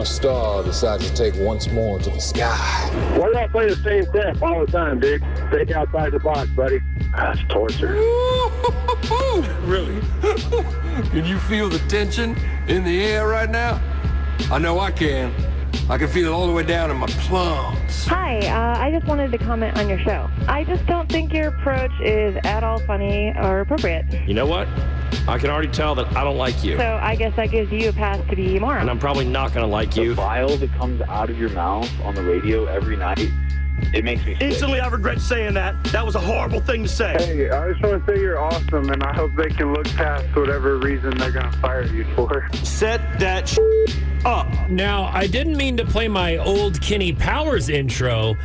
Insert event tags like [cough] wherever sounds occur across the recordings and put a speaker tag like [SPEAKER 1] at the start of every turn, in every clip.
[SPEAKER 1] a star decides to take once more to the sky.
[SPEAKER 2] Why y'all play the same crap all the time, Dick? Think outside the box, buddy. That's torture.
[SPEAKER 3] [laughs] really? can you feel the tension in the air right now? I know I can. I can feel it all the way down in my plums.
[SPEAKER 4] Hi, uh, I just wanted to comment on your show. I just don't think your approach is at all funny or appropriate.
[SPEAKER 5] You know what? I can already tell that I don't like you.
[SPEAKER 4] So I guess that gives you a pass to be a moron.
[SPEAKER 5] And I'm probably not going to like
[SPEAKER 6] The
[SPEAKER 5] you.
[SPEAKER 6] bile that comes out of your mouth on the radio every night, it makes me sick.
[SPEAKER 7] Instantly, I regret saying that. That was a horrible thing to say.
[SPEAKER 2] Hey, I just want to say you're awesome, and I hope they can look past whatever reason they're going to fire you for.
[SPEAKER 7] Set that sh- up.
[SPEAKER 8] Now, I didn't mean to play my old Kenny Powers intro,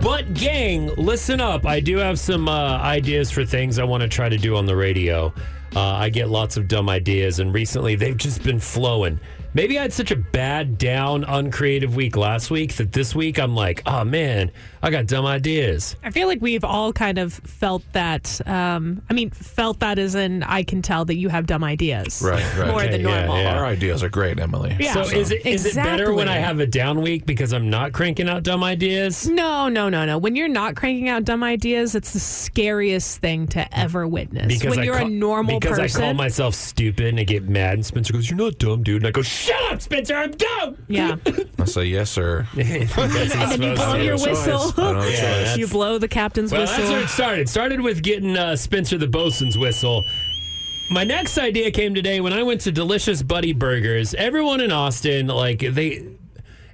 [SPEAKER 8] but gang, listen up. I do have some uh, ideas for things I want to try to do on the radio. Uh, I get lots of dumb ideas, and recently they've just been flowing. Maybe I had such a bad, down, uncreative week last week that this week I'm like, oh man, I got dumb ideas.
[SPEAKER 9] I feel like we've all kind of felt that. Um, I mean, felt that as in I can tell that you have dumb ideas.
[SPEAKER 10] Right, right.
[SPEAKER 9] More than
[SPEAKER 8] Yeah,
[SPEAKER 9] normal.
[SPEAKER 8] yeah.
[SPEAKER 10] Our ideas are great, Emily.
[SPEAKER 9] Yeah.
[SPEAKER 8] So, is, it, is it better when I
[SPEAKER 9] Exactly.
[SPEAKER 8] have a down week because I'm not cranking out dumb ideas?
[SPEAKER 9] No, no, no, no. When you're not cranking out dumb ideas, it's the scariest thing to ever witness.
[SPEAKER 8] Because
[SPEAKER 9] when
[SPEAKER 8] I
[SPEAKER 9] you're
[SPEAKER 8] ca-
[SPEAKER 9] a normal
[SPEAKER 8] because
[SPEAKER 9] person.
[SPEAKER 8] I call myself stupid and I get mad, and Spencer goes, "You're not dumb, dude." And I go, "Shut up, Spencer, I'm dumb." [laughs]
[SPEAKER 9] yeah.
[SPEAKER 10] I say yes, sir.
[SPEAKER 8] and
[SPEAKER 9] then you blow your whistle.
[SPEAKER 10] I don't have a
[SPEAKER 8] Yeah,
[SPEAKER 10] choice.
[SPEAKER 8] that's-
[SPEAKER 9] [laughs] you blow the captain's
[SPEAKER 8] Well, that's
[SPEAKER 9] whistle.
[SPEAKER 8] where it started. It started with getting uh, Spencer the bosun's whistle. My next idea came today when I went to Delicious Buddy Burgers. Everyone in Austin, like they,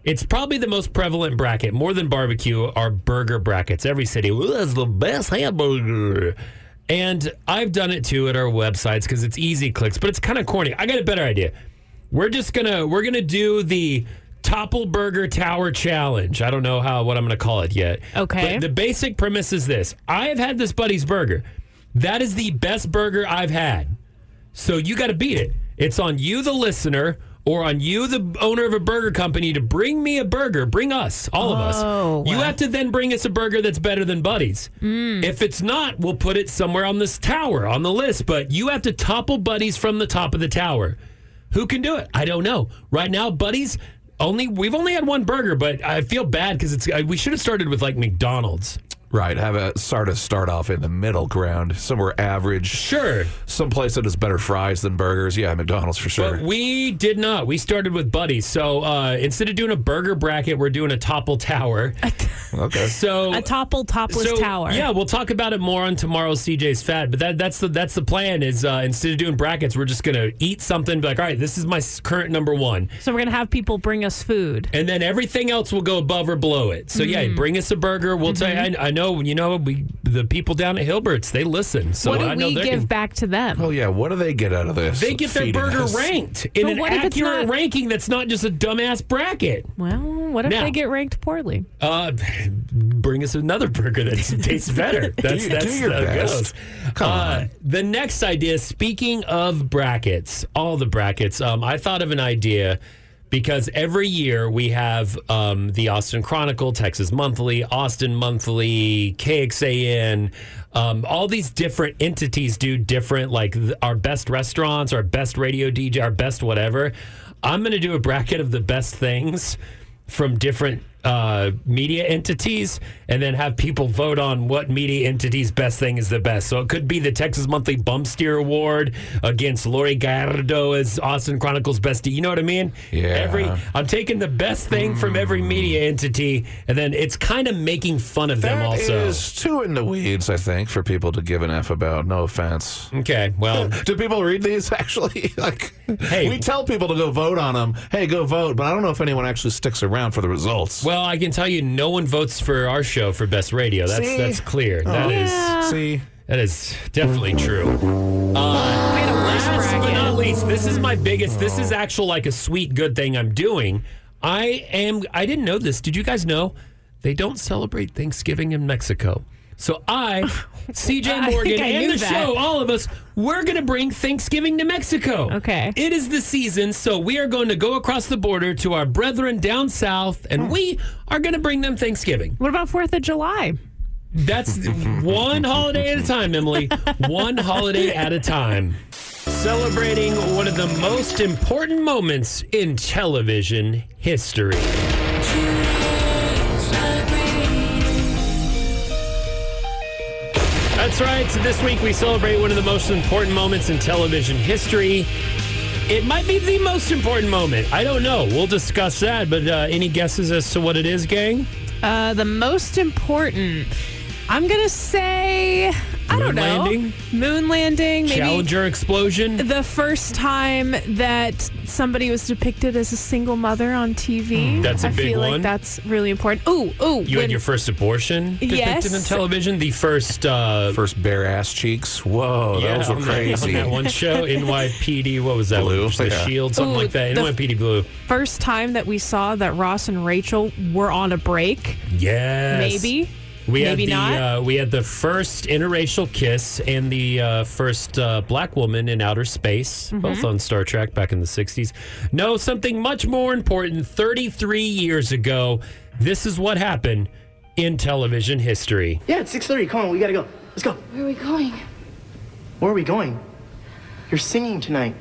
[SPEAKER 8] it's probably the most prevalent bracket, more than barbecue, are burger brackets. Every city, "Ooh, that's the best hamburger. And I've done it too at our websites because it's easy clicks, but it's kind of corny. I got a better idea. We're just gonna we're gonna do the topple burger tower challenge. I don't know how what I'm gonna call it yet.
[SPEAKER 9] Okay.
[SPEAKER 8] But the basic premise is this: I have had this buddy's burger. That is the best burger I've had. So you got to beat it. It's on you, the listener, or on you, the owner of a burger company, to bring me a burger. Bring us, all of us.
[SPEAKER 9] Oh,
[SPEAKER 8] You
[SPEAKER 9] wow. Mm.
[SPEAKER 8] have to then bring us a burger that's better than Buddy's. If it's not, we'll put it somewhere on this tower on the list. But you have to topple Buddy's from the top of the tower. Who can do it? I don't know. Right now, Buddy's only we've only had one burger, but I feel bad because it's I- we should have started with like McDonald's.
[SPEAKER 10] Right. Have a sort of start off in the middle ground, somewhere average.
[SPEAKER 8] Sure.
[SPEAKER 10] Someplace that has better fries than burgers. Yeah, McDonald's for sure.
[SPEAKER 8] But we did not. We started with buddies. So uh, instead of doing a burger bracket, we're doing a topple
[SPEAKER 9] [laughs]
[SPEAKER 8] tower.
[SPEAKER 10] okay.
[SPEAKER 8] So
[SPEAKER 9] a topple topless
[SPEAKER 8] so,
[SPEAKER 9] tower.
[SPEAKER 8] Yeah, we'll talk about it more on tomorrow's CJ's Fad. But that, that's the that's the plan. Is uh, instead of doing brackets, we're just gonna eat something. Be like, all right, this is my s- current number one,
[SPEAKER 9] So we're gonna have people bring us food.
[SPEAKER 8] and then everything else will go above or below it. So
[SPEAKER 9] Mm-hmm.
[SPEAKER 8] yeah, bring us a burger. We'll tell you. I, I know you know we the people down at Hilbert's they listen. So
[SPEAKER 9] what do
[SPEAKER 8] I know
[SPEAKER 9] we
[SPEAKER 8] they're
[SPEAKER 9] give back to them?
[SPEAKER 10] Well, yeah. What do they get out of this?
[SPEAKER 8] They get their
[SPEAKER 10] Feeding
[SPEAKER 8] burger
[SPEAKER 10] us?
[SPEAKER 8] ranked in
[SPEAKER 9] But
[SPEAKER 8] an
[SPEAKER 9] what if it's
[SPEAKER 8] accurate
[SPEAKER 9] not-
[SPEAKER 8] ranking that's not just a dumbass bracket.
[SPEAKER 9] Well, what if
[SPEAKER 8] Now-
[SPEAKER 9] they get ranked poorly?
[SPEAKER 8] Uh, bring us another burger
[SPEAKER 10] [laughs]
[SPEAKER 8] that tastes better. That's
[SPEAKER 10] Do-
[SPEAKER 8] that's
[SPEAKER 10] do your
[SPEAKER 8] how it
[SPEAKER 10] best.
[SPEAKER 8] goes.
[SPEAKER 10] Come
[SPEAKER 8] Uh, the next idea. Speaking of brackets, all the brackets. Um, I thought of an idea because every year we have um, the Austin Chronicle, Texas Monthly, Austin Monthly, KXAN. Um, all these different entities do different, like th- our best restaurants, our best radio DJ, our best whatever. I'm going to do a bracket of the best things from different uh, media entities and then have people vote on what media entity's best thing is the best. So it could be the Texas Monthly Bump Steer Award against Lori Gallardo as Austin Chronicle's bestie. You know what I mean?
[SPEAKER 10] Yeah. Hmm.
[SPEAKER 8] Every I'm taking the best thing from every media entity and then it's kind of making fun of them
[SPEAKER 10] That
[SPEAKER 8] also.
[SPEAKER 10] is too in the weeds, I think, for people to give an F about. No offense.
[SPEAKER 8] [laughs] Okay,
[SPEAKER 10] [laughs]
[SPEAKER 8] well,
[SPEAKER 10] Do people read these [laughs] actually? like,
[SPEAKER 8] Hey.
[SPEAKER 10] we tell people to go vote on them. Hey, go vote, but I don't know if anyone actually sticks around for the results.
[SPEAKER 8] well, I can tell you, no one votes for our show for best radio. That's
[SPEAKER 10] See? Oh.
[SPEAKER 8] that's clear. That is
[SPEAKER 10] See,
[SPEAKER 8] that is definitely true.
[SPEAKER 9] We had a worse
[SPEAKER 8] Last but
[SPEAKER 9] bracket.
[SPEAKER 8] not least, this is my biggest. This is actual like a sweet good thing I'm doing. I am. I didn't know this. Did you guys know they don't celebrate Thanksgiving in Mexico? So
[SPEAKER 9] [laughs]
[SPEAKER 8] I,
[SPEAKER 9] I
[SPEAKER 8] CJ
[SPEAKER 9] think
[SPEAKER 8] Morgan,
[SPEAKER 9] I
[SPEAKER 8] and
[SPEAKER 9] knew
[SPEAKER 8] the
[SPEAKER 9] that.
[SPEAKER 8] show, all of us, we're going to bring Thanksgiving to Mexico.
[SPEAKER 9] Okay.
[SPEAKER 8] It is the season, so we are going to go across the border to our brethren down south,
[SPEAKER 9] Hmm.
[SPEAKER 8] and we are going to bring them Thanksgiving.
[SPEAKER 9] What about Fourth of July?
[SPEAKER 8] That's one holiday at a time, Emily. One holiday at a time. Celebrating one of the most important moments in television history. That's right. So this week we celebrate one of the most important moments in television history. It might be the most important moment. I don't know. We'll discuss that. But uh, any guesses as to what it is, gang?
[SPEAKER 9] Uh, the most important. I'm gonna say I
[SPEAKER 8] Moon
[SPEAKER 9] don't know.
[SPEAKER 8] landing?
[SPEAKER 9] Moon landing. Maybe
[SPEAKER 8] Challenger explosion.
[SPEAKER 9] the first time that somebody was depicted as a single mother on TV.
[SPEAKER 8] Hmm, that's a
[SPEAKER 9] I
[SPEAKER 8] big
[SPEAKER 9] feel
[SPEAKER 8] one.
[SPEAKER 9] Like that's really important. Ooh, ooh.
[SPEAKER 8] You
[SPEAKER 9] when-
[SPEAKER 8] had your first abortion depicted
[SPEAKER 9] Yes.
[SPEAKER 8] in television. The first, uh,
[SPEAKER 10] First bare ass cheeks. Whoa,
[SPEAKER 8] yeah,
[SPEAKER 10] those were
[SPEAKER 8] on that-
[SPEAKER 10] crazy.
[SPEAKER 8] on that one
[SPEAKER 10] [laughs]
[SPEAKER 8] show, NYPD. What was that?
[SPEAKER 10] Blue,
[SPEAKER 8] The
[SPEAKER 10] yeah.
[SPEAKER 8] Shield, something
[SPEAKER 9] Ooh,
[SPEAKER 8] like that.
[SPEAKER 9] the-
[SPEAKER 8] NYPD Blue.
[SPEAKER 9] first time that we saw that Ross and Rachel were on a break.
[SPEAKER 8] Yes.
[SPEAKER 9] Maybe.
[SPEAKER 8] We
[SPEAKER 9] Maybe
[SPEAKER 8] had the
[SPEAKER 9] not.
[SPEAKER 8] Uh, we had the first interracial kiss and the uh, first uh, black woman in outer space,
[SPEAKER 9] Mm-hmm.
[SPEAKER 8] both on Star Trek back in the '60s. No, something much more important. 33 years ago, this is what happened in television history.
[SPEAKER 11] Yeah, it's 6.30. Come on, we gotta go. Let's go. Where are we going? Where are we going? You're singing tonight.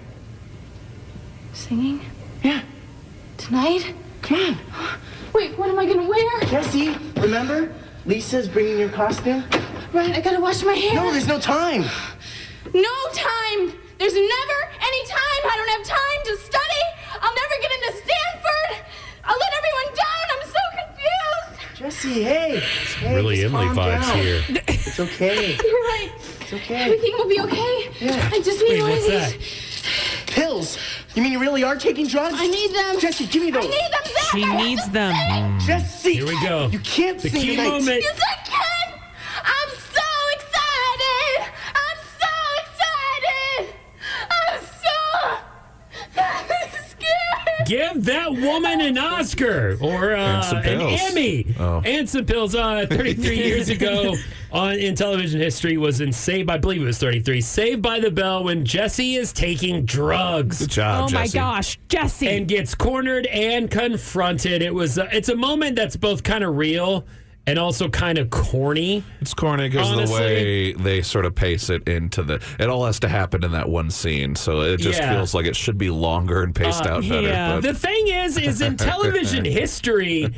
[SPEAKER 12] Singing?
[SPEAKER 11] Yeah.
[SPEAKER 12] Tonight?
[SPEAKER 11] Come on.
[SPEAKER 12] Wait, what am I gonna wear?
[SPEAKER 11] Jesse, remember? Lisa's bringing your costume.
[SPEAKER 12] Right, I gotta wash my hair.
[SPEAKER 11] No, there's no time.
[SPEAKER 12] No time! There's never any time! I don't have time to study! I'll never get into Stanford! I'll let everyone down! I'm so confused!
[SPEAKER 11] Jesse, hey. hey
[SPEAKER 8] Really,
[SPEAKER 11] just
[SPEAKER 8] Emily
[SPEAKER 11] calm
[SPEAKER 8] vibes
[SPEAKER 11] down.
[SPEAKER 8] here.
[SPEAKER 11] It's okay.
[SPEAKER 12] [laughs] You're right.
[SPEAKER 11] It's okay.
[SPEAKER 12] Everything will be okay.
[SPEAKER 11] Yeah.
[SPEAKER 12] I just need
[SPEAKER 8] Wait,
[SPEAKER 12] one
[SPEAKER 8] what's
[SPEAKER 12] of these.
[SPEAKER 8] that?
[SPEAKER 11] Pills. You mean you really are taking drugs?
[SPEAKER 12] I need them.
[SPEAKER 11] Jesse, give me those.
[SPEAKER 12] I need them back!
[SPEAKER 9] She
[SPEAKER 12] I have
[SPEAKER 9] needs
[SPEAKER 12] to
[SPEAKER 9] them.
[SPEAKER 8] Ah,
[SPEAKER 12] sing.
[SPEAKER 11] Jesse.
[SPEAKER 8] Here we go.
[SPEAKER 11] You can't
[SPEAKER 8] The
[SPEAKER 11] sing
[SPEAKER 8] key
[SPEAKER 11] tonight.
[SPEAKER 8] moment.
[SPEAKER 12] Yes, I can! I'm so excited! I'm so excited! I'm so scared!
[SPEAKER 8] Give that woman an Oscar or uh,
[SPEAKER 10] And some
[SPEAKER 8] an
[SPEAKER 10] pills.
[SPEAKER 8] Emmy
[SPEAKER 10] Oh.
[SPEAKER 8] and some pills. Uh,
[SPEAKER 10] [laughs]
[SPEAKER 8] 33 years ago on in television history was in Saved. I believe it was 33. Saved by the Bell when Jesse is taking drugs
[SPEAKER 10] Good job,
[SPEAKER 9] oh my
[SPEAKER 10] Jesse.
[SPEAKER 9] gosh, Jesse.
[SPEAKER 8] and gets cornered and confronted. It was. Uh, it's a moment that's both kind of real and also kind of corny.
[SPEAKER 10] It's corny because of the
[SPEAKER 8] Honestly.
[SPEAKER 10] way they sort of pace it into the. It all has to happen in that one scene, so it just
[SPEAKER 8] Yeah. Uh,
[SPEAKER 10] feels like it should be longer and paced out better.
[SPEAKER 8] Yeah.
[SPEAKER 10] but-
[SPEAKER 8] The thing is, is in
[SPEAKER 10] [laughs]
[SPEAKER 8] television history,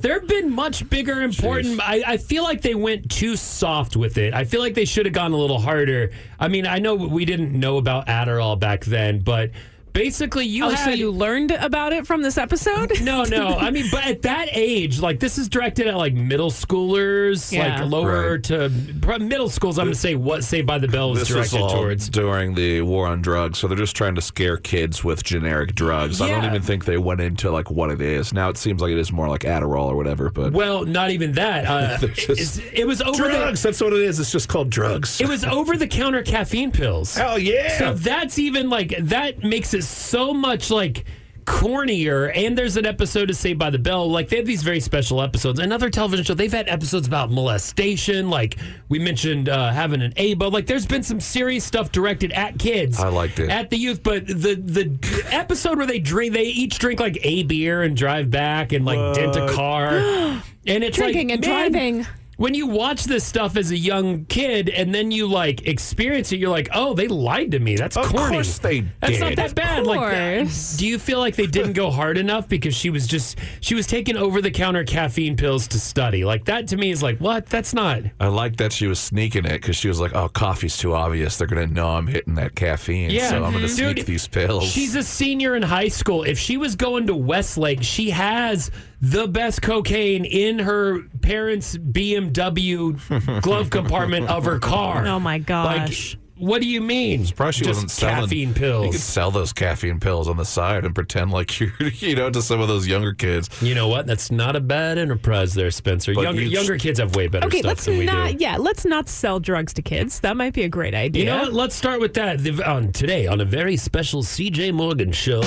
[SPEAKER 8] there have been much bigger, important. I, I feel like they went too soft with it. I feel like they should have gone a little harder. I mean, I know we didn't know about Adderall back then, but basically, you
[SPEAKER 9] oh,
[SPEAKER 8] had.
[SPEAKER 9] so you learned about it from this episode?
[SPEAKER 8] no, no. I mean, but at that age, like this is directed at like middle schoolers,
[SPEAKER 9] Yeah.
[SPEAKER 8] like lower
[SPEAKER 10] Right.
[SPEAKER 8] to pro- middle schools. I'm going to say what Saved by the Bell was
[SPEAKER 10] this was
[SPEAKER 8] directed
[SPEAKER 10] all
[SPEAKER 8] towards.
[SPEAKER 10] during the war on drugs, so they're just trying to scare kids with generic drugs. I don't
[SPEAKER 8] Yeah.
[SPEAKER 10] even think they went into like what it is. Now it seems like it is more like Adderall or whatever. But
[SPEAKER 8] Well, not even that. Uh,
[SPEAKER 10] [laughs] They're just-
[SPEAKER 8] it's- it was over the-
[SPEAKER 10] drugs, that's what it is. It's just called drugs.
[SPEAKER 8] It was over the counter caffeine pills.
[SPEAKER 10] Hell yeah!
[SPEAKER 8] So that's even like that makes it so much like cornier. And there's an episode of Saved by the Bell. Like they have these very special episodes. Another television show they've had episodes about molestation. Like we mentioned, uh, having an ABO. Like there's been some serious stuff directed at kids.
[SPEAKER 10] I liked it.
[SPEAKER 8] at the youth. But the the episode where they drink, they each drink like a beer and drive back and like dent a car.
[SPEAKER 10] [gasps]
[SPEAKER 8] And it's
[SPEAKER 9] Drinking
[SPEAKER 8] like,
[SPEAKER 9] and
[SPEAKER 8] man,
[SPEAKER 9] driving.
[SPEAKER 8] when you watch this stuff as a young kid and then you like experience it, you're like, oh, they lied to me. That's
[SPEAKER 10] Of
[SPEAKER 8] corny.
[SPEAKER 10] course they
[SPEAKER 8] That's not
[SPEAKER 10] did.
[SPEAKER 8] that bad. Like,
[SPEAKER 9] course.
[SPEAKER 8] do you feel like they didn't go hard enough because she was just she was taking over the counter caffeine pills to study? Like that to me is like, what? That's not.
[SPEAKER 10] I like that she was sneaking it because she was like, "Oh, coffee's too obvious. They're gonna know I'm hitting that caffeine,
[SPEAKER 8] Yeah.
[SPEAKER 10] so I'm gonna
[SPEAKER 8] Mhm.
[SPEAKER 10] sneak
[SPEAKER 8] Dude,
[SPEAKER 10] these pills."
[SPEAKER 8] She's a senior in high school. If she was going to Westlake, she has the best cocaine in her parents'
[SPEAKER 10] [laughs]
[SPEAKER 8] BMW glove compartment of her car.
[SPEAKER 9] Oh my gosh.
[SPEAKER 8] Like, what do you mean?
[SPEAKER 10] Probably she
[SPEAKER 8] Just
[SPEAKER 10] wasn't selling
[SPEAKER 8] caffeine
[SPEAKER 10] You
[SPEAKER 8] pills.
[SPEAKER 10] could sell those caffeine pills on the side and pretend like [laughs] you're, you know, to some of those younger kids.
[SPEAKER 8] You know what? That's not a bad enterprise there, Spencer.
[SPEAKER 10] But
[SPEAKER 8] Younger,
[SPEAKER 10] you-
[SPEAKER 8] younger kids have way better
[SPEAKER 9] okay,
[SPEAKER 8] stuff
[SPEAKER 9] let's
[SPEAKER 8] than we
[SPEAKER 9] not.
[SPEAKER 8] do.
[SPEAKER 9] Yeah, let's not sell drugs to kids. That might be a great idea.
[SPEAKER 8] You know what? Let's start with that. The- on today, on a very special CJ Morgan show,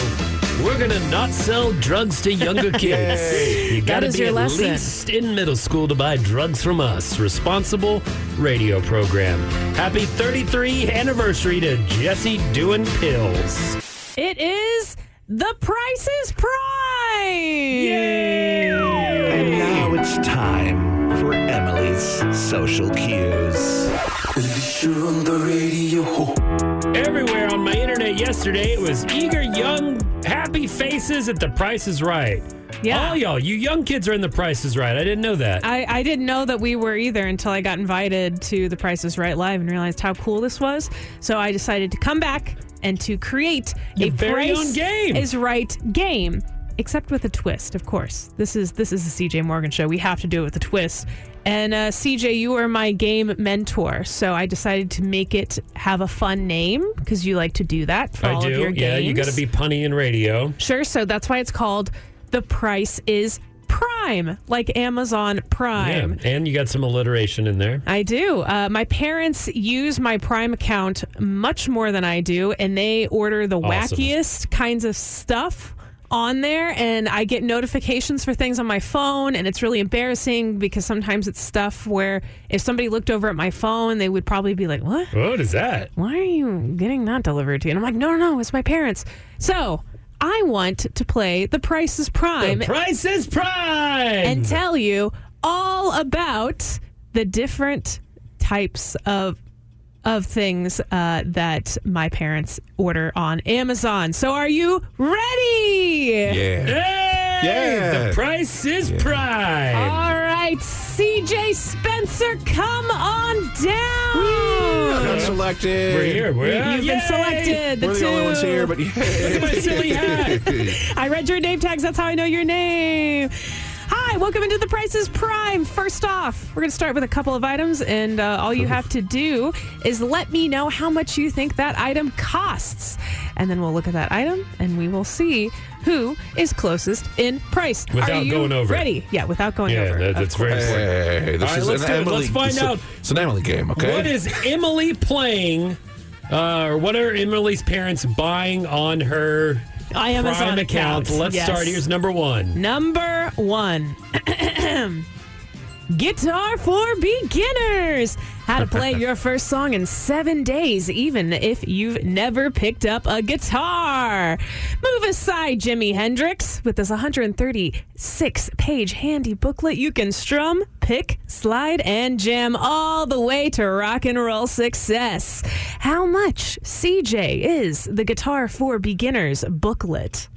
[SPEAKER 8] we're going to not sell drugs to
[SPEAKER 9] [laughs]
[SPEAKER 8] younger kids. you got to
[SPEAKER 9] is
[SPEAKER 8] be
[SPEAKER 9] your
[SPEAKER 8] at
[SPEAKER 9] lesson.
[SPEAKER 8] least in middle school to buy drugs from us. Responsible radio program. Happy 33 anniversary to Jesse doing pills.
[SPEAKER 9] It is the Price is Prime.
[SPEAKER 13] And now it's time for Emily's social cues.
[SPEAKER 8] Everywhere on my internet birthday yesterday. It was eager, young, happy faces at The Price is Right.
[SPEAKER 9] Yeah.
[SPEAKER 8] All y'all, you young kids are in The Price is Right. I didn't know that.
[SPEAKER 9] I, I didn't know that we were either until I got invited to The Price is Right Live and realized how cool this was. So I decided to come back and to create a
[SPEAKER 8] very
[SPEAKER 9] Price
[SPEAKER 8] own game.
[SPEAKER 9] is Right game, except with a twist, of course. This is this is the CJ Morgan show. We have to do it with a twist. And uh, CJ, you are my game mentor, so I decided to make it have a fun name because you like to do that for
[SPEAKER 8] I
[SPEAKER 9] all
[SPEAKER 8] do.
[SPEAKER 9] of your
[SPEAKER 8] yeah,
[SPEAKER 9] games.
[SPEAKER 8] you got to be punny in radio.
[SPEAKER 9] Sure. So that's why it's called The Price is Prime, like Amazon Prime.
[SPEAKER 8] Yeah, and you got some alliteration in there.
[SPEAKER 9] I do. Uh, my parents use my Prime account much more than I do, and they order the
[SPEAKER 8] Awesome.
[SPEAKER 9] wackiest kinds of stuff on there. And I get notifications for things on my phone, and it's really embarrassing because sometimes it's stuff where if somebody looked over at my phone, they would probably be like, "What?
[SPEAKER 8] What is that?
[SPEAKER 9] Why are you getting that delivered to you?" And I'm like, "No, no, no, it's my parents." So. I want to play The Price is Prime.
[SPEAKER 8] The Price is Prime!
[SPEAKER 14] Mm.
[SPEAKER 9] And tell you all about the different types of of things uh, that my parents order on Amazon. So are you ready?
[SPEAKER 8] Yeah.
[SPEAKER 9] Yeah. Oh.
[SPEAKER 8] The price is prime.
[SPEAKER 9] All right, CJ Spencer, come on down.
[SPEAKER 14] Got selected.
[SPEAKER 8] We're here. We're-
[SPEAKER 9] You- You've been selected. The
[SPEAKER 14] We're the only ones
[SPEAKER 9] two.
[SPEAKER 14] here, but yeah.
[SPEAKER 9] My [laughs] silly hat. I read your name tags. That's how I know your name. Hi, welcome into The Price is Prime. First off, we're going to start with a couple of items, and uh, all you have to do is let me know how much you think that item costs. And then we'll look at that item and we will see who is closest in price. Are
[SPEAKER 8] Without
[SPEAKER 9] you
[SPEAKER 8] going over it.
[SPEAKER 9] Ready? Yeah, without going over.
[SPEAKER 8] that- that's very
[SPEAKER 10] Hey,
[SPEAKER 8] important.
[SPEAKER 10] hey, hey,
[SPEAKER 8] All
[SPEAKER 10] this
[SPEAKER 8] right,
[SPEAKER 10] is
[SPEAKER 8] let's
[SPEAKER 10] an
[SPEAKER 8] do it.
[SPEAKER 10] Emily.
[SPEAKER 8] Let's find
[SPEAKER 10] it's a-
[SPEAKER 8] out.
[SPEAKER 10] It's an Emily game, okay?
[SPEAKER 8] What is Emily playing, uh, or what are Emily's parents buying on her
[SPEAKER 9] I am
[SPEAKER 8] Prime
[SPEAKER 9] Amazon account,
[SPEAKER 8] Let's
[SPEAKER 9] yes.
[SPEAKER 8] start. Here's number one.
[SPEAKER 9] Number one [clears throat] Guitar for Beginners. How to play your first song in seven days, even if you've never picked up a guitar. Move aside, Jimi Hendrix. With this 136 page handy booklet, you can strum, pick, slide, and jam all the way to rock and roll success. How much, CJ, is the Guitar for Beginners booklet?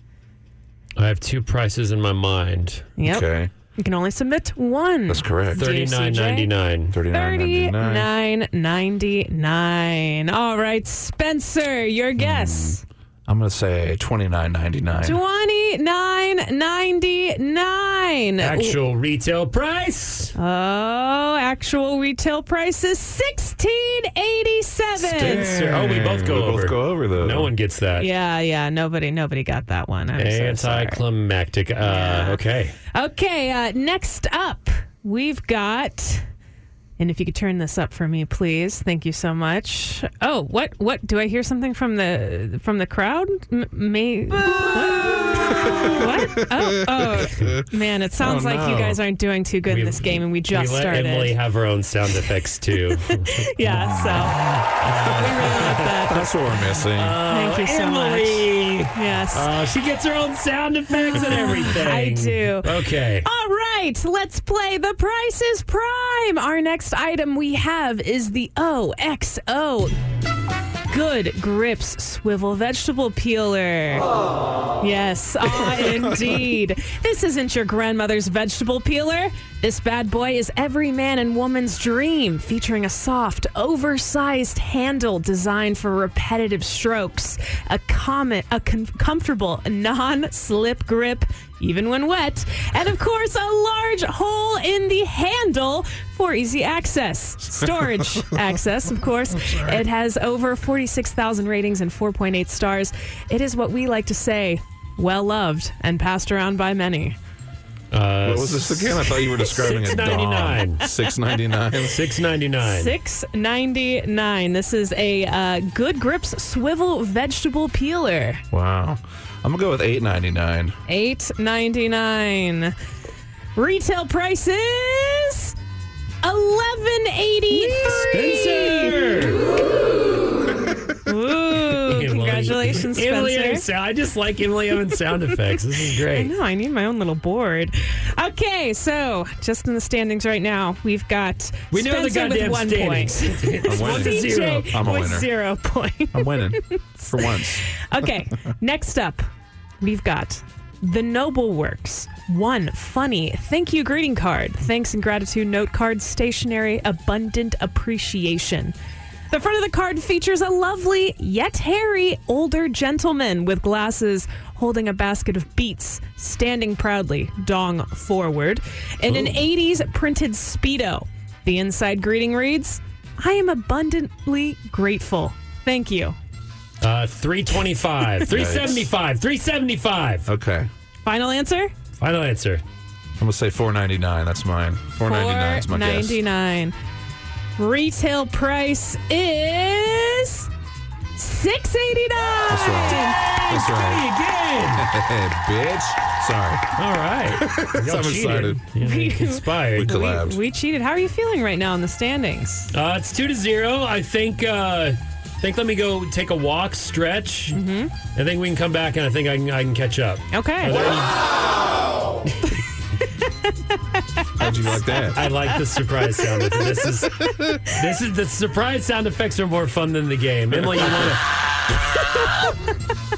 [SPEAKER 8] I have two prices in my mind.
[SPEAKER 9] Yep. Okay. You can only submit one.
[SPEAKER 8] That's correct.
[SPEAKER 9] Dear
[SPEAKER 8] Thirty-nine
[SPEAKER 9] CJ.
[SPEAKER 8] ninety-nine. $39.99.
[SPEAKER 9] Uh, Thirty-nine ninety-nine. All right, Spencer, your guess.
[SPEAKER 10] I'm going to say twenty nine ninety nine.
[SPEAKER 9] Twenty-nine ninety-nine.
[SPEAKER 8] Actual retail price.
[SPEAKER 9] Oh, actual retail price is sixteen eighty-seven.
[SPEAKER 8] Spencer. Oh, we both go
[SPEAKER 10] We both
[SPEAKER 8] over.
[SPEAKER 10] go over, though.
[SPEAKER 8] No one gets that.
[SPEAKER 9] Uh. Yeah, yeah. Nobody, nobody got that one. I'm so sorry.
[SPEAKER 8] Anticlimactic. Uh, Okay.
[SPEAKER 9] Okay, uh, next up, we've got. And if you could turn this up for me, please. Thank you so much. Oh, what? What? Do I hear something from the from the crowd? M- may what?
[SPEAKER 8] [laughs]
[SPEAKER 9] what? Oh, oh, man! It sounds
[SPEAKER 8] Oh,
[SPEAKER 9] like you
[SPEAKER 8] no.
[SPEAKER 9] guys aren't doing too good in this game, and we just
[SPEAKER 8] we let
[SPEAKER 9] started.
[SPEAKER 8] Emily have her own sound effects too.
[SPEAKER 9] yeah.
[SPEAKER 8] [laughs]
[SPEAKER 9] So
[SPEAKER 10] That's what we're missing.
[SPEAKER 9] [laughs] thank you so
[SPEAKER 8] Emily.
[SPEAKER 9] much. Yes.
[SPEAKER 8] Uh, she gets her own sound effects and everything.
[SPEAKER 9] [laughs] I do.
[SPEAKER 8] Okay.
[SPEAKER 9] All right, let's play The Price is Prime. Our next item we have is the OXO Good Grips Swivel Vegetable Peeler. Yes, ah, indeed. This isn't your grandmother's vegetable peeler. This bad boy is every man and woman's dream, featuring a soft, oversized handle designed for repetitive strokes, a, common, a com- comfortable, non slip grip, even when wet, and of course, a large hole in the handle for easy access. Storage access, of course. It has over 46,000 ratings and 4.8 stars. It is what we like to say well loved and passed around by many.
[SPEAKER 8] Uh,
[SPEAKER 10] What was this again? I thought you were describing a
[SPEAKER 8] $6.99.
[SPEAKER 10] dom. Six ninety nine.
[SPEAKER 8] Six ninety nine.
[SPEAKER 9] Six ninety nine. This is a uh, Good Grips swivel vegetable peeler.
[SPEAKER 10] Wow. I'm gonna go with eight ninety nine.
[SPEAKER 9] Eight ninety nine. Retail price is eleven eighty three.
[SPEAKER 8] Spencer.
[SPEAKER 9] Ooh,
[SPEAKER 8] He loves
[SPEAKER 9] Congratulations,
[SPEAKER 8] Emily
[SPEAKER 9] Spencer.
[SPEAKER 8] Evans, I just like Emily Evans sound effects. This is
[SPEAKER 9] I
[SPEAKER 8] great.
[SPEAKER 9] know. I need my own little board. Okay, so just in the standings right now, we've got
[SPEAKER 8] We know the
[SPEAKER 9] Spencer
[SPEAKER 8] goddamn
[SPEAKER 9] with one
[SPEAKER 8] standings.
[SPEAKER 9] point.
[SPEAKER 8] [laughs]
[SPEAKER 10] I'm
[SPEAKER 9] [laughs]
[SPEAKER 10] winning.
[SPEAKER 9] CJ
[SPEAKER 10] I'm a
[SPEAKER 9] with
[SPEAKER 10] winner.
[SPEAKER 9] zero point.
[SPEAKER 10] I'm winning
[SPEAKER 9] [laughs]
[SPEAKER 10] for once.
[SPEAKER 9] Okay, next up, we've got the Noble Works. One funny thank you greeting card, thanks and gratitude note card, stationery, abundant appreciation. The front of the card features a lovely yet hairy older gentleman with glasses holding a basket of beets, standing proudly, dong forward, in an 80s printed Speedo. The inside greeting reads I am abundantly grateful. Thank you.
[SPEAKER 8] Uh, 325, 375, 375.
[SPEAKER 10] Okay.
[SPEAKER 9] Final answer?
[SPEAKER 8] Final answer.
[SPEAKER 10] I'm gonna say 4.99. That's mine. 4.99 is my guess.
[SPEAKER 9] 499. Retail price is 689.
[SPEAKER 10] That's right. That's right. [laughs] Bitch. Sorry.
[SPEAKER 8] All right.
[SPEAKER 10] I'm
[SPEAKER 9] [laughs]
[SPEAKER 10] excited.
[SPEAKER 8] Inspired.
[SPEAKER 10] We collabed.
[SPEAKER 9] We cheated. How are you feeling right now in the standings?
[SPEAKER 8] Uh, it's two to zero. I think. Uh, I think. Let me go take a walk, stretch. Mm-hmm. I think we can come back, and I think I can. I can catch up.
[SPEAKER 9] Okay.
[SPEAKER 8] Are there any-
[SPEAKER 10] How'd you like that?
[SPEAKER 8] I like the surprise sound. effect. This is this is the surprise sound effects are more fun than the game. Emily,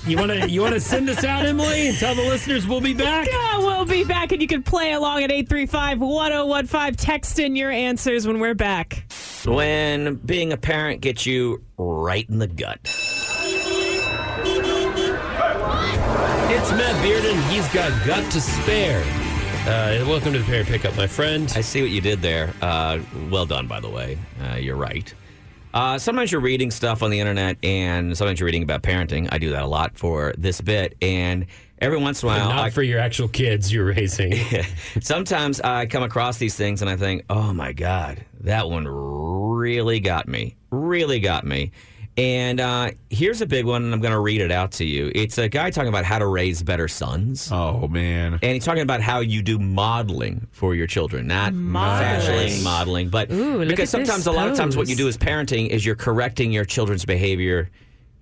[SPEAKER 8] you want to you want to you want to send us out, Emily, and tell the listeners we'll be back.
[SPEAKER 9] Yeah, we'll be back, and you can play along at 835 1015. Text in your answers when we're back.
[SPEAKER 14] When being a parent gets you right in the gut.
[SPEAKER 8] It's Matt Bearden. He's got gut to spare. Uh, welcome to the Parent Pickup, my friend.
[SPEAKER 14] I see what you did there. Uh, well done, by the way. Uh, you're right. Uh, sometimes you're reading stuff on the internet, and sometimes you're reading about parenting. I do that a lot for this bit, and every once in a while,
[SPEAKER 8] Not
[SPEAKER 14] I,
[SPEAKER 8] for your actual kids you're raising.
[SPEAKER 14] sometimes I come across these things and I think, oh my God, that one really got me. Really got me. And uh, here's a big one, and I'm going to read it out to you. It's a guy talking about how to raise better sons.
[SPEAKER 10] Oh, man. And
[SPEAKER 14] he's talking about how you do modeling for your children, not
[SPEAKER 11] Mm-hmm.
[SPEAKER 9] Modeling.
[SPEAKER 14] modeling, modeling, but
[SPEAKER 9] Ooh, look
[SPEAKER 14] because
[SPEAKER 9] at this
[SPEAKER 14] sometimes a lot of times what you
[SPEAKER 9] pose.
[SPEAKER 14] do as parenting is you're correcting your children's behavior.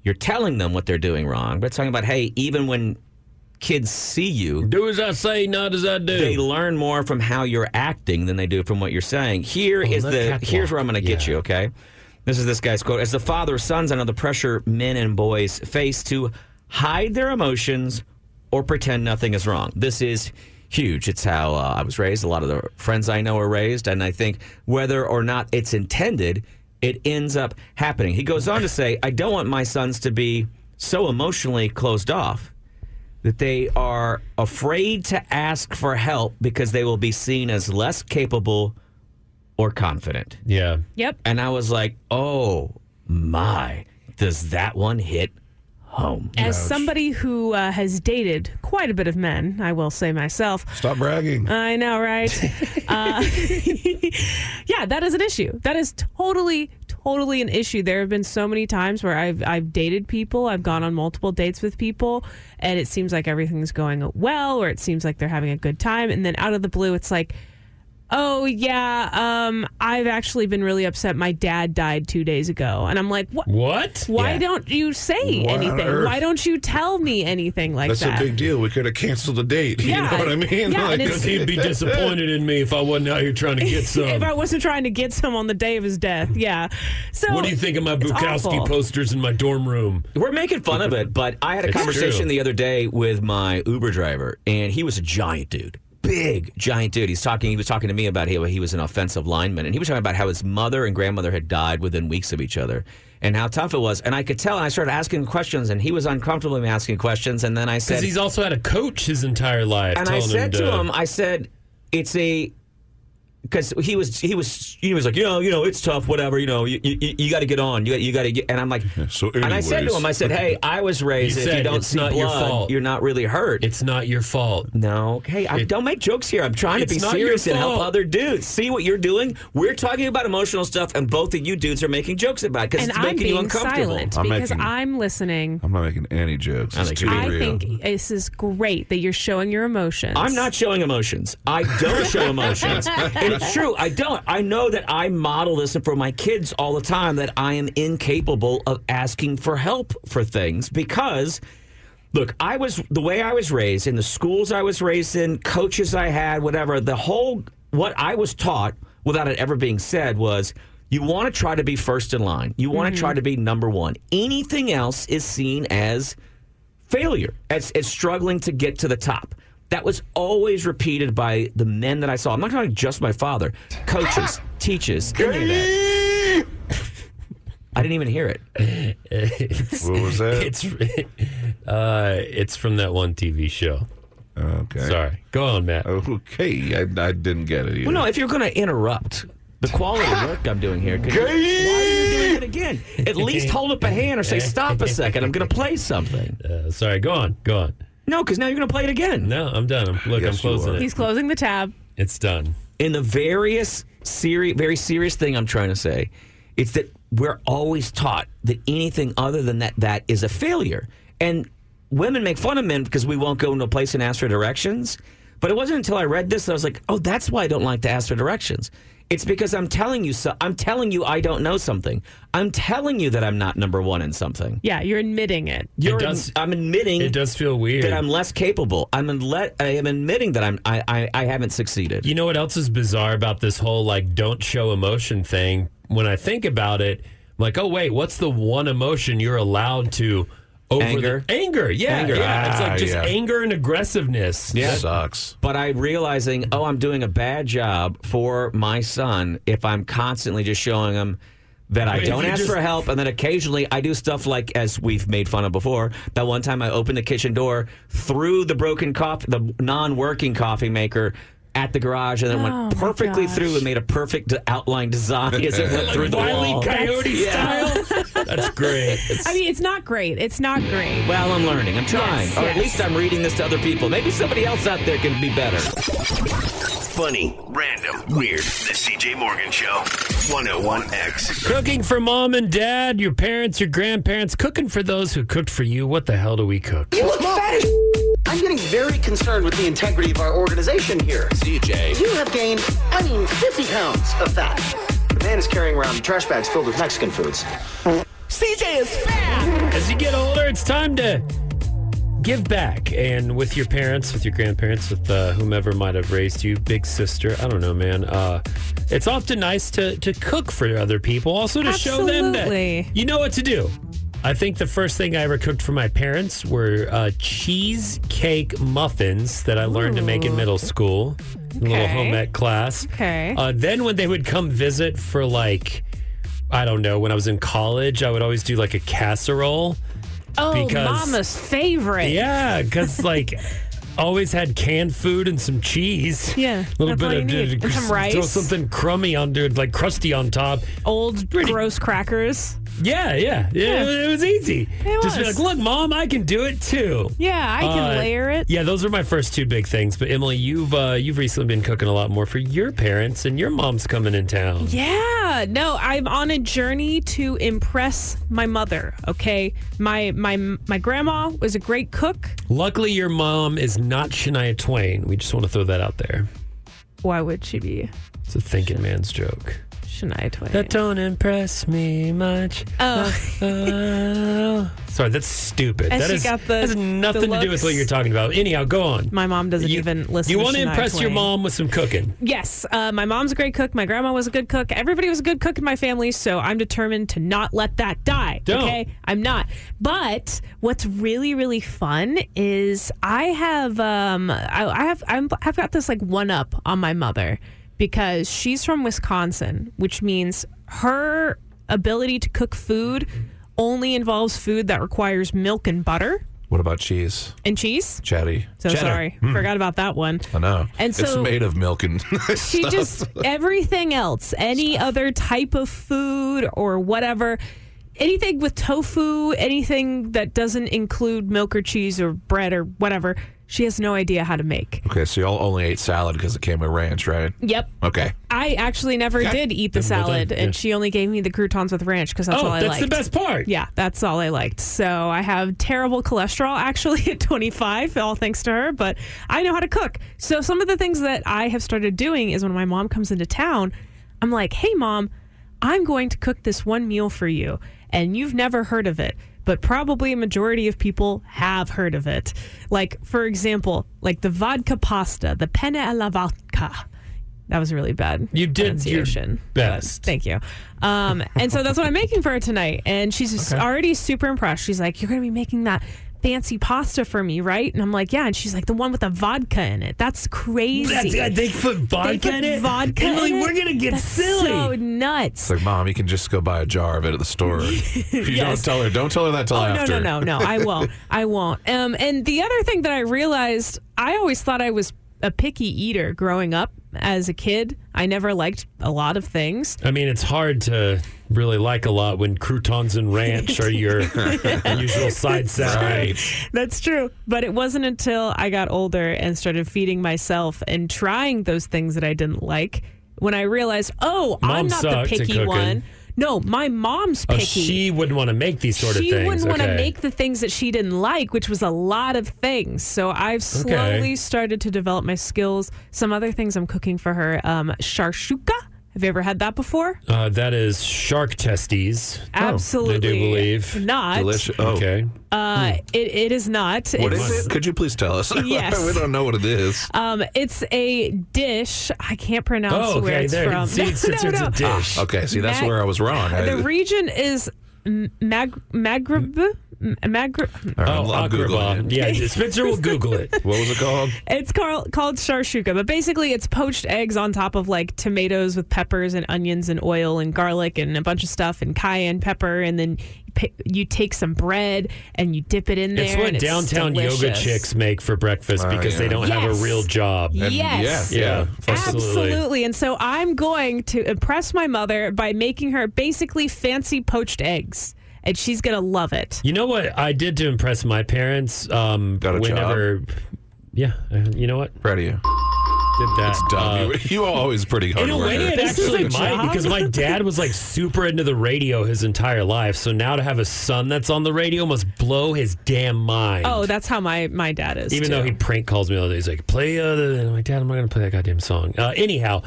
[SPEAKER 14] You're telling them what they're doing wrong, but it's talking about hey, even when kids see you,
[SPEAKER 8] do as I say, not as I do.
[SPEAKER 14] They learn more from how you're acting than they do from what you're saying. Here is
[SPEAKER 8] the
[SPEAKER 14] the
[SPEAKER 8] catwalk.
[SPEAKER 14] here's where I'm going to get you. Okay, this is this guy's quote: "As the father of sons, I know the pressure men and boys face to hide their emotions or pretend nothing is wrong. This is." Huge. It's how uh, I was raised. A lot of the friends I know are raised. And I think whether or not it's intended, it ends up happening. He goes on to say, I don't want my sons to be so emotionally closed off that they are afraid to ask for help because they will be seen as less capable or confident.
[SPEAKER 8] Yeah.
[SPEAKER 9] Yep.
[SPEAKER 14] And I was like, oh my, does that one hit home?
[SPEAKER 9] As somebody who uh, has dated quite a bit of men, I will say myself.
[SPEAKER 10] Stop bragging.
[SPEAKER 9] I know,
[SPEAKER 10] [laughs]
[SPEAKER 9] right? uh, [laughs] yeah, that is an issue. That is totally, totally an issue. There have been so many times where I've I've dated people, I've gone on multiple dates with people, and it seems like everything's going well, or it seems like they're having a good time, and then out of the blue, it's like. Oh yeah, um, I've actually been really upset. My dad died two days ago, and I'm like, what?
[SPEAKER 8] What?
[SPEAKER 9] Why
[SPEAKER 10] Yeah.
[SPEAKER 9] don't you say
[SPEAKER 10] Why on
[SPEAKER 9] anything?
[SPEAKER 10] earth?
[SPEAKER 9] Why don't you tell me anything like
[SPEAKER 10] That's
[SPEAKER 9] that?
[SPEAKER 10] a big deal. We could have canceled the date. [laughs]
[SPEAKER 9] Yeah.
[SPEAKER 10] You know what I mean?
[SPEAKER 9] Yeah, and
[SPEAKER 10] [laughs]
[SPEAKER 9] it's-
[SPEAKER 8] He'd be disappointed in me if I wasn't out here trying to get
[SPEAKER 9] [laughs] if
[SPEAKER 8] some.
[SPEAKER 9] I wasn't trying to get some on the day of his death, yeah. So
[SPEAKER 8] what do you think of my
[SPEAKER 9] it's awful.
[SPEAKER 8] Bukowski posters in my dorm room?
[SPEAKER 14] We're making fun of it, but I had a
[SPEAKER 8] It's
[SPEAKER 14] conversation
[SPEAKER 8] true.
[SPEAKER 14] the other day with my Uber driver, and he was a giant dude. Big giant dude. He's talking. He was talking to me about how he was an offensive lineman, and he was talking about how his mother and grandmother had died within weeks of each other, and how tough it was. And I could tell. And I started asking questions, and he was uncomfortable with me asking questions. And then I
[SPEAKER 8] Because
[SPEAKER 14] said,
[SPEAKER 8] he's also had a coach his entire life.
[SPEAKER 14] and I
[SPEAKER 8] telling
[SPEAKER 14] said
[SPEAKER 8] him
[SPEAKER 14] to, him, I said, it's a because he was he was he was like you know you know it's tough whatever you know you you, you got to get on you got you got to get and I'm like
[SPEAKER 10] so
[SPEAKER 14] and I said to him I said hey I was raised
[SPEAKER 8] You
[SPEAKER 14] if you
[SPEAKER 8] said,
[SPEAKER 14] don't
[SPEAKER 8] "It's
[SPEAKER 14] see
[SPEAKER 8] not
[SPEAKER 14] blood
[SPEAKER 8] your fault."
[SPEAKER 14] you're not really hurt
[SPEAKER 8] it's not your fault
[SPEAKER 14] no okay I, don't make jokes here I'm trying to
[SPEAKER 8] It's
[SPEAKER 14] be
[SPEAKER 8] not your
[SPEAKER 14] serious and help
[SPEAKER 8] fault.
[SPEAKER 14] other dudes see what you're doing we're talking about emotional stuff and both of you dudes are making jokes about it because
[SPEAKER 9] and
[SPEAKER 14] it's
[SPEAKER 9] I'm
[SPEAKER 14] making you
[SPEAKER 9] being
[SPEAKER 14] uncomfortable
[SPEAKER 9] silent because I'm listening.
[SPEAKER 10] I'm not making any jokes. It's too
[SPEAKER 9] I
[SPEAKER 10] real.
[SPEAKER 9] think this [laughs] is great that you're showing your emotions.
[SPEAKER 8] [laughs]
[SPEAKER 14] I'm not showing emotions. I don't show emotions. In it's true. I don't. I know that I model this for my kids all the time that I am incapable of asking for help for things because, look, I was the way I was raised, in the schools I was raised in, coaches I had, whatever, the whole, what I was taught without it ever being said was you want to try to be first in line, you want to try
[SPEAKER 8] Mm-hmm.
[SPEAKER 14] to be number one. Anything else is seen as failure, as, as struggling to get to the top. That was always repeated by the men that I saw. I'm not talking just my father,
[SPEAKER 8] [laughs]
[SPEAKER 14] coaches, teachers. any of that. I didn't even hear it. [laughs]
[SPEAKER 8] It's,
[SPEAKER 14] What was that?
[SPEAKER 8] It's [laughs] uh, it's from that one TV show.
[SPEAKER 10] Okay.
[SPEAKER 8] Sorry. Go on, Matt.
[SPEAKER 10] Okay, I, I didn't get it either.
[SPEAKER 14] Well, no, if you're going to interrupt the quality of work I'm doing here, could you, why are you doing it again? At least hold up a hand or say,
[SPEAKER 8] [laughs]
[SPEAKER 14] stop a second. I'm going to play something.
[SPEAKER 8] Uh, sorry. Go on. Go on.
[SPEAKER 14] No, because now you're going to play it again.
[SPEAKER 8] No, I'm done. I'm, look, I'm closing it.
[SPEAKER 9] He's closing the tab.
[SPEAKER 8] It's done.
[SPEAKER 14] In the various serious, very serious thing I'm trying to say, it's that we're always taught that anything other than that that is a failure, and women make fun of men because we won't go into a place and ask for directions. But it wasn't until I read this that I was like, oh, that's why I don't like to ask for directions. It's because I'm telling you so. I'm telling you I don't know something. I'm telling you that I'm not number one in something.
[SPEAKER 9] Yeah, you're admitting it.
[SPEAKER 14] You're I'm admitting it
[SPEAKER 8] does feel weird
[SPEAKER 14] that I'm less capable. I'm let I am admitting that I'm I, I, I haven't succeeded.
[SPEAKER 8] You know what else is bizarre about this whole like don't show emotion thing? When I think about it, I'm like, oh wait, what's the one emotion you're allowed to over
[SPEAKER 14] Anger.
[SPEAKER 8] the anger? Yeah,
[SPEAKER 14] Anger.
[SPEAKER 8] yeah. it's
[SPEAKER 14] Ah,
[SPEAKER 8] like just
[SPEAKER 14] yeah.
[SPEAKER 8] anger and aggressiveness. That-
[SPEAKER 14] sucks. But I realizing, oh, I'm doing a [laughs] bad job for my son if I'm constantly just showing him that I
[SPEAKER 8] Wait, if
[SPEAKER 14] don't
[SPEAKER 8] you
[SPEAKER 14] ask
[SPEAKER 8] just-
[SPEAKER 14] for help, and then occasionally I do stuff like, as we've made fun of before, that one time I opened the kitchen door, threw the broken coffee, the non-working coffee maker. At the garage, and then
[SPEAKER 8] Oh, my
[SPEAKER 14] went perfectly through and made a perfect
[SPEAKER 8] [laughs]
[SPEAKER 14] outline design as it went
[SPEAKER 8] Like
[SPEAKER 14] through the
[SPEAKER 8] Wile E.
[SPEAKER 14] wall.
[SPEAKER 8] Coyote
[SPEAKER 14] Yeah. That's [laughs] great.
[SPEAKER 9] I mean, it's not great. It's not great.
[SPEAKER 14] Well, I'm learning. I'm trying.
[SPEAKER 9] Yes,
[SPEAKER 14] or at
[SPEAKER 9] yes.
[SPEAKER 14] least I'm reading this to other people. Maybe somebody else out there can be better.
[SPEAKER 13] Funny, random, weird. The CJ Morgan Show. 101X.
[SPEAKER 8] Cooking for mom and dad, your parents, your grandparents, cooking for those who cooked for you. What the hell do we cook?
[SPEAKER 11] You look fat as I'm getting very concerned with the integrity of our organization here. CJ. You have gained, I mean, 50 pounds of fat. The man is carrying around trash bags filled with Mexican foods.
[SPEAKER 8] CJ is fat. As you get older, it's time to give back. And with your parents, with your grandparents, with uh, whomever might have raised you, big sister, I don't know, man. Uh, it's often nice to, to cook for other people, also to show them
[SPEAKER 9] Absolutely.
[SPEAKER 8] that you know what to do. I think the first thing I ever cooked for my parents were uh, cheesecake muffins that I learned to make in middle school, in a little
[SPEAKER 9] Okay.
[SPEAKER 8] home ec class.
[SPEAKER 9] Okay.
[SPEAKER 8] Uh, then when they would come visit for like, I don't know, when I was in college, I would always do like a casserole.
[SPEAKER 9] oh,
[SPEAKER 8] because-
[SPEAKER 9] mama's favorite.
[SPEAKER 8] Yeah, because like [laughs] always had canned food and some cheese.
[SPEAKER 9] Yeah,
[SPEAKER 8] a little
[SPEAKER 9] that's all you
[SPEAKER 8] bit of
[SPEAKER 9] need. And some
[SPEAKER 8] Throw
[SPEAKER 9] rice. Oh.
[SPEAKER 8] something crummy under, like crusty on top.
[SPEAKER 9] Old gross crackers.
[SPEAKER 8] Yeah, yeah, yeah.
[SPEAKER 9] Yeah.
[SPEAKER 8] It was easy.
[SPEAKER 9] It
[SPEAKER 8] Just be
[SPEAKER 9] was.
[SPEAKER 8] like, look, mom, I can do it too.
[SPEAKER 9] Yeah, I can
[SPEAKER 8] Uh,
[SPEAKER 9] layer it.
[SPEAKER 8] Yeah, those are my first two big things. But Emily, you've uh, you've recently been cooking a lot more for your parents, and your mom's coming in town.
[SPEAKER 9] Yeah, no, I'm on a journey to impress my mother. Okay, my my my grandma was a great cook.
[SPEAKER 8] Luckily, your mom is not Shania Twain. We just want to throw that out there.
[SPEAKER 9] Why would she be
[SPEAKER 8] It's a thinking man's joke.
[SPEAKER 9] Shania Twain? Uh,
[SPEAKER 8] That don't impress me much.
[SPEAKER 9] Oh,
[SPEAKER 8] [laughs] Sorry, that's stupid.
[SPEAKER 9] And
[SPEAKER 8] that
[SPEAKER 9] she
[SPEAKER 8] is
[SPEAKER 9] got the-
[SPEAKER 8] has nothing
[SPEAKER 9] the
[SPEAKER 8] to do with what
[SPEAKER 9] looks.
[SPEAKER 8] you're talking about. Anyhow, go on.
[SPEAKER 9] my mom doesn't even listen.
[SPEAKER 8] you
[SPEAKER 9] to
[SPEAKER 8] want to
[SPEAKER 9] Shania
[SPEAKER 8] impress your
[SPEAKER 9] Twain.
[SPEAKER 8] mom with some cooking.
[SPEAKER 9] Yes, uh, my mom's a great cook. My grandma was a good cook. Everybody was a good cook in my family, so I'm determined to not let that die.
[SPEAKER 8] Don't.
[SPEAKER 9] Okay, I'm not. But what's really really fun is I have um I, I have I'm, I've got this like one up on my mother because she's from Wisconsin, which means her ability to cook food only involves food that requires milk and butter
[SPEAKER 10] What about cheese?
[SPEAKER 9] and cheese.
[SPEAKER 10] Chatty.
[SPEAKER 9] So sorry,
[SPEAKER 10] Mm.
[SPEAKER 9] forgot about that one.
[SPEAKER 10] I know.
[SPEAKER 9] And
[SPEAKER 10] it's
[SPEAKER 9] so-
[SPEAKER 10] made of milk and [laughs]
[SPEAKER 9] She
[SPEAKER 10] stuff.
[SPEAKER 9] just everything else, any other type of food or whatever, anything with tofu, anything that doesn't include milk or cheese or bread or whatever, she has no idea how to make.
[SPEAKER 10] Okay, so y'all only ate salad because it came with ranch, right?
[SPEAKER 9] Yep.
[SPEAKER 10] Okay.
[SPEAKER 9] I actually never
[SPEAKER 10] Okay.
[SPEAKER 9] did eat the
[SPEAKER 10] Then well done.
[SPEAKER 9] salad, and
[SPEAKER 10] Yeah.
[SPEAKER 9] she only gave me the croutons with ranch because that's
[SPEAKER 8] Oh,
[SPEAKER 9] all I
[SPEAKER 8] that's
[SPEAKER 9] liked.
[SPEAKER 8] the best part.
[SPEAKER 9] Yeah, that's all I liked. So I have terrible cholesterol actually [laughs] at 25, all thanks to her, but I know how to cook. So some of the things that I have started doing is when my mom comes into town, I'm like, hey, mom, I'm going to cook this one meal for you, and you've never heard of it. But probably a majority of people have heard of it. Like, for example, like the vodka pasta, the penne alla vodka. That was really bad.
[SPEAKER 8] You did your
[SPEAKER 9] pronunciation, but
[SPEAKER 8] best.
[SPEAKER 9] Thank you. Um, and so that's what I'm making for her tonight. And she's already super impressed. She's like, "You're going to be making that fancy pasta for me, right?" And I'm like, "Yeah." And she's like, "The one with the vodka in it. That's crazy.
[SPEAKER 8] That's- yeah, they put vodka
[SPEAKER 9] They put
[SPEAKER 8] in it?
[SPEAKER 9] Vodka.
[SPEAKER 8] Emily,
[SPEAKER 9] in it?
[SPEAKER 8] we're gonna get
[SPEAKER 9] That's
[SPEAKER 8] silly.
[SPEAKER 9] [laughs] So nuts."
[SPEAKER 10] It's like, mom, you can just go buy a jar of it at
[SPEAKER 9] [laughs]
[SPEAKER 10] the store. you
[SPEAKER 9] Yes.
[SPEAKER 10] don't tell her. Don't tell her that till
[SPEAKER 9] Oh,
[SPEAKER 10] after.
[SPEAKER 9] No, no, no, no. I
[SPEAKER 10] [laughs]
[SPEAKER 9] won't. I won't. Um, and the other thing that I realized, I always thought I was a picky eater growing up as a kid. I never liked a lot of things.
[SPEAKER 8] I mean, it's hard to really like a lot when croutons and ranch are
[SPEAKER 10] [laughs]
[SPEAKER 8] your usual side salad.
[SPEAKER 9] That's true. But it wasn't until I got older and started feeding myself and trying those things that I didn't like when I realized, oh, I'm
[SPEAKER 8] Mom
[SPEAKER 9] not the
[SPEAKER 8] sucked at
[SPEAKER 9] picky
[SPEAKER 8] cooking.
[SPEAKER 9] one. No, my mom's
[SPEAKER 8] Oh,
[SPEAKER 9] picky.
[SPEAKER 8] she wouldn't want to make these sort
[SPEAKER 9] she
[SPEAKER 8] of things.
[SPEAKER 9] wouldn't want to
[SPEAKER 8] Okay.
[SPEAKER 9] make the things that she didn't like, which was a lot of things. So I've slowly
[SPEAKER 8] Okay.
[SPEAKER 9] started to develop my skills. Some other things I'm cooking for her: um, sharshuka. Have you ever had that before?
[SPEAKER 8] Uh, that is shark testes. I do
[SPEAKER 9] Oh. Absolutely
[SPEAKER 8] believe. Hmm.
[SPEAKER 9] not. Delicious. Oh.
[SPEAKER 8] Okay.
[SPEAKER 9] Uh, it, it is not.
[SPEAKER 10] What
[SPEAKER 9] It's-
[SPEAKER 10] is it? Could you please tell us? [laughs]
[SPEAKER 9] Yes.
[SPEAKER 10] we don't know what it is.
[SPEAKER 9] Um, it's a dish. I can't pronounce
[SPEAKER 10] Oh,
[SPEAKER 9] where
[SPEAKER 10] okay,
[SPEAKER 9] it's
[SPEAKER 10] there.
[SPEAKER 9] from.
[SPEAKER 10] [laughs] See, it's-
[SPEAKER 9] [laughs]
[SPEAKER 10] it's- it's a dish. Ah, okay, see, that's where I was wrong. I-
[SPEAKER 9] the region is M- Mag- Maghreb. M- Maghreb.
[SPEAKER 10] All right, I'm- I'm Googling it.
[SPEAKER 8] Oh, Yeah, Spencer
[SPEAKER 9] [laughs]
[SPEAKER 8] will Google it.
[SPEAKER 10] What was it called?
[SPEAKER 9] It's called called sharshuka, but basically it's poached eggs on top of like tomatoes with peppers and onions and oil and garlic and a bunch of stuff and cayenne pepper, and then you pi- you take some bread and you dip it in there.
[SPEAKER 8] It's what
[SPEAKER 9] and
[SPEAKER 8] downtown
[SPEAKER 9] delicious.
[SPEAKER 8] yoga chicks make for breakfast
[SPEAKER 10] Oh,
[SPEAKER 8] because they
[SPEAKER 10] yeah.
[SPEAKER 8] don't have a
[SPEAKER 9] Yes.
[SPEAKER 8] real job.
[SPEAKER 9] Yes.
[SPEAKER 8] Yeah. yeah.
[SPEAKER 9] Absolutely. And so I'm going to impress my mother by making her basically fancy poached eggs, and she's going to love it.
[SPEAKER 8] You know what I did to impress my parents? Um,
[SPEAKER 10] a
[SPEAKER 8] whenever, yeah, uh, you know what?
[SPEAKER 10] Proud of you. Did
[SPEAKER 8] that?
[SPEAKER 10] It's dumb.
[SPEAKER 8] uh,
[SPEAKER 10] you, you are always pretty hard
[SPEAKER 8] In a way, it actually might because my dad was like super into the radio his entire life. So now to have a son that's on the radio must blow his damn mind.
[SPEAKER 9] Oh, that's how my, my dad is.
[SPEAKER 8] Even
[SPEAKER 9] too.
[SPEAKER 8] though he prank calls me all day, he's like, "Play uh, the." I'm like, "Dad, I'm not gonna play that goddamn song." Uh, anyhow,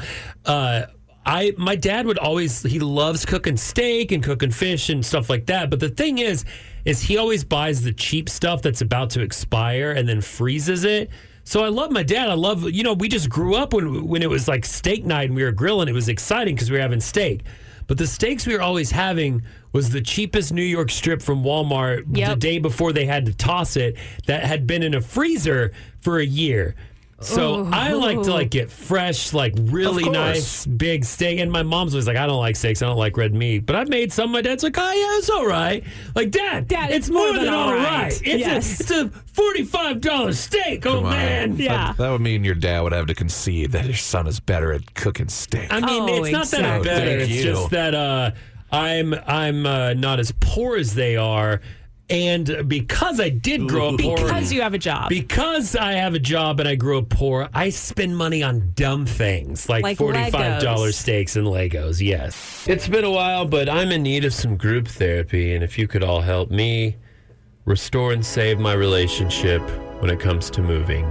[SPEAKER 8] uh, I my dad would always he loves cooking steak and cooking fish and stuff like that. But the thing is, is he always buys the cheap stuff that's about to expire and then freezes it. So I love my dad. I love you know we just grew up when when it was like steak night and we were grilling. It was exciting because we were having steak. But the steaks we were always having was the cheapest New York strip from Walmart the day before they had to toss it that had been in a freezer for a year. So I like to
[SPEAKER 15] Ooh.
[SPEAKER 8] like get fresh, like really
[SPEAKER 15] course.
[SPEAKER 8] nice big steak. And my mom's always like, I don't like steaks, I don't like red meat. But I've made some. My dad's like, oh yeah, it's all right. Like dad, dad, it's, more than, all right. It's
[SPEAKER 15] Yes.
[SPEAKER 8] a it's a forty five dollar steak. Oh
[SPEAKER 10] Come on.
[SPEAKER 8] man,
[SPEAKER 10] That- That, would mean your dad would have to concede that his son is better at cooking steak.
[SPEAKER 8] I mean, it's not that I'm
[SPEAKER 10] No,
[SPEAKER 8] better.
[SPEAKER 10] thank
[SPEAKER 8] It's
[SPEAKER 10] you.
[SPEAKER 8] just that uh, I'm I'm uh, not as poor as they are, and because I did grow up poor,
[SPEAKER 9] Because you have a job.
[SPEAKER 8] because I have a job and I grew up poor, I spend money on dumb things like,
[SPEAKER 9] Like
[SPEAKER 8] forty-five
[SPEAKER 9] Legos.
[SPEAKER 8] dollars steaks and Legos. Yes, it's been a while, but I'm in need of some group therapy, and if you could all help me restore and save my relationship when it comes to moving,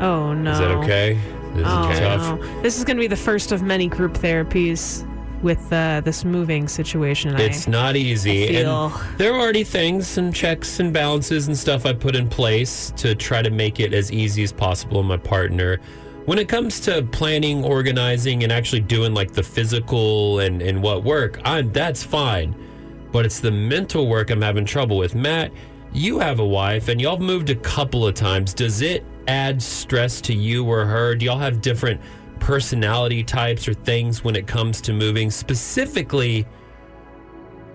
[SPEAKER 9] oh, no.
[SPEAKER 8] is that okay? Is it
[SPEAKER 9] oh,
[SPEAKER 8] tough?
[SPEAKER 9] no. This is going to be the first of many group therapies with uh, this moving situation.
[SPEAKER 8] It's
[SPEAKER 9] I,
[SPEAKER 8] not easy.
[SPEAKER 9] I feel-
[SPEAKER 8] And there are already things and checks and balances and stuff I put in place to try to make it as easy as possible on my partner. When it comes to planning, organizing, and actually doing like the physical and, and what work, I'm that's fine. But it's the mental work I'm having trouble with. Matt, you have a wife and y'all have moved a couple of times. Does it add stress to you or her? Do y'all have different personality types or things when it comes to moving specifically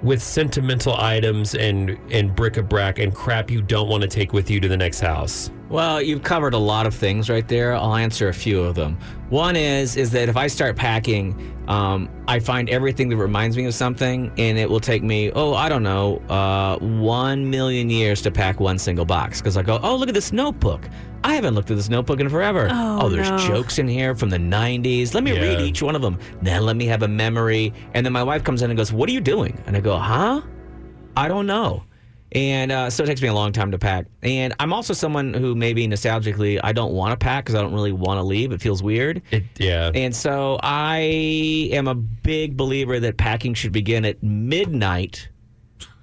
[SPEAKER 8] with sentimental items and and bric-a-brac and crap you don't want to take with you to the next house.
[SPEAKER 14] Well, you've covered a lot of things right there. I'll answer a few of them. One is is that if I start packing, um, I find everything that reminds me of something, and it will take me oh I don't know uh, one million years to pack one single box because I go oh look at this notebook. I haven't looked at this notebook in forever.
[SPEAKER 15] Oh,
[SPEAKER 14] there's
[SPEAKER 15] no.
[SPEAKER 14] jokes in here from the 90s. Let me read each one of them. Then let me have a memory. And then my wife comes in and goes, What are you doing? And I go, Huh? I don't know. And uh, so it takes me a long time to pack. And I'm also someone who maybe nostalgically I don't want to pack because I don't really want to leave. It feels weird.
[SPEAKER 8] yeah.
[SPEAKER 14] And so I am a big believer that packing should begin at midnight,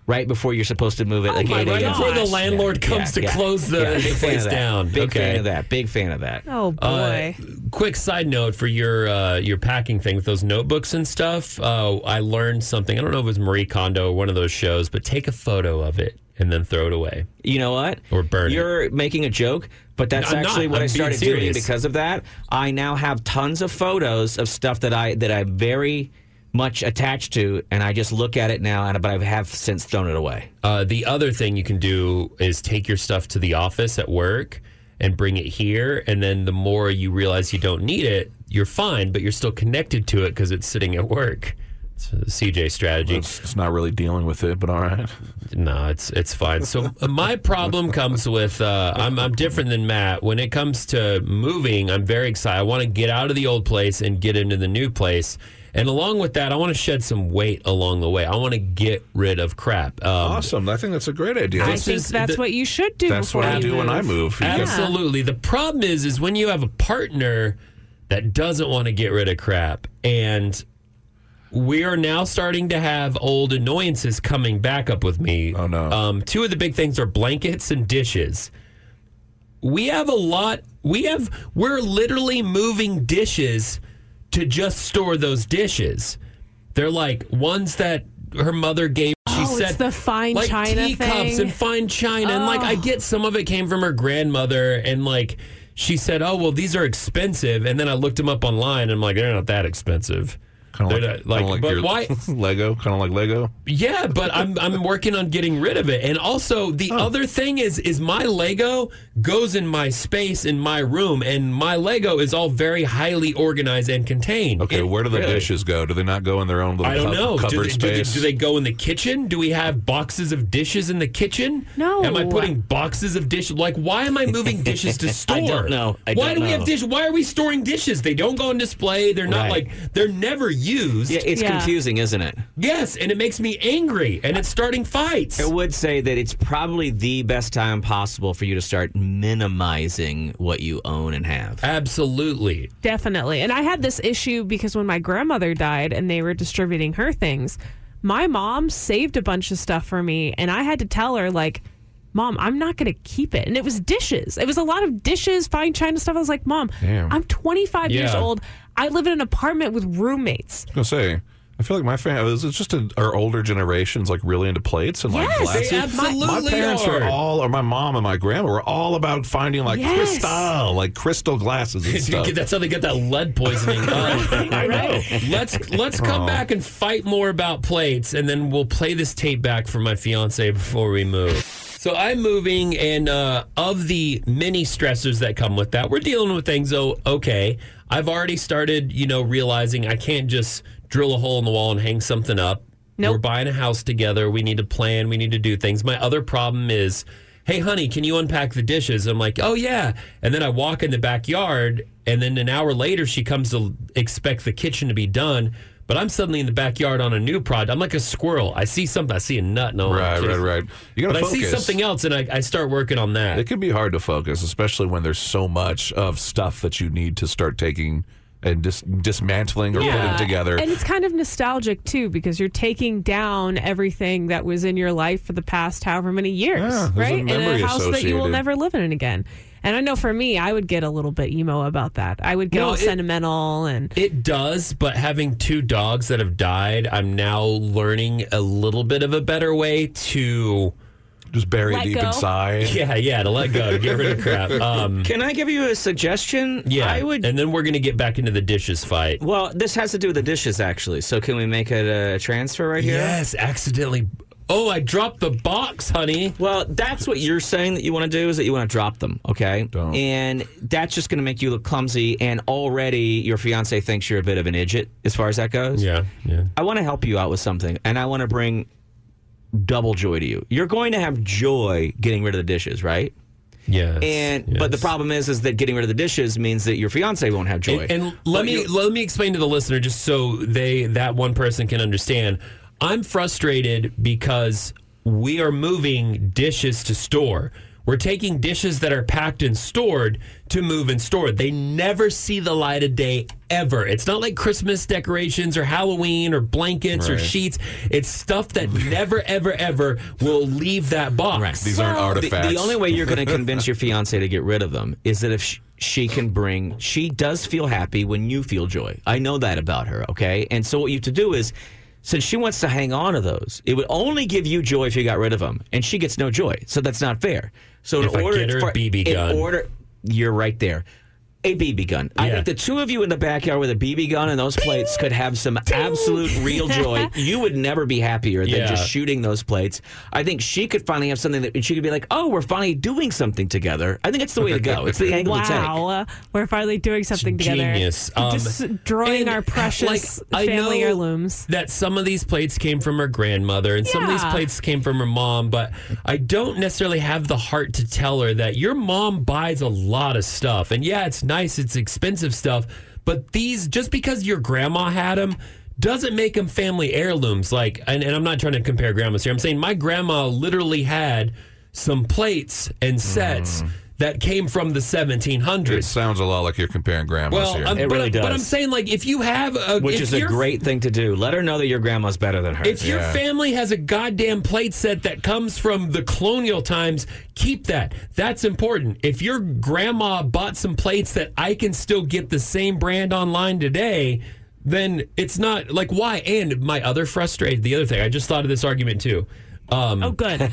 [SPEAKER 14] right before you're supposed to move it. like
[SPEAKER 8] my
[SPEAKER 14] 8 a.m.
[SPEAKER 8] gosh. Before the landlord comes to close the
[SPEAKER 14] big fan
[SPEAKER 8] place
[SPEAKER 14] of that.
[SPEAKER 8] down.
[SPEAKER 14] Big fan
[SPEAKER 8] Okay.
[SPEAKER 14] of that. Big fan of that.
[SPEAKER 9] Oh boy.
[SPEAKER 8] Uh, quick side note for your uh, your packing thing with those notebooks and stuff. Uh, I learned something. I don't know if it was Marie Kondo or one of those shows, but take a photo of it and then throw it away.
[SPEAKER 14] You know what?
[SPEAKER 8] Or burn it.
[SPEAKER 14] You're making a joke, but that's
[SPEAKER 8] I'm not.
[SPEAKER 14] actually what
[SPEAKER 8] I'm
[SPEAKER 14] I
[SPEAKER 8] being
[SPEAKER 14] started doing
[SPEAKER 8] serious.
[SPEAKER 14] because of that. I now have tons of photos of stuff that I that I'm very much attached to, and I just look at it now, and but I have since thrown it away.
[SPEAKER 8] Uh, the other thing you can do is take your stuff to the office at work and bring it here. And then the more you realize you don't need it, you're fine, but you're still connected to it because it's sitting at work. It's a CJ strategy. It's, not really dealing with it, but all right. No, it's it's fine. So my problem comes with uh, I'm I'm different than Matt when it comes to moving. I'm very excited. I want to get out of the old place and get into the new place. And along with that, I want to shed some weight along the way. I want to get rid of crap. Um,
[SPEAKER 10] Awesome. I think that's a great idea.
[SPEAKER 9] I think that's what you should do. before you move.
[SPEAKER 8] Absolutely. The problem is, is when you have a partner that doesn't want to get rid of crap, and we are now starting to have old annoyances coming back up with me. Oh no! Um, two of the big things are blankets and dishes. We have a lot. We have. We're literally moving dishes to just store those dishes. They're like ones that her mother gave. She
[SPEAKER 9] Oh,
[SPEAKER 8] said
[SPEAKER 9] it's the fine
[SPEAKER 8] like
[SPEAKER 9] china
[SPEAKER 8] teacups
[SPEAKER 9] thing.
[SPEAKER 8] and fine china. And like,
[SPEAKER 9] Oh.
[SPEAKER 8] I get some of it came from her grandmother, and like, she said, "Oh, well, these are expensive." And then I looked them up online, and I'm like, "They're not that expensive." Kind
[SPEAKER 10] like- kinda like
[SPEAKER 8] but
[SPEAKER 10] your
[SPEAKER 8] why?
[SPEAKER 10] [laughs] Lego, kind of like Lego.
[SPEAKER 8] Yeah, but I'm I'm working on getting rid of it. And also the other thing is is my Lego goes in my space in my room and my Lego is all very highly organized and contained.
[SPEAKER 10] Okay,
[SPEAKER 8] It-
[SPEAKER 10] where do the
[SPEAKER 8] Really?
[SPEAKER 10] dishes go? Do they not go in their own little
[SPEAKER 8] I don't
[SPEAKER 10] cup-
[SPEAKER 8] know. Do
[SPEAKER 10] cupboard
[SPEAKER 8] they, do, they,
[SPEAKER 10] space?
[SPEAKER 8] do they go in the kitchen? Do we have boxes of dishes in the kitchen?
[SPEAKER 9] No.
[SPEAKER 8] Am I putting boxes of dishes? Like, why am I moving dishes to store?
[SPEAKER 14] [laughs] I don't know. I
[SPEAKER 8] why
[SPEAKER 14] don't
[SPEAKER 8] do we have
[SPEAKER 14] know.
[SPEAKER 8] dishes? Why are we storing dishes? They don't go on display. They're not
[SPEAKER 14] Right.
[SPEAKER 8] like they're never used.
[SPEAKER 14] Yeah, it's confusing, isn't it?
[SPEAKER 8] Yes, and it makes me angry, and it's starting fights.
[SPEAKER 14] I would say that it's probably the best time possible for you to start minimizing what you own and have.
[SPEAKER 8] Absolutely.
[SPEAKER 9] Definitely. And I had this issue because when my grandmother died and they were distributing her things, my mom saved a bunch of stuff for me and I had to tell her like, "Mom, I'm not going to keep it." And it was dishes. It was a lot of dishes, fine china stuff. I was like, "Mom,
[SPEAKER 10] Damn.
[SPEAKER 9] I'm 25 years
[SPEAKER 10] Yeah.
[SPEAKER 9] old. I live in an apartment with roommates."
[SPEAKER 10] I was gonna say, I feel like my family is just a, our older generations like really into plates and
[SPEAKER 9] Yes,
[SPEAKER 10] like
[SPEAKER 9] they
[SPEAKER 10] glasses.
[SPEAKER 9] absolutely
[SPEAKER 10] my, parents were
[SPEAKER 9] are.
[SPEAKER 10] all, or my mom and my grandma were all about finding like
[SPEAKER 9] Yes.
[SPEAKER 10] crystal, like crystal
[SPEAKER 8] [laughs]
[SPEAKER 10] glasses and stuff.
[SPEAKER 8] That's how they get that lead
[SPEAKER 10] [laughs]
[SPEAKER 8] poisoning.
[SPEAKER 10] I know.
[SPEAKER 8] let's let's come
[SPEAKER 10] Aw.
[SPEAKER 8] back and fight more about plates, and then we'll play this tape back for my fiance before we move. So I'm moving, and uh, of the many stressors that come with that, we're dealing with things. Oh, okay. I've already started, you know, realizing I can't just drill a hole in the wall and hang something up. We're buying a house together. We need to plan. We need to do things. My other problem is, hey, honey, can you unpack the dishes? I'm like, oh, yeah. And then I walk in the backyard, and then an hour later, she comes to expect the kitchen to be done. But I'm suddenly in the backyard on a new project. I'm like a squirrel. I see something. I see a nut. and I'm like,
[SPEAKER 10] Right,
[SPEAKER 8] "Jeez."
[SPEAKER 10] right, right. You gotta
[SPEAKER 8] But I see
[SPEAKER 10] focus.
[SPEAKER 8] something else, and I, I start working on that.
[SPEAKER 10] It can be hard to focus, especially when there's so much of stuff that you need to start taking and dis- dismantling or putting together.
[SPEAKER 9] And it's kind of nostalgic too because you're taking down everything that was in your life for the past however many years,
[SPEAKER 10] Yeah, there's a
[SPEAKER 9] right? In a
[SPEAKER 10] memory
[SPEAKER 9] house that you will
[SPEAKER 10] associated.
[SPEAKER 9] never live in again. And I know for me, I would get a little bit emo about that. I would get
[SPEAKER 8] No,
[SPEAKER 9] all
[SPEAKER 8] it-
[SPEAKER 9] sentimental and
[SPEAKER 8] It does, but having two dogs that have died, I'm now learning a little bit of a better way to
[SPEAKER 10] Just buried
[SPEAKER 14] Let
[SPEAKER 10] deep
[SPEAKER 14] go.
[SPEAKER 10] inside.
[SPEAKER 8] Yeah, yeah, to let go, to get rid of
[SPEAKER 10] [laughs]
[SPEAKER 8] crap. Um,
[SPEAKER 14] Can I give you a suggestion?
[SPEAKER 8] Yeah,
[SPEAKER 14] I would.
[SPEAKER 8] And then we're gonna get back into the dishes fight.
[SPEAKER 14] Well, this has to do with the dishes actually. So can we make it a transfer right here?
[SPEAKER 8] Yes, accidentally. Oh, I dropped the box, honey.
[SPEAKER 14] Well, that's what you're saying that you want to do is that you want to drop them, okay? And that's just going to make you look clumsy, and already your fiance thinks you're a bit of an idiot as far as that goes.
[SPEAKER 8] Yeah, yeah.
[SPEAKER 14] I want to help you out with something, and I want to bring double joy to you. You're going to have joy getting rid of the dishes, right?
[SPEAKER 8] Yes.
[SPEAKER 14] And but the problem is, is that getting rid of the dishes means that your fiance won't have joy.
[SPEAKER 8] And, and let me let me explain to the listener just so they that one person can understand. I'm frustrated because we are moving dishes to store. We're taking dishes that are packed and stored to move and store. They never see the light of day ever. It's not like Christmas decorations or Halloween or blankets or
[SPEAKER 10] Right.
[SPEAKER 8] sheets. It's stuff that [laughs] never, ever, ever will leave that box.
[SPEAKER 10] These aren't
[SPEAKER 14] Well, the-
[SPEAKER 10] artifacts.
[SPEAKER 14] The, only way you're going to convince your fiance to get rid of them is that if she, she can bring, she does feel happy when you feel joy. I know that about her, okay? And so what you have to do is, since she wants to hang on to those, it would only give you joy if you got rid of them, and she gets no joy. So that's not fair. So in
[SPEAKER 8] If I
[SPEAKER 14] order
[SPEAKER 8] get her a
[SPEAKER 14] for-
[SPEAKER 8] BB gun.
[SPEAKER 14] in order, you're right there. A BB gun. I think the two of you in the backyard with a BB gun and those plates could have some absolute
[SPEAKER 9] [laughs]
[SPEAKER 14] real joy. You would never be happier than
[SPEAKER 8] Yeah.
[SPEAKER 14] just shooting those plates. I think she could finally have something that she could be like, "Oh, we're finally doing something together." I think it's the way to go. It's the angle to take.
[SPEAKER 9] wow, we're finally doing something together.
[SPEAKER 8] Genius. Um,
[SPEAKER 9] Destroying our precious
[SPEAKER 8] I
[SPEAKER 9] family
[SPEAKER 8] know
[SPEAKER 9] heirlooms.
[SPEAKER 8] That some of these plates came from her grandmother and some of these
[SPEAKER 9] Yeah.
[SPEAKER 8] plates came from her mom, but I don't necessarily have the heart to tell her that your mom buys a lot of stuff. And yeah, it's nice, it's expensive stuff, but these, just because your grandma had them, doesn't make them family heirlooms. Like, and, and I'm not trying to compare grandmas here. I'm saying my grandma literally had some plates and sets that came from the 1700s.
[SPEAKER 10] It sounds a lot like you're comparing grandmas
[SPEAKER 8] Well,
[SPEAKER 10] here.
[SPEAKER 8] um, It but- really but does. I'm saying, like, if you have a-
[SPEAKER 14] which
[SPEAKER 8] if
[SPEAKER 14] is a
[SPEAKER 8] you're-
[SPEAKER 14] great thing to do. Let her know that your grandma's better than her.
[SPEAKER 8] If your family has a goddamn plate set that comes from the colonial times, keep that. That's important. If your grandma bought some plates that I can still get the same brand online today, then it's not like why. And my other frustrated the other thing, I just thought of this argument too. Um, oh,
[SPEAKER 9] good.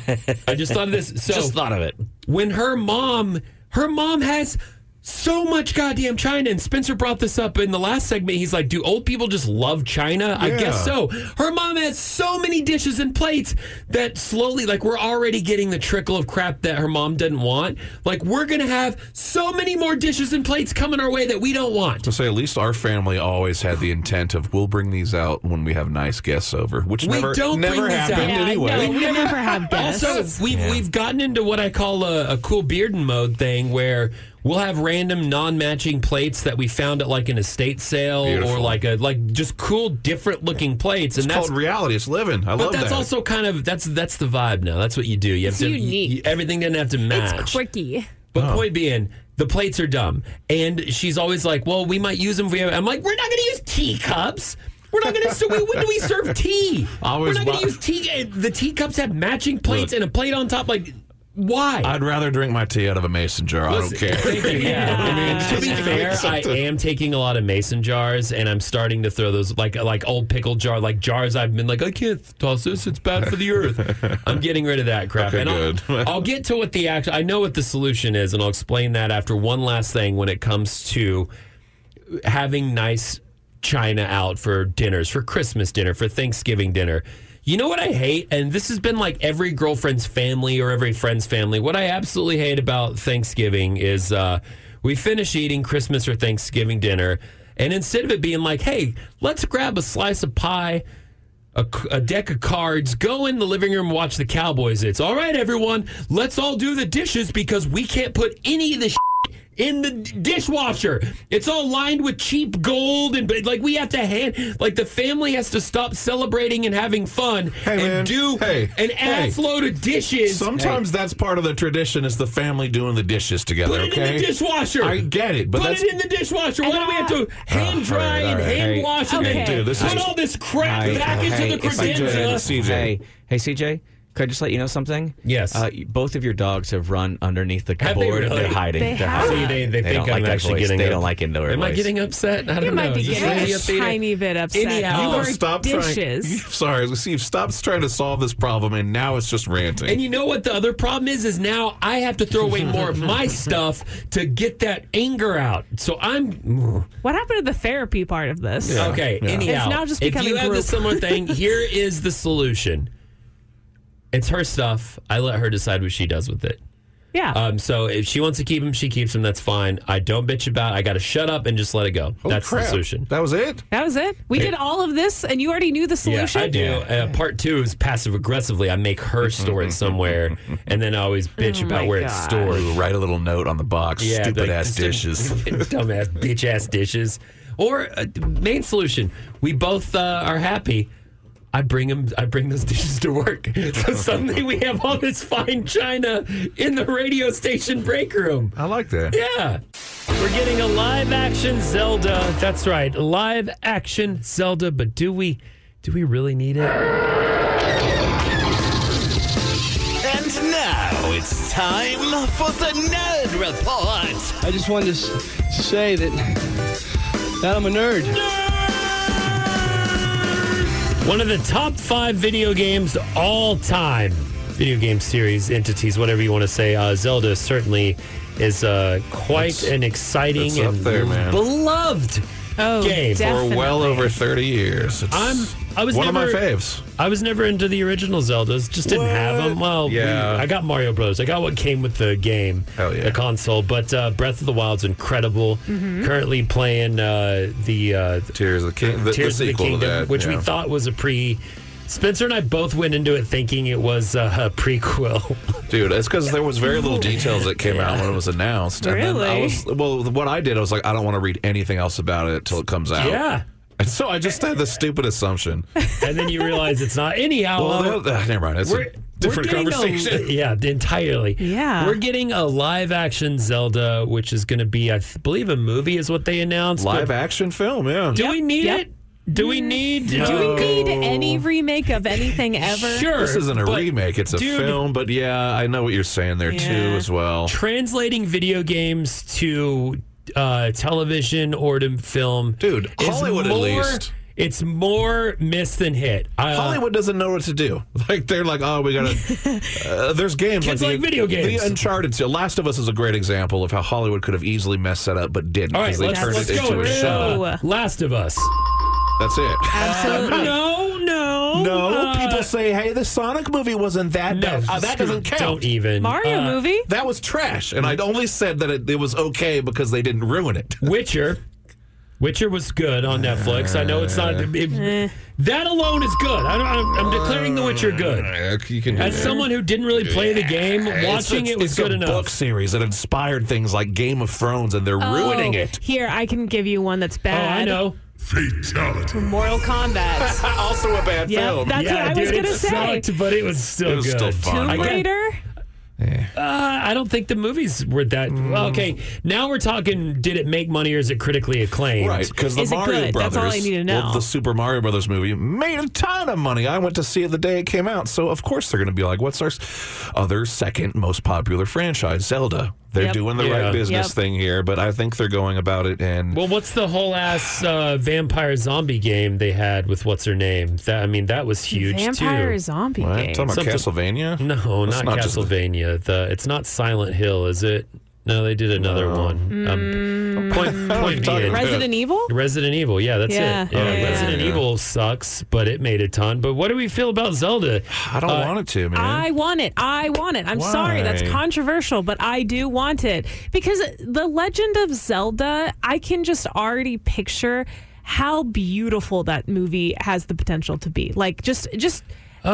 [SPEAKER 8] I just thought of this. So
[SPEAKER 14] [laughs] Just thought of it.
[SPEAKER 8] When her mom, her mom has so much goddamn China, and Spencer brought this up in the last segment. He's like, "Do old people just love China?" I
[SPEAKER 15] Yeah.
[SPEAKER 8] guess so. Her mom has so many dishes and plates that slowly, like, we're already getting the trickle of crap that her mom didn't want. Like, we're gonna have so many more dishes and plates coming our way that we don't want.
[SPEAKER 10] To say at least our family always had the intent of we'll bring these out when we have nice guests over, which
[SPEAKER 8] we
[SPEAKER 10] never
[SPEAKER 8] don't
[SPEAKER 10] never
[SPEAKER 8] bring these
[SPEAKER 10] happened
[SPEAKER 8] out.
[SPEAKER 10] anyway.
[SPEAKER 8] Also, we've we've gotten into what I call a, a cool bearden mode thing where we'll have random non-matching plates that we found at like an estate sale or
[SPEAKER 10] Beautiful.
[SPEAKER 8] like a like just cool different looking plates.
[SPEAKER 10] It's
[SPEAKER 8] and that's
[SPEAKER 10] called reality. It's living. I
[SPEAKER 8] but
[SPEAKER 10] love
[SPEAKER 8] that's
[SPEAKER 10] that.
[SPEAKER 8] also kind of that's that's the vibe now. That's what you do. You have
[SPEAKER 9] It's
[SPEAKER 8] to
[SPEAKER 9] unique.
[SPEAKER 8] you- everything doesn't have to match.
[SPEAKER 9] It's quirky.
[SPEAKER 8] But
[SPEAKER 10] Oh.
[SPEAKER 8] point being, the plates are dumb. And she's always like, well, we might use them if we have. I'm like, we're not going to use teacups. We're not going to. So, we, when do we serve tea?
[SPEAKER 10] [laughs] I
[SPEAKER 8] We're
[SPEAKER 10] always
[SPEAKER 8] not going
[SPEAKER 10] bu-
[SPEAKER 8] to use tea. eh, The teacups have matching plates and a plate on top. Like, why?
[SPEAKER 10] I'd rather drink my tea out of a mason jar.
[SPEAKER 8] Listen,
[SPEAKER 10] I don't
[SPEAKER 8] thank
[SPEAKER 10] [laughs] care.
[SPEAKER 8] you. Yeah. to be fair, I am taking a lot of mason jars, and I'm starting to throw those like like old pickle jar, like jars I've been like I can't toss this; it's bad for the earth.
[SPEAKER 10] [laughs]
[SPEAKER 8] I'm getting rid of that crap,
[SPEAKER 10] Okay,
[SPEAKER 8] and I'll-
[SPEAKER 10] good. [laughs]
[SPEAKER 8] I'll, get to what the act. I know what the solution is, and I'll explain that after one last thing when it comes to having nice china out for dinners, for Christmas dinner, for Thanksgiving dinner. You know what I hate? And this has been like every girlfriend's family or every friend's family. What I absolutely hate about Thanksgiving is uh, we finish eating Christmas or Thanksgiving dinner. And instead of it being like, hey, let's grab a slice of pie, a, a deck of cards, go in the living room, watch the Cowboys. It's all right, everyone. Let's all do the dishes because we can't put any of the shit in the d- dishwasher. It's all lined with cheap gold and but, like we have to hand like the family has to stop celebrating and having fun and do an ass load of dishes.
[SPEAKER 10] Sometimes that's part of the tradition is the family doing the dishes together.
[SPEAKER 8] Put it in
[SPEAKER 10] okay,
[SPEAKER 8] the dishwasher.
[SPEAKER 10] I get it, but
[SPEAKER 8] put
[SPEAKER 10] that's
[SPEAKER 8] it in the dishwasher. Why do we have to hand
[SPEAKER 10] all
[SPEAKER 8] dry
[SPEAKER 10] right, all
[SPEAKER 8] and
[SPEAKER 10] right.
[SPEAKER 8] hand
[SPEAKER 10] Hey,
[SPEAKER 8] wash and
[SPEAKER 10] hey,
[SPEAKER 8] then
[SPEAKER 10] dude, this
[SPEAKER 8] put
[SPEAKER 10] is-
[SPEAKER 8] all this crap
[SPEAKER 10] Hey,
[SPEAKER 8] back into
[SPEAKER 10] hey,
[SPEAKER 8] the
[SPEAKER 10] it's like doing it to
[SPEAKER 8] credenza?
[SPEAKER 10] CJ.
[SPEAKER 14] Hey, hey, CJ. Could I just let you know something?
[SPEAKER 8] Yes.
[SPEAKER 14] Uh, you- both of your dogs have run underneath the
[SPEAKER 8] Have
[SPEAKER 14] cupboard.
[SPEAKER 8] they really?
[SPEAKER 14] They're hiding.
[SPEAKER 8] They
[SPEAKER 14] They're
[SPEAKER 8] have.
[SPEAKER 14] hiding.
[SPEAKER 8] See, they- they think
[SPEAKER 14] don't
[SPEAKER 8] I'm
[SPEAKER 14] like that
[SPEAKER 8] actually
[SPEAKER 14] voice.
[SPEAKER 8] getting
[SPEAKER 14] They
[SPEAKER 8] up-
[SPEAKER 14] don't like indoor
[SPEAKER 8] Am I
[SPEAKER 14] voice.
[SPEAKER 8] getting upset? I don't
[SPEAKER 9] you
[SPEAKER 8] know.
[SPEAKER 9] might be
[SPEAKER 8] Is this
[SPEAKER 9] getting
[SPEAKER 8] lady
[SPEAKER 9] a
[SPEAKER 8] up there?
[SPEAKER 9] tiny bit upset.
[SPEAKER 8] Anyhow.
[SPEAKER 9] you
[SPEAKER 8] You
[SPEAKER 9] are
[SPEAKER 10] Stop
[SPEAKER 9] dishes.
[SPEAKER 10] trying. [laughs] Sorry, let's see. Stop trying to solve this problem, and now it's just ranting.
[SPEAKER 8] And you know what the other problem is? Is now I have to throw away
[SPEAKER 9] [laughs]
[SPEAKER 8] more of my stuff to get that anger out. So I'm.
[SPEAKER 9] What happened to the therapy part of this?
[SPEAKER 8] Okay. Anyhow,
[SPEAKER 9] it's now just
[SPEAKER 8] if
[SPEAKER 9] becoming
[SPEAKER 8] you have
[SPEAKER 9] group.
[SPEAKER 8] a similar
[SPEAKER 9] [laughs]
[SPEAKER 8] thing, here is the solution. It's her stuff. I let her decide what she does with it.
[SPEAKER 9] Yeah.
[SPEAKER 8] Um, so if she wants to keep him, she keeps him. That's fine. I don't bitch about. it. I got to shut up and just let it go. that's
[SPEAKER 10] Oh, crap.
[SPEAKER 8] the solution.
[SPEAKER 10] That was it.
[SPEAKER 9] That was it. We
[SPEAKER 8] Hey.
[SPEAKER 9] did all of this, and you already knew the solution.
[SPEAKER 8] Yeah, I do. Uh, part two is passive aggressively. I make her store it somewhere, and then I always bitch
[SPEAKER 9] Oh my
[SPEAKER 8] about where it's
[SPEAKER 9] gosh.
[SPEAKER 8] stored.
[SPEAKER 10] Ooh, write a little note on the box. stupid
[SPEAKER 8] like,
[SPEAKER 10] ass
[SPEAKER 8] stu-
[SPEAKER 10] dishes.
[SPEAKER 8] dumbass bitch ass dishes. Or uh, main solution: we both uh, are happy. I bring him. I bring those dishes to work. [laughs] So suddenly we have all this fine china in the radio station break room.
[SPEAKER 10] [laughs] I like that.
[SPEAKER 8] Yeah. We're getting a live action Zelda. That's right, live action Zelda. But do we, do we really need it?
[SPEAKER 13] And now it's time for the Nerd Report.
[SPEAKER 15] I just wanted to s- say that that I'm a nerd.
[SPEAKER 8] One of the top five video games all time, video game series entities, whatever you want to say. Uh, Zelda certainly is uh, quite an exciting
[SPEAKER 10] it's up
[SPEAKER 8] and
[SPEAKER 10] there, man.
[SPEAKER 8] beloved
[SPEAKER 9] Oh,
[SPEAKER 8] game
[SPEAKER 10] for well over thirty years. It's
[SPEAKER 8] I'm. I was
[SPEAKER 10] one
[SPEAKER 8] never,
[SPEAKER 10] of my faves.
[SPEAKER 8] I was never into the original Zeldas. Just didn't have them. Well, we-
[SPEAKER 10] Yeah.
[SPEAKER 8] I got Mario Bros. I got what came with the game, the console. But uh, Breath of the Wild's incredible.
[SPEAKER 10] Mhm.
[SPEAKER 8] Currently playing uh, the uh,
[SPEAKER 10] Tears of the King- the- the
[SPEAKER 8] Tears of
[SPEAKER 10] sequel to
[SPEAKER 8] Kingdom,
[SPEAKER 10] that,
[SPEAKER 8] which we
[SPEAKER 10] yeah.
[SPEAKER 8] thought was a pre. Spencer and I both went into it thinking it was uh, a prequel. [laughs]
[SPEAKER 10] Dude, it's because there was very little details that came out when it was announced. And then I
[SPEAKER 8] Really?
[SPEAKER 10] was, well, what I did, I was like, I don't want to read anything else about it till it comes out.
[SPEAKER 8] Yeah.
[SPEAKER 10] And so I just had the
[SPEAKER 8] [laughs]
[SPEAKER 10] stupid assumption.
[SPEAKER 8] and then you realize it's not. Anyhow,
[SPEAKER 10] Well,
[SPEAKER 8] uh,
[SPEAKER 10] that- never mind. It's a different
[SPEAKER 8] getting a-
[SPEAKER 10] conversation.
[SPEAKER 8] [laughs] yeah, entirely.
[SPEAKER 9] Yeah.
[SPEAKER 8] we're getting a live action Zelda, which is going to be, I th- believe, a movie is what they announced.
[SPEAKER 10] [laughs] Live action film. Yeah.
[SPEAKER 8] Do we need
[SPEAKER 9] Yep.
[SPEAKER 8] it? Do we need?
[SPEAKER 9] Do we
[SPEAKER 10] No.
[SPEAKER 9] need any remake of anything ever?
[SPEAKER 8] [laughs]
[SPEAKER 10] This isn't a remake. It's a
[SPEAKER 8] dude-
[SPEAKER 10] film, but yeah, I know what you're saying there too
[SPEAKER 8] Yeah.
[SPEAKER 10] as well.
[SPEAKER 8] translating video games to uh, television or to film, dude?
[SPEAKER 10] Hollywood at least.
[SPEAKER 8] It's more miss than hit. Uh, I-
[SPEAKER 10] Hollywood doesn't know what to do. [laughs] Like they're like, oh,
[SPEAKER 8] [laughs]
[SPEAKER 10] we gotta. uh, there's games
[SPEAKER 8] Kids like
[SPEAKER 10] the-
[SPEAKER 8] video games.
[SPEAKER 10] The Uncharted, series. Last of Us is a great example of how Hollywood could have easily messed that up, but didn't
[SPEAKER 8] All right, let's,
[SPEAKER 10] because they turned
[SPEAKER 8] let's
[SPEAKER 10] it
[SPEAKER 8] go
[SPEAKER 10] into a
[SPEAKER 8] with
[SPEAKER 10] show.
[SPEAKER 8] uh, Last of Us.
[SPEAKER 10] That's it.
[SPEAKER 8] Oh Uh,
[SPEAKER 9] Absolutely.
[SPEAKER 8] no, no, uh,
[SPEAKER 10] No, people say, "Hey, the Sonic movie wasn't that bad." Uh, that doesn't count.
[SPEAKER 8] Don't even Uh,
[SPEAKER 10] That was trash, and I only said that it, it was okay because they didn't ruin it. [laughs]
[SPEAKER 8] Witcher. Witcher was good on Netflix. I know it's not. it-
[SPEAKER 10] Uh.
[SPEAKER 9] Eh.
[SPEAKER 8] That alone is good. I don't, I'm, I'm declaring The Witcher good.
[SPEAKER 10] You can do
[SPEAKER 8] As
[SPEAKER 10] that.
[SPEAKER 8] someone who didn't really play the game,
[SPEAKER 10] It's
[SPEAKER 8] watching
[SPEAKER 10] a-
[SPEAKER 8] it was
[SPEAKER 10] it's
[SPEAKER 8] good
[SPEAKER 10] a
[SPEAKER 8] enough.
[SPEAKER 10] Book series that inspired things like Game of Thrones, and they're ruining
[SPEAKER 9] Oh,
[SPEAKER 10] it.
[SPEAKER 9] Here, I can give you
[SPEAKER 8] Oh,
[SPEAKER 9] one that's bad.
[SPEAKER 10] Fatality.
[SPEAKER 9] Mortal Kombat.
[SPEAKER 10] [laughs] also a bad
[SPEAKER 9] Yep,
[SPEAKER 10] film.
[SPEAKER 9] That's
[SPEAKER 8] yeah,
[SPEAKER 9] what I
[SPEAKER 8] dude,
[SPEAKER 9] was gonna
[SPEAKER 8] it
[SPEAKER 9] say.
[SPEAKER 8] sucked, but it was still
[SPEAKER 10] It was
[SPEAKER 8] good.
[SPEAKER 10] still fun,
[SPEAKER 8] [laughs]
[SPEAKER 9] Tomb
[SPEAKER 8] I got-
[SPEAKER 9] Raider.
[SPEAKER 8] Uh, I don't think the movies were that. Well,
[SPEAKER 10] Mm.
[SPEAKER 8] okay, now we're talking. Did it make money or is it critically acclaimed?
[SPEAKER 10] Right, because the Mario Brothers, well, the Super Mario Brothers movie made a ton of money. I went to see it the day it came out, so of course they're going to be like, "What's our s- other second most popular franchise? Zelda." They're
[SPEAKER 8] Yep.
[SPEAKER 10] doing the
[SPEAKER 8] Yeah.
[SPEAKER 10] right business
[SPEAKER 8] Yep.
[SPEAKER 10] thing here, but I think they're going about it and
[SPEAKER 8] well, what's the whole ass uh, vampire zombie game they had with what's her name? That I mean, that was huge
[SPEAKER 9] Vampire
[SPEAKER 8] too.
[SPEAKER 9] zombie
[SPEAKER 10] What?
[SPEAKER 9] game.
[SPEAKER 10] Talking about
[SPEAKER 8] Something-
[SPEAKER 10] Castlevania?
[SPEAKER 8] No,
[SPEAKER 10] That's
[SPEAKER 8] not,
[SPEAKER 10] not just-
[SPEAKER 8] Castlevania. The it's not Silent Hill, is it? No, they did another one.
[SPEAKER 9] Mm.
[SPEAKER 8] Um,
[SPEAKER 10] [laughs]
[SPEAKER 8] point point
[SPEAKER 9] talking
[SPEAKER 8] being-
[SPEAKER 9] about. Resident Evil?
[SPEAKER 8] Resident Evil. Yeah, that's
[SPEAKER 9] Yeah,
[SPEAKER 8] it.
[SPEAKER 9] yeah, yeah,
[SPEAKER 8] Resident
[SPEAKER 10] yeah.
[SPEAKER 8] Evil sucks, but it made a ton. But what do we feel about Zelda?
[SPEAKER 10] I don't
[SPEAKER 8] Uh,
[SPEAKER 10] want it to, man.
[SPEAKER 9] I want it. I want it. I'm sorry. That's
[SPEAKER 8] Why?
[SPEAKER 9] controversial, but I do want it because the Legend of Zelda, I can just already picture how beautiful that movie has the potential to be. Like just just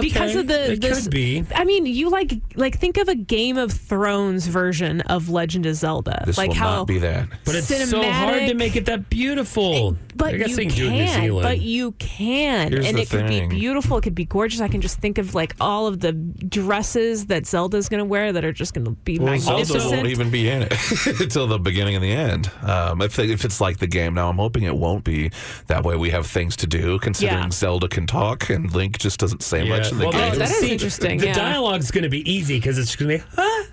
[SPEAKER 9] because
[SPEAKER 8] Okay,
[SPEAKER 9] of the
[SPEAKER 8] it
[SPEAKER 9] this,
[SPEAKER 8] could be.
[SPEAKER 9] I mean, you like like think of a Game of Thrones version of Legend of Zelda.
[SPEAKER 10] this
[SPEAKER 9] like
[SPEAKER 10] will
[SPEAKER 9] how
[SPEAKER 10] not be that.
[SPEAKER 8] But it's so hard to
[SPEAKER 9] cinematic-
[SPEAKER 8] make it that beautiful.
[SPEAKER 9] But
[SPEAKER 8] I guess
[SPEAKER 9] you
[SPEAKER 8] they
[SPEAKER 9] can,
[SPEAKER 8] can, do it in New Zealand.
[SPEAKER 9] but you can,
[SPEAKER 8] Here's
[SPEAKER 9] and
[SPEAKER 8] the
[SPEAKER 9] it could
[SPEAKER 8] thing.
[SPEAKER 9] be beautiful. It could be gorgeous. I can just think of like all of the dresses that Zelda's going to wear that are just going to be
[SPEAKER 10] Well,
[SPEAKER 9] magnificent. [laughs]
[SPEAKER 10] Zelda won't even be in it [laughs] until the beginning and the end. Um, if, they, if it's like the game now, I'm hoping it won't be. That way, we have things to do. Considering
[SPEAKER 9] Yeah.
[SPEAKER 10] Zelda can talk and Link just doesn't say selection they
[SPEAKER 8] that-
[SPEAKER 9] Oh,
[SPEAKER 10] gave.
[SPEAKER 8] see, The dialogue's going to be easy because it's going to be, huh?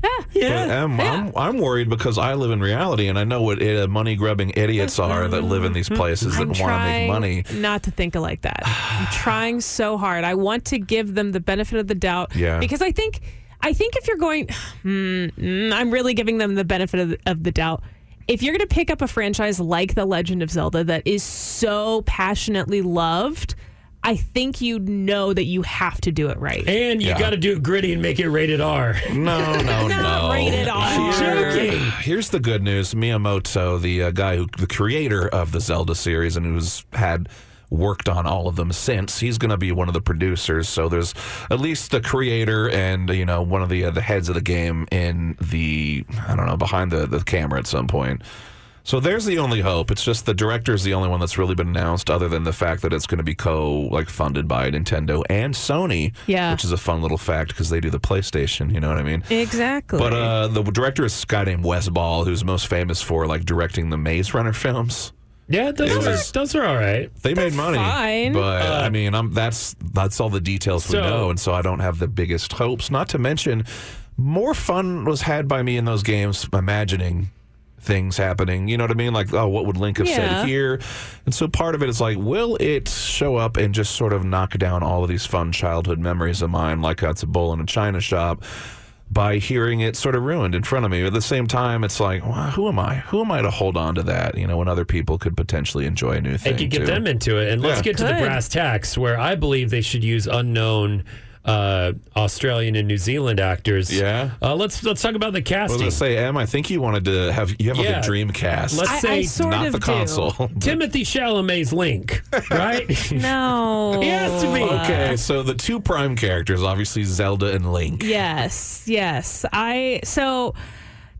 [SPEAKER 10] But I'm, I'm, I'm worried because I live in reality and I know what uh, money grubbing idiots are that live in these places
[SPEAKER 9] Mm-hmm. I'm
[SPEAKER 10] that want to make
[SPEAKER 9] trying
[SPEAKER 10] money.
[SPEAKER 9] Not to think like that.
[SPEAKER 10] [sighs]
[SPEAKER 9] I'm trying so hard. I want to give them the benefit of the doubt.
[SPEAKER 10] Yeah.
[SPEAKER 9] Because I think, I think if you're going, Hmm, mm, I'm really giving them the benefit of the, of the doubt. If you're going to pick up a franchise like The Legend of Zelda that is so passionately loved, I think you know that you have to do it right.
[SPEAKER 8] And you got to do it gritty and make it rated R.
[SPEAKER 10] No,
[SPEAKER 9] [laughs]
[SPEAKER 10] no, no.
[SPEAKER 9] rated R.
[SPEAKER 8] Joking.
[SPEAKER 10] Here's the good news: Miyamoto, the uh, guy who, the creator of the Zelda series, and who's had worked on all of them since, he's going to be one of the producers. So there's at least the creator and you know one of the uh, the heads of the game in the I don't know behind the the camera at some point. So there's the only hope. It's just the director's the only one that's really been announced, other than the fact that it's going to be co like funded by Nintendo and Sony.
[SPEAKER 9] Yeah.
[SPEAKER 10] which is a fun little fact because they do the PlayStation. You know what I mean?
[SPEAKER 9] Exactly.
[SPEAKER 10] But uh, the director is a guy named Wes Ball, who's most famous for like directing the Maze Runner films.
[SPEAKER 8] Yeah, those
[SPEAKER 10] It
[SPEAKER 8] are
[SPEAKER 10] was-
[SPEAKER 8] those are all right.
[SPEAKER 10] They made money,
[SPEAKER 8] fine.
[SPEAKER 10] but
[SPEAKER 8] Uh,
[SPEAKER 10] I mean, I'm that's that's all the details
[SPEAKER 8] So-
[SPEAKER 10] we know, and so I don't have the biggest hopes. Not to mention, more fun was had by me in those games imagining things happening. You know what I mean? Like, oh, what would Link have
[SPEAKER 16] Yeah.
[SPEAKER 10] said here? And so part of it is like, will it show up and just sort of knock down all of these fun childhood memories of mine, like uh, it's a bowl in a china shop? By hearing it sort of ruined in front of me. At the same time, it's like, well, who am I? Who am I to hold on to that? You know, when other people could potentially enjoy a new thing.
[SPEAKER 8] It could get
[SPEAKER 10] too.
[SPEAKER 8] them into it. And let's
[SPEAKER 10] Yeah.
[SPEAKER 8] get to the
[SPEAKER 10] Could.
[SPEAKER 8] brass tacks, where I believe they should use unknown uh, Australian and New Zealand actors.
[SPEAKER 10] Yeah.
[SPEAKER 8] Uh, let's let's talk about the
[SPEAKER 10] I was
[SPEAKER 8] casting.
[SPEAKER 10] gonna say, Em, I think you wanted to have you have
[SPEAKER 8] Yeah.
[SPEAKER 10] like a dream cast.
[SPEAKER 8] Let's say
[SPEAKER 10] not the console.
[SPEAKER 8] Timothy Chalamet's Link,
[SPEAKER 9] [laughs]
[SPEAKER 8] right?
[SPEAKER 9] no.
[SPEAKER 8] He has to be.
[SPEAKER 10] okay, so the two prime characters, obviously Zelda and Link.
[SPEAKER 9] Yes, yes. I so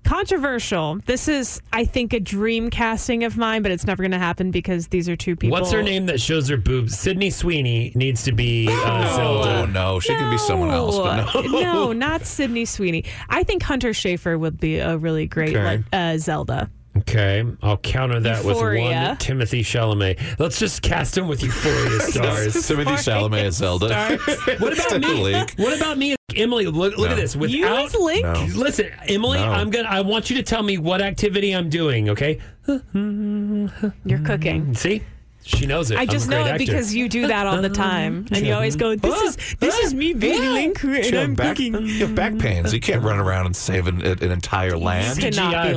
[SPEAKER 9] controversial. This is, I think, a dream casting of mine, but it's never going to happen because these are two people.
[SPEAKER 8] What's her name that shows her boobs? Sydney Sweeney needs to be uh,
[SPEAKER 10] Oh
[SPEAKER 8] Zelda.
[SPEAKER 10] no, she could be someone else,
[SPEAKER 8] [laughs]
[SPEAKER 10] but [laughs] no.
[SPEAKER 9] no, not Sydney Sweeney. I think Hunter Schafer would be a really great
[SPEAKER 8] Okay.
[SPEAKER 9] like, uh, Zelda.
[SPEAKER 8] Okay, I'll counter that with
[SPEAKER 9] Euphoria.
[SPEAKER 8] one Timothy Chalamet. Let's just cast him with
[SPEAKER 9] [laughs]
[SPEAKER 8] Euphoria stars.
[SPEAKER 10] Timothy Chalamet as Zelda. [laughs]
[SPEAKER 8] What about me? [laughs]
[SPEAKER 10] Link.
[SPEAKER 8] What about me, and Emily? Look, look
[SPEAKER 10] No.
[SPEAKER 8] at this.
[SPEAKER 10] You
[SPEAKER 8] Without
[SPEAKER 10] as Link? No.
[SPEAKER 8] listen, Emily,
[SPEAKER 10] No.
[SPEAKER 8] I'm gonna. I want you to tell me what activity I'm doing. Okay?
[SPEAKER 9] You're cooking.
[SPEAKER 8] See, she knows it.
[SPEAKER 9] I
[SPEAKER 8] I'm a
[SPEAKER 9] just know
[SPEAKER 8] great
[SPEAKER 9] it
[SPEAKER 8] actor.
[SPEAKER 9] because you do that all the time, and you always go, "This is this is me being Link, and
[SPEAKER 10] You have
[SPEAKER 9] I'm
[SPEAKER 10] back,
[SPEAKER 9] cooking."
[SPEAKER 10] You have back pains. You can't run around and save an, an entire land.
[SPEAKER 9] This cannot be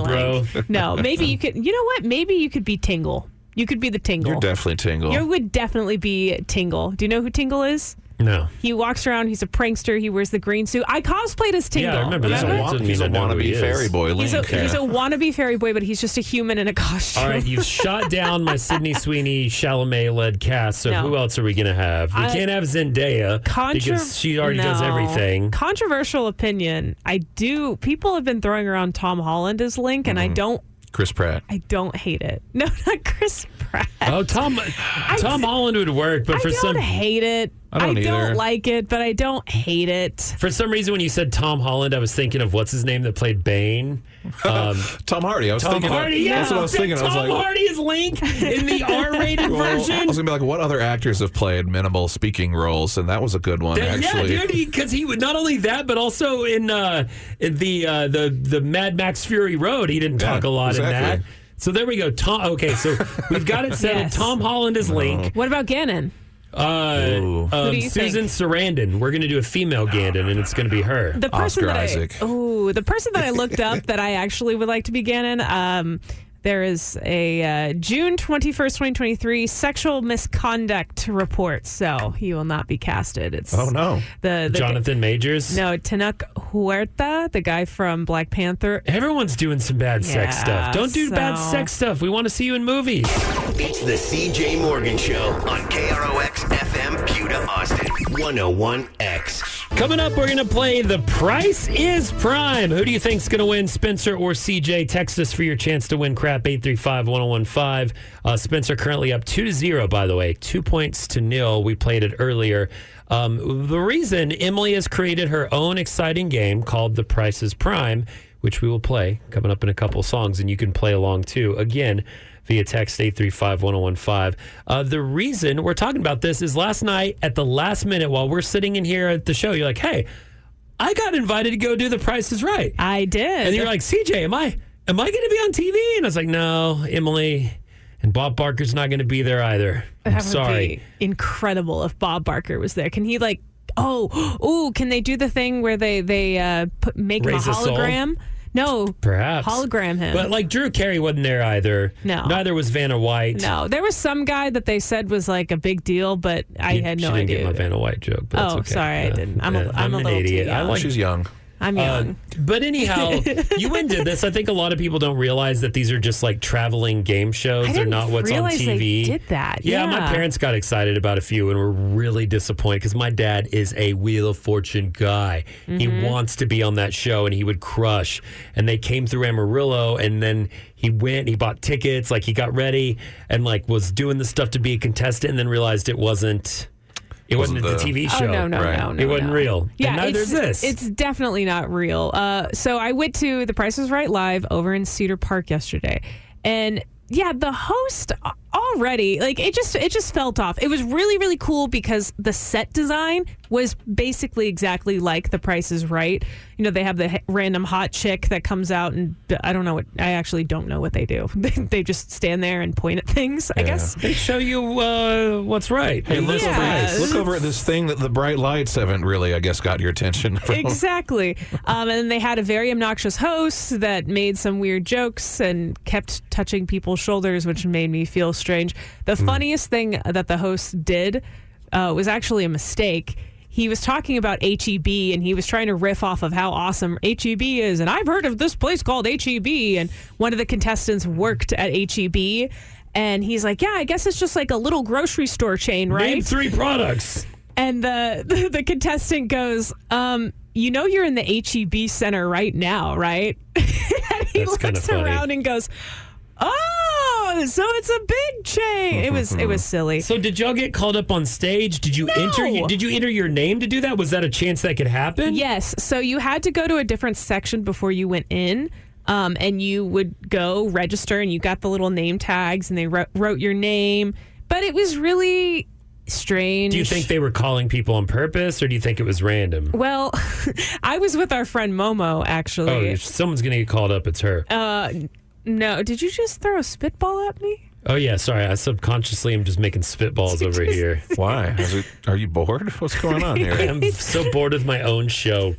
[SPEAKER 9] Link. No, maybe you could. You know what? Maybe you could be Tingle. You could be the Tingle.
[SPEAKER 10] You're definitely Tingle.
[SPEAKER 9] You would definitely be Tingle. Do you know who Tingle is?
[SPEAKER 8] no.
[SPEAKER 9] He walks around. He's a prankster. He wears the green suit. I cosplayed as Tingle.
[SPEAKER 10] He's a, wa-
[SPEAKER 8] Didn't
[SPEAKER 10] he's a
[SPEAKER 8] even know who he
[SPEAKER 10] wannabe
[SPEAKER 8] is.
[SPEAKER 10] fairy boy, Link.
[SPEAKER 9] He's a, he's a wannabe fairy boy, but he's just a human in a costume.
[SPEAKER 8] All right,
[SPEAKER 9] [laughs]
[SPEAKER 8] you've shot down my Sydney Sweeney Chalamet led cast. So
[SPEAKER 9] No.
[SPEAKER 8] who else are we gonna have? We
[SPEAKER 9] I-
[SPEAKER 8] can't have Zendaya
[SPEAKER 9] Contra-
[SPEAKER 8] because she already does
[SPEAKER 9] No.
[SPEAKER 8] everything.
[SPEAKER 9] Controversial opinion. I do. People have been throwing around Tom Holland as Link, and I
[SPEAKER 8] Mm-hmm.
[SPEAKER 9] don't.
[SPEAKER 10] Chris Pratt.
[SPEAKER 9] I don't hate it. [laughs] No, not Chris Pratt.
[SPEAKER 8] Oh, Tom Tom Holland would work, but
[SPEAKER 9] I
[SPEAKER 8] for
[SPEAKER 9] don't
[SPEAKER 8] some
[SPEAKER 9] hate it.
[SPEAKER 8] I don't either.
[SPEAKER 9] like it, but I don't hate it.
[SPEAKER 8] for some reason when you said Tom Holland, I was thinking of what's his name that played
[SPEAKER 10] [laughs]
[SPEAKER 8] Bane. Um,
[SPEAKER 10] Tom Hardy. I was
[SPEAKER 8] Tom
[SPEAKER 10] thinking.
[SPEAKER 8] Hardy.
[SPEAKER 10] Of,
[SPEAKER 8] Yeah,
[SPEAKER 10] That's what I was
[SPEAKER 8] Tom
[SPEAKER 10] thinking. I was like,
[SPEAKER 8] Hardy is Link in
[SPEAKER 10] [laughs]
[SPEAKER 8] the R-rated
[SPEAKER 10] Well, I
[SPEAKER 8] version.
[SPEAKER 10] was gonna be like, what other actors have played minimal speaking roles? And that was a good one,
[SPEAKER 8] That-
[SPEAKER 10] actually.
[SPEAKER 8] Yeah, dude, because he, would not only that, but also in, uh, in the uh, the the Mad Max Fury Road, he didn't
[SPEAKER 10] Yeah,
[SPEAKER 8] talk a lot in that.
[SPEAKER 10] exactly.
[SPEAKER 8] So there we go. Tom. Okay, so we've got it settled.
[SPEAKER 9] Yes.
[SPEAKER 8] Tom Holland is Link.
[SPEAKER 9] What about Gannon?
[SPEAKER 10] Oh.
[SPEAKER 8] Uh,
[SPEAKER 9] Who
[SPEAKER 8] um,
[SPEAKER 9] do you
[SPEAKER 8] Susan Sarandon. We're going to do a female Gandon, and it's going to be her.
[SPEAKER 9] The person that I oh, the person that I looked up that I actually would like to be Gannon. Um, there is a uh, June twenty first, twenty twenty three sexual misconduct report, so he will not be casted. It's
[SPEAKER 8] Oh, no.
[SPEAKER 9] the, the
[SPEAKER 8] Jonathan Majors.
[SPEAKER 9] No, Tanuk Huerta, the guy from Black Panther.
[SPEAKER 8] Everyone's doing some bad sex stuff. Don't do bad sex stuff. We want to see you in movies.
[SPEAKER 13] It's the CJ Morgan Show on KROX FM Buda Austin 101X.
[SPEAKER 8] Coming up, we're going to play The Price is Prime. Who do you think's going to win, Spencer or CJ? Text us for your chance to win crap 835 1015. Uh, Spencer currently up 2 to 0, by the way, two points to nil. We played it earlier. Um, the reason Emily has created her own exciting game called The Price is Prime, which we will play coming up in a couple songs, and you can play along too. Again, via text 835 1015. Uh, the reason we're talking about this is last night at the last minute while we're sitting in here at the show, you're like, hey, I got invited to go do The Price is Right.
[SPEAKER 9] I did.
[SPEAKER 8] And you're like, CJ, am I am I going to be on TV? And I was like, no, Emily and Bob Barker's not going to be there either. I'm
[SPEAKER 9] That would
[SPEAKER 8] sorry.
[SPEAKER 9] be incredible if Bob Barker was there. Can he like? Oh, [gasps] ooh! Can they do the thing where they they uh, put, make him
[SPEAKER 8] Raise
[SPEAKER 9] a
[SPEAKER 8] a soul?
[SPEAKER 9] hologram? No,
[SPEAKER 8] Perhaps
[SPEAKER 9] hologram him.
[SPEAKER 8] But like Drew Carey wasn't there either.
[SPEAKER 9] No.
[SPEAKER 8] neither was Vanna White.
[SPEAKER 9] no, there was some guy that they said was like a big deal, but I
[SPEAKER 8] You-
[SPEAKER 9] had no
[SPEAKER 8] she didn't
[SPEAKER 9] idea.
[SPEAKER 8] get my Vanna White joke. But that's
[SPEAKER 9] Oh,
[SPEAKER 8] okay.
[SPEAKER 9] sorry, I didn't. I'm a-
[SPEAKER 8] yeah,
[SPEAKER 9] I'm a
[SPEAKER 8] an
[SPEAKER 9] little too
[SPEAKER 8] idiot. I
[SPEAKER 9] young.
[SPEAKER 8] like
[SPEAKER 9] She's
[SPEAKER 10] young.
[SPEAKER 9] I'm
[SPEAKER 8] Uh,
[SPEAKER 9] young.
[SPEAKER 8] [laughs] but anyhow, you ended this. I think a lot of people don't realize that these are just like traveling game shows.
[SPEAKER 9] I
[SPEAKER 8] They're
[SPEAKER 9] didn't
[SPEAKER 8] not what's on
[SPEAKER 9] realize they
[SPEAKER 8] TV.
[SPEAKER 9] did that.
[SPEAKER 8] Yeah, my
[SPEAKER 9] Yeah.
[SPEAKER 8] parents got excited about a few and were really disappointed because my dad is a Wheel of Fortune guy. He
[SPEAKER 9] Mm-hmm.
[SPEAKER 16] Mhm.
[SPEAKER 8] wants to be on that show and he would crush. And they came through Amarillo and then he went, he bought tickets, like he got ready and like was doing the stuff to be a contestant and then realized it wasn't. It wasn't,
[SPEAKER 10] Wasn't
[SPEAKER 8] a
[SPEAKER 10] the-
[SPEAKER 8] TV
[SPEAKER 9] Oh,
[SPEAKER 8] show.
[SPEAKER 9] no, no, Right. no, no,
[SPEAKER 8] It wasn't
[SPEAKER 9] no.
[SPEAKER 8] real.
[SPEAKER 9] Yeah,
[SPEAKER 8] and neither
[SPEAKER 9] it's,
[SPEAKER 8] is this.
[SPEAKER 9] It's definitely not real. Uh, so I went to The Price Is Right live over in Cedar Park yesterday, and yeah, the host a- already like it just it just felt off. It was really really cool because the set design was basically exactly like The Price Is Right. You know, they have the h- random hot chick that comes out, and I don't know what I actually don't know what they do. [laughs] They, they just stand there and point at things. I guess
[SPEAKER 8] they show you uh, what's right.
[SPEAKER 10] Hey, look,
[SPEAKER 9] Yeah.
[SPEAKER 10] over, look over at this thing that the bright lights haven't really, I guess, got your attention.
[SPEAKER 9] [laughs]
[SPEAKER 10] from.
[SPEAKER 9] exactly. Um, and then they had a very obnoxious host that made some weird jokes and kept touching people's shoulders, which made me feel strange. The
[SPEAKER 8] Hmm.
[SPEAKER 9] funniest thing that the host did uh, was actually a mistake. He was talking about HEB and he was trying to riff off of how awesome HEB is. And I've heard of this place called HEB. And one of the contestants worked at HEB. And he's like, Yeah, I guess it's just like a little grocery store chain, right?
[SPEAKER 8] Name three products.
[SPEAKER 9] And the, [laughs] the contestant goes, um, you know you're in the HEB center right now, right? [laughs] and he
[SPEAKER 8] That's kinda
[SPEAKER 9] looks
[SPEAKER 8] funny.
[SPEAKER 9] around and goes, "Oh, so it's a big chain." It was
[SPEAKER 8] [laughs]
[SPEAKER 9] it was silly.
[SPEAKER 8] So did y'all get called up on stage? Did you enter?
[SPEAKER 9] No.
[SPEAKER 8] Did you enter your name to do that? Was that a chance that could happen?
[SPEAKER 9] Yes. So you had to go to a different section before you went in. Um, and you would go register and you got the little name tags and they wrote, wrote your name. But it was really strange.
[SPEAKER 8] Do you think they were calling people on purpose, or do you think it was random?
[SPEAKER 9] Well, [laughs] I was with our friend Momo actually.
[SPEAKER 8] Oh, if someone's gonna get called up. It's her.
[SPEAKER 9] Uh, no. Did you just throw a spitball at me?
[SPEAKER 8] Oh yeah, sorry. I subconsciously am just making
[SPEAKER 9] [laughs]
[SPEAKER 8] spitballs over here.
[SPEAKER 10] Why? Is it, are you bored? What's going on
[SPEAKER 8] [laughs]
[SPEAKER 10] here?
[SPEAKER 8] I'm so bored with my own
[SPEAKER 9] [laughs]
[SPEAKER 8] show.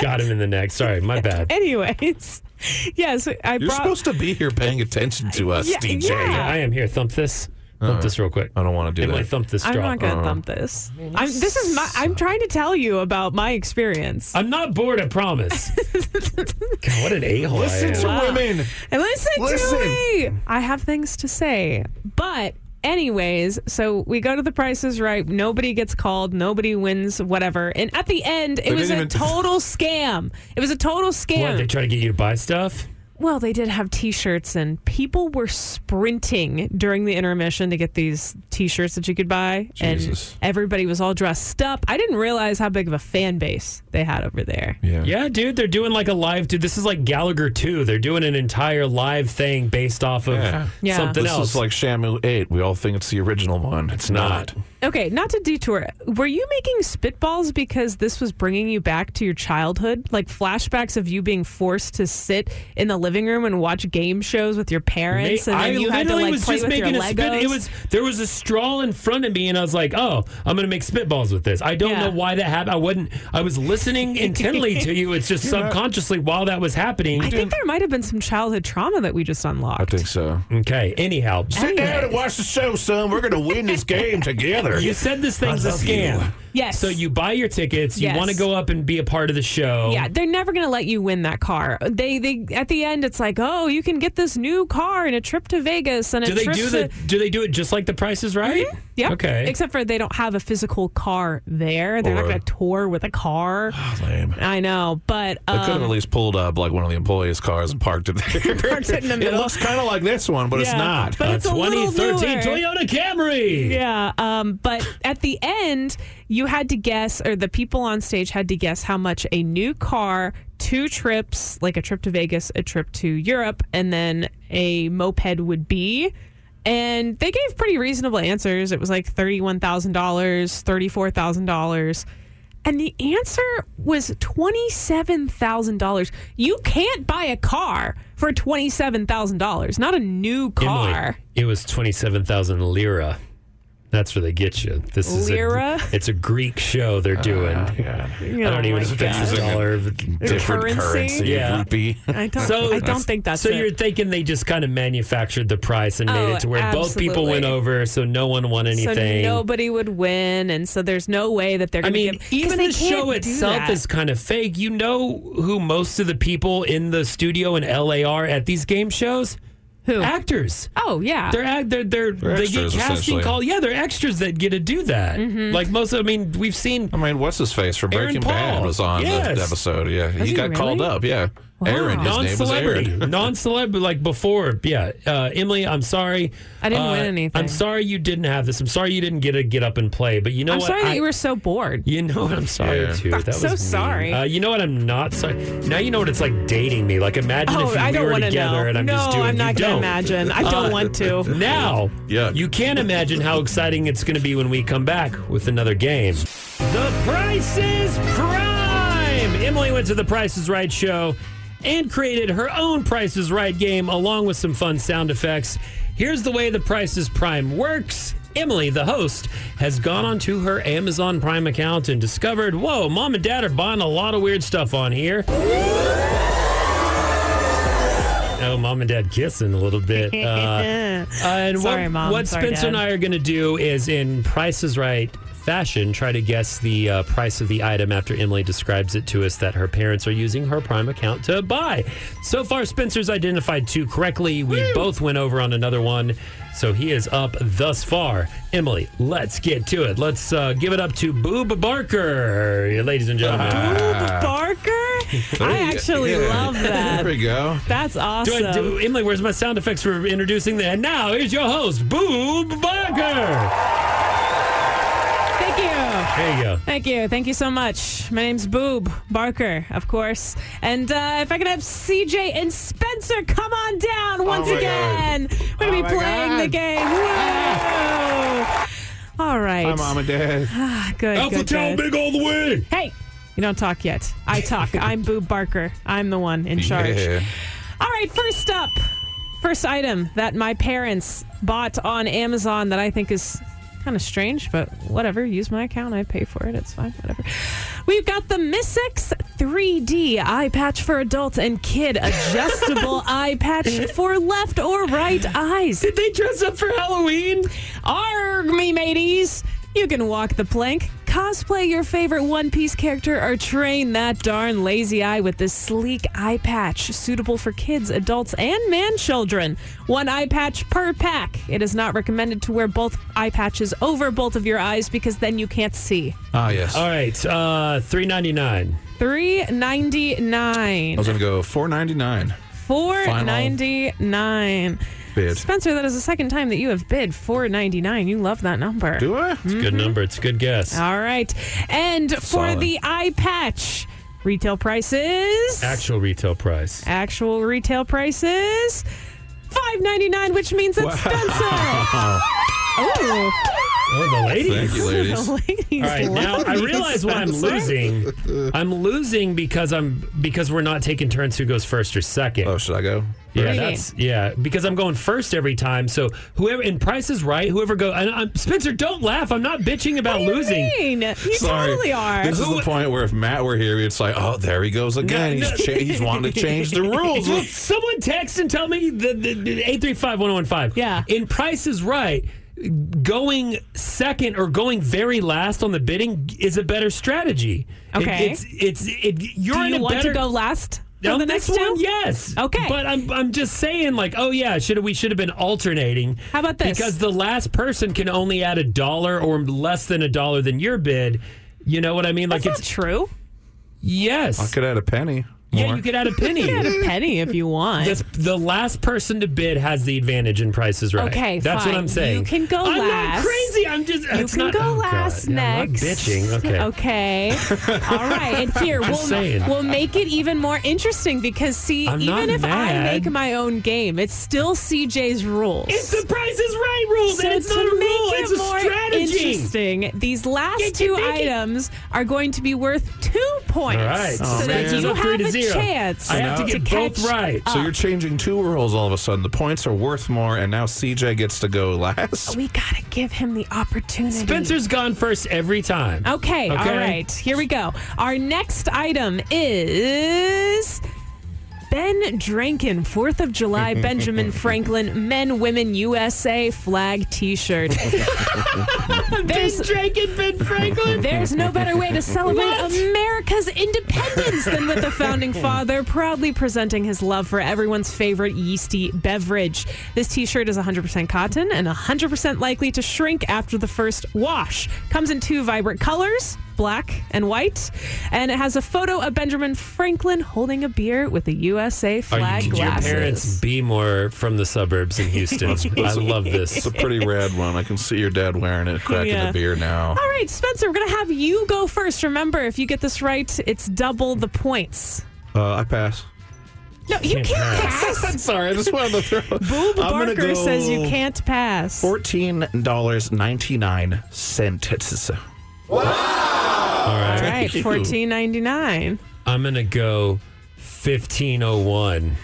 [SPEAKER 8] Got him in the neck. Sorry, my bad.
[SPEAKER 9] Anyways, [laughs] yes, I
[SPEAKER 10] You're
[SPEAKER 9] brought.
[SPEAKER 10] supposed to be here paying attention to us,
[SPEAKER 9] Yeah,
[SPEAKER 10] DJ.
[SPEAKER 9] yeah. Yeah,
[SPEAKER 8] I am here. Thump this. Thump this real quick.
[SPEAKER 10] Uh, I don't want to do
[SPEAKER 8] Emily,
[SPEAKER 10] that.
[SPEAKER 8] thump this
[SPEAKER 9] I'm
[SPEAKER 8] straw.
[SPEAKER 9] not gonna thump this. I'm, this is my. I'm trying to tell you about my experience.
[SPEAKER 8] I'm not bored. I
[SPEAKER 9] [laughs]
[SPEAKER 8] promise. God, what an a-hole! I am.
[SPEAKER 10] women.
[SPEAKER 9] And listen,
[SPEAKER 8] Listen.
[SPEAKER 9] to me. I have things to say. But anyways, so we go to the prices right. Nobody gets called. Nobody wins. Whatever. And at the end, it
[SPEAKER 8] They
[SPEAKER 9] was a
[SPEAKER 8] didn't even- [laughs]
[SPEAKER 9] total scam. It was a total scam.
[SPEAKER 8] What, they try to get you to buy stuff?
[SPEAKER 9] Well, they did have T-shirts, and people were sprinting during the intermission to get these T-shirts that you could buy,
[SPEAKER 8] Jesus.
[SPEAKER 9] and everybody was all dressed up. I didn't realize how big of a fan base they had over there.
[SPEAKER 10] Yeah.
[SPEAKER 8] Yeah, dude, they're doing like a live dude. This is like Gallagher 2. They're doing an entire live thing based off of
[SPEAKER 9] Yeah.
[SPEAKER 8] something
[SPEAKER 10] this
[SPEAKER 8] else.
[SPEAKER 10] is like Shamu 8. We all think it's the original one. It's not.
[SPEAKER 9] Okay, not to detour. Were you making spitballs because this was bringing you back to your childhood, like flashbacks of you being forced to sit in the living room and watch game shows with your parents,
[SPEAKER 8] Ma-
[SPEAKER 9] and then
[SPEAKER 8] I
[SPEAKER 9] you had to
[SPEAKER 8] literally
[SPEAKER 9] like
[SPEAKER 8] was
[SPEAKER 9] play
[SPEAKER 8] just
[SPEAKER 9] with your
[SPEAKER 8] making a
[SPEAKER 9] Legos?
[SPEAKER 8] spit. It was there was a straw in front of me, and I was like, "Oh, I'm gonna make spitballs with this." I don't know why that happened. I wasn't. I was listening intently to you. It's
[SPEAKER 10] [laughs]
[SPEAKER 8] just
[SPEAKER 9] You're not-
[SPEAKER 8] subconsciously while that was happening.
[SPEAKER 9] I think there might have been some childhood trauma that we just unlocked. I
[SPEAKER 10] think so.
[SPEAKER 8] Okay. Anyhow,
[SPEAKER 10] Sit down and watch the show, son. We're going to win this
[SPEAKER 8] [laughs]
[SPEAKER 10] game together.
[SPEAKER 8] You said this
[SPEAKER 10] I
[SPEAKER 8] thing's a
[SPEAKER 10] love you.
[SPEAKER 8] scam.
[SPEAKER 9] Yes.
[SPEAKER 8] So you buy your tickets. You
[SPEAKER 9] Yes.
[SPEAKER 8] want to go up and be a part of the show.
[SPEAKER 9] Yeah, they're never going to let you win that car. They they at the end it's like, "Oh, you can get this new car and a trip to Vegas and a
[SPEAKER 8] Do they
[SPEAKER 9] trip
[SPEAKER 8] do
[SPEAKER 9] to Mm-hmm.
[SPEAKER 8] the? Do they do it just like the Price is Right?
[SPEAKER 9] Yep.
[SPEAKER 8] Okay.
[SPEAKER 9] Except for they don't have a physical car there. They're not
[SPEAKER 10] Or-
[SPEAKER 9] going to tour with
[SPEAKER 8] [gasps]
[SPEAKER 9] a car.
[SPEAKER 10] Lame.
[SPEAKER 9] I know, but
[SPEAKER 10] They could have at
[SPEAKER 9] um,
[SPEAKER 10] least pulled up like one of the employees' cars and parked it there.
[SPEAKER 9] [laughs] Parked it in the middle.
[SPEAKER 10] It looks kind of like this one, but it's
[SPEAKER 9] Yeah.
[SPEAKER 10] not.
[SPEAKER 9] But it's a little newer.
[SPEAKER 8] Toyota Camry.
[SPEAKER 9] Yeah, um, but at the end, you had to guess, or the people on stage had to guess how much a new car, two trips, like a trip to Vegas, a trip to Europe, and then a moped would be. And they gave pretty reasonable answers. It was like $31,000, $34,000. And the answer was $27,000. You can't buy a car for $27,000, not a new car.
[SPEAKER 8] Emily, it was 27,000 lira. That's where they get you. This is
[SPEAKER 9] Lira?
[SPEAKER 8] A, it's a Greek show they're doing.
[SPEAKER 10] Ah.
[SPEAKER 8] I
[SPEAKER 9] Oh
[SPEAKER 8] don't even
[SPEAKER 9] my
[SPEAKER 8] think
[SPEAKER 9] God.
[SPEAKER 8] it's a dollar.
[SPEAKER 9] Different Currency? currency, rupee. I don't- I don't think that's
[SPEAKER 8] So
[SPEAKER 9] it.
[SPEAKER 8] you're thinking they just kind of manufactured the price and made
[SPEAKER 9] Oh,
[SPEAKER 8] it to where both people went
[SPEAKER 9] absolutely.
[SPEAKER 8] over, so no one won anything.
[SPEAKER 9] So nobody would win, and so there's no way that they're
[SPEAKER 8] I
[SPEAKER 9] going to
[SPEAKER 8] mean, even the show itself
[SPEAKER 9] is
[SPEAKER 8] is kind of fake. You know who most of the people in the studio in LA are at these game shows? Who actors?
[SPEAKER 9] Oh yeah,
[SPEAKER 8] they're act- they're, they're,
[SPEAKER 10] They're
[SPEAKER 8] they get
[SPEAKER 10] extras,
[SPEAKER 8] casting
[SPEAKER 10] essentially.
[SPEAKER 8] call. Yeah, they're extras that get to do that.
[SPEAKER 10] Mhm.
[SPEAKER 9] Mm-hmm.
[SPEAKER 8] Like most, of, I mean, we've seen.
[SPEAKER 10] I mean, what's his face from
[SPEAKER 8] Aaron
[SPEAKER 10] Breaking Bad
[SPEAKER 8] Paul.
[SPEAKER 10] was on
[SPEAKER 8] Yes.
[SPEAKER 10] the episode. Yeah,
[SPEAKER 8] Was
[SPEAKER 10] he,
[SPEAKER 8] he
[SPEAKER 10] got
[SPEAKER 8] really?
[SPEAKER 10] called up. Yeah, Aaron. His name was
[SPEAKER 8] non-celebrity,
[SPEAKER 10] Aaron. [laughs]
[SPEAKER 8] non-celebrity. Like before, yeah. Uh, Emily, I'm sorry.
[SPEAKER 9] I didn't
[SPEAKER 8] Uh,
[SPEAKER 9] win anything.
[SPEAKER 8] I'm sorry you didn't have this. I'm sorry you didn't get to get up and play. But you know
[SPEAKER 9] I'm
[SPEAKER 8] what?
[SPEAKER 9] sorry
[SPEAKER 8] I-
[SPEAKER 9] that you were so bored.
[SPEAKER 8] You know what I'm sorry
[SPEAKER 9] Yeah.
[SPEAKER 8] too.
[SPEAKER 9] I'm
[SPEAKER 8] That
[SPEAKER 9] so
[SPEAKER 8] was mean.
[SPEAKER 9] sorry.
[SPEAKER 8] Uh, you know what? I'm not sorry. Now you know what it's like dating me. Like imagine
[SPEAKER 9] Oh,
[SPEAKER 8] if you,
[SPEAKER 9] I
[SPEAKER 8] we
[SPEAKER 9] don't
[SPEAKER 8] were
[SPEAKER 9] wanna
[SPEAKER 8] together
[SPEAKER 9] know.
[SPEAKER 8] and I'm just
[SPEAKER 9] No,
[SPEAKER 8] doing.
[SPEAKER 9] I'm
[SPEAKER 8] you
[SPEAKER 9] not gonna
[SPEAKER 8] don't.
[SPEAKER 9] imagine. I don't
[SPEAKER 8] [laughs]
[SPEAKER 9] want to.
[SPEAKER 8] Now,
[SPEAKER 10] yeah.
[SPEAKER 8] you can imagine how exciting it's going to be when we come back with another game. The Price is Prime. Emily went to the Price is Right show and created her own Price is Right game along with some fun sound effects. Here's the way the Price is Prime works. Emily, the host, has gone onto her Amazon Prime account and discovered, whoa, mom and dad are buying a lot of weird stuff on here. Oh, mom and dad kissing a little bit. Uh, and
[SPEAKER 9] Sorry,
[SPEAKER 8] what,
[SPEAKER 9] Mom.
[SPEAKER 8] what
[SPEAKER 9] Sorry,
[SPEAKER 8] Spencer and
[SPEAKER 9] Dad.
[SPEAKER 8] I are going to do is, in Price is Right fashion, try to guess the uh, price of the item after Emily describes it to us that her parents are using her Prime account to buy. So far, Spencer's identified two correctly. We both went over on another one, so he is up thus far. Emily, let's get to it. Let's uh, give it up to Boob Barker, ladies and gentlemen.
[SPEAKER 9] Barker?
[SPEAKER 8] [laughs]
[SPEAKER 9] I actually love that.
[SPEAKER 10] go.
[SPEAKER 9] That's awesome.
[SPEAKER 8] Do I, do, Emily, where's my sound effects for introducing that? And now here's your host, Boob Barker.
[SPEAKER 9] Thank you.
[SPEAKER 8] There you go.
[SPEAKER 9] Thank you. Thank you so much. My name's Boob Barker, of course. And uh, if I could have CJ and Spencer come on down once
[SPEAKER 16] Oh my
[SPEAKER 9] again. We're
[SPEAKER 16] Oh
[SPEAKER 9] going to
[SPEAKER 16] my
[SPEAKER 9] be playing the
[SPEAKER 16] God.
[SPEAKER 9] game. Woo! All right.
[SPEAKER 16] Hi, Mom and
[SPEAKER 9] [laughs]
[SPEAKER 16] Dad.
[SPEAKER 9] Ah, good.
[SPEAKER 16] Alpha
[SPEAKER 9] good,
[SPEAKER 16] Tau
[SPEAKER 9] good.
[SPEAKER 16] big all the way.
[SPEAKER 9] Hey, you don't talk yet. I
[SPEAKER 16] [laughs]
[SPEAKER 9] talk. I'm Boob Barker. I'm the one in charge.
[SPEAKER 16] Yeah.
[SPEAKER 9] All right, first up, first item that my parents bought on Amazon that I think is kind of strange, but whatever. Use my account. I pay for it. It's fine. Whatever. We've got the Missix 3D eye patch for adult and kid
[SPEAKER 8] [laughs]
[SPEAKER 9] adjustable eye patch for left or right eyes. Did
[SPEAKER 8] they dress up for Halloween?
[SPEAKER 9] Arg me mateys. You can walk the plank, cosplay your favorite One Piece character, or train that darn lazy eye with this sleek eye patch suitable for kids, adults, and man children. One eye patch per pack. It is not recommended to wear both eye patches over both of your eyes because then you can't see.
[SPEAKER 10] Ah, yes.
[SPEAKER 8] All right, uh, three ninety nine.
[SPEAKER 9] Three ninety
[SPEAKER 10] I
[SPEAKER 9] nine.
[SPEAKER 10] was gonna go four ninety nine.
[SPEAKER 9] Four ninety nine.
[SPEAKER 10] Bid.
[SPEAKER 9] Spencer, that is the second time that you have bid four ninety nine. You love that number.
[SPEAKER 10] Do I?
[SPEAKER 9] Hmm.
[SPEAKER 8] It's a good number. It's a good guess.
[SPEAKER 9] All right. And for
[SPEAKER 8] Solid.
[SPEAKER 9] the eye patch, retail prices.
[SPEAKER 8] Actual retail price.
[SPEAKER 9] Actual retail prices. Five ninety nine, which means it's Spencer. Oh.
[SPEAKER 8] Oh, the ladies.
[SPEAKER 10] Thank you, ladies.
[SPEAKER 9] [laughs] The ladies
[SPEAKER 8] All right, now
[SPEAKER 9] love
[SPEAKER 8] I
[SPEAKER 9] you,
[SPEAKER 8] realize why I'm
[SPEAKER 9] Spencer.
[SPEAKER 8] losing. I'm losing because I'm because we're not taking turns who goes first or second. Oh,
[SPEAKER 10] should I go?
[SPEAKER 8] Yeah,
[SPEAKER 9] Really?
[SPEAKER 8] that's yeah. Because I'm going first every time. So whoever and Price is right. Whoever goes, and I'm, Spencer, don't laugh. I'm not bitching about losing.
[SPEAKER 9] Mean. You
[SPEAKER 10] Sorry.
[SPEAKER 9] totally are.
[SPEAKER 10] This is the point where if Matt were here, it's like, oh, there he goes again.
[SPEAKER 8] No,
[SPEAKER 10] he's,
[SPEAKER 8] no.
[SPEAKER 10] cha- he's wanting to change the rules.
[SPEAKER 8] Will
[SPEAKER 9] [laughs]
[SPEAKER 10] Look,
[SPEAKER 8] Someone text and tell me the, the, the 835-1015. Yeah. oh In Price is Right, going second or going very last on the bidding is a better strategy. It-
[SPEAKER 9] Okay.
[SPEAKER 8] it's it's it, you're
[SPEAKER 9] Do
[SPEAKER 8] in
[SPEAKER 9] you
[SPEAKER 8] a
[SPEAKER 9] want
[SPEAKER 8] better
[SPEAKER 9] to go last for
[SPEAKER 8] on
[SPEAKER 9] the
[SPEAKER 8] this
[SPEAKER 9] next two?
[SPEAKER 8] one, yes.
[SPEAKER 9] Okay.
[SPEAKER 8] But I'm I'm just saying, like, oh yeah, should we should have been alternating? How
[SPEAKER 9] about this?
[SPEAKER 8] Because the last person can only add a dollar or less than a dollar than your bid. You know what I mean? Like it's
[SPEAKER 9] true.
[SPEAKER 8] Yes.
[SPEAKER 10] I could add a penny.
[SPEAKER 8] Yeah, you could add a penny.
[SPEAKER 9] [laughs] You could add a penny if you want.
[SPEAKER 8] This, the last person to bid has the advantage in prices right.
[SPEAKER 9] Okay,
[SPEAKER 8] that's
[SPEAKER 9] fine.
[SPEAKER 8] what I'm saying.
[SPEAKER 9] You can go
[SPEAKER 8] I'm
[SPEAKER 9] last.
[SPEAKER 8] not crazy. I'm just.
[SPEAKER 9] You
[SPEAKER 8] it's
[SPEAKER 9] can
[SPEAKER 8] not-
[SPEAKER 9] go
[SPEAKER 8] oh, God.
[SPEAKER 9] last
[SPEAKER 8] Yeah, I'm not
[SPEAKER 9] next.
[SPEAKER 8] bitching. Okay.
[SPEAKER 9] [laughs] Okay.
[SPEAKER 8] [laughs]
[SPEAKER 9] All right. And here
[SPEAKER 8] Just
[SPEAKER 9] we'll
[SPEAKER 8] saying.
[SPEAKER 9] we'll make it even more interesting because see,
[SPEAKER 8] I'm not
[SPEAKER 9] even if I
[SPEAKER 8] mad.
[SPEAKER 9] make my own game, it's still CJ's rules.
[SPEAKER 8] It's the Price is Right rules,
[SPEAKER 9] So
[SPEAKER 8] and it's
[SPEAKER 9] to
[SPEAKER 8] not a
[SPEAKER 9] make
[SPEAKER 8] rule.
[SPEAKER 9] it
[SPEAKER 8] It's a
[SPEAKER 9] more
[SPEAKER 8] strategy.
[SPEAKER 9] Interesting. These
[SPEAKER 8] You
[SPEAKER 9] last
[SPEAKER 8] can
[SPEAKER 9] two
[SPEAKER 8] make it-
[SPEAKER 9] items are going to be worth two points.
[SPEAKER 10] All right.
[SPEAKER 9] So that you have a chance. catch
[SPEAKER 10] So
[SPEAKER 9] up.
[SPEAKER 10] you're changing two rules all of a sudden. The points are worth more, and now CJ gets to
[SPEAKER 9] [laughs]
[SPEAKER 10] go last.
[SPEAKER 9] We gotta give him the opportunity.
[SPEAKER 8] Spencer's gone first every time. Okay.
[SPEAKER 9] Okay, all right. Here we go. Our next item is Ben Drinken, 4th of July, Benjamin Franklin, Men, Women, USA flag t shirt. There's
[SPEAKER 8] Drinken, Ben Franklin.
[SPEAKER 9] There's no better way to celebrate
[SPEAKER 8] What?
[SPEAKER 9] America's independence than with the founding father proudly presenting his love for everyone's favorite yeasty beverage. This t shirt is 100% cotton and 100% likely to shrink after the first wash. Comes in two vibrant colors. Black and white, and it has a photo of Benjamin Franklin holding a beer with a USA
[SPEAKER 8] Are you-
[SPEAKER 9] flag
[SPEAKER 8] could your
[SPEAKER 9] glass.
[SPEAKER 8] parents be more from the suburbs in Houston?
[SPEAKER 9] [laughs]
[SPEAKER 8] I love this.
[SPEAKER 10] It's a pretty rad one. I can see your dad wearing it, cracking
[SPEAKER 9] Yeah.
[SPEAKER 10] a beer now.
[SPEAKER 9] All right, Spencer, we're gonna have you go first. Remember, if you get this right, it's double the points.
[SPEAKER 10] Uh, I pass.
[SPEAKER 9] No, you can't pass.
[SPEAKER 10] I'm sorry. I just wanted to throw.
[SPEAKER 9] Boob
[SPEAKER 10] I'm gonna
[SPEAKER 9] Barker
[SPEAKER 10] go-
[SPEAKER 9] says you can't pass.
[SPEAKER 10] Fourteen dollars ninety nine cents.
[SPEAKER 8] All
[SPEAKER 9] All
[SPEAKER 8] right.
[SPEAKER 9] right, fourteen ninety nine.
[SPEAKER 8] I'm gonna go fifteen oh one.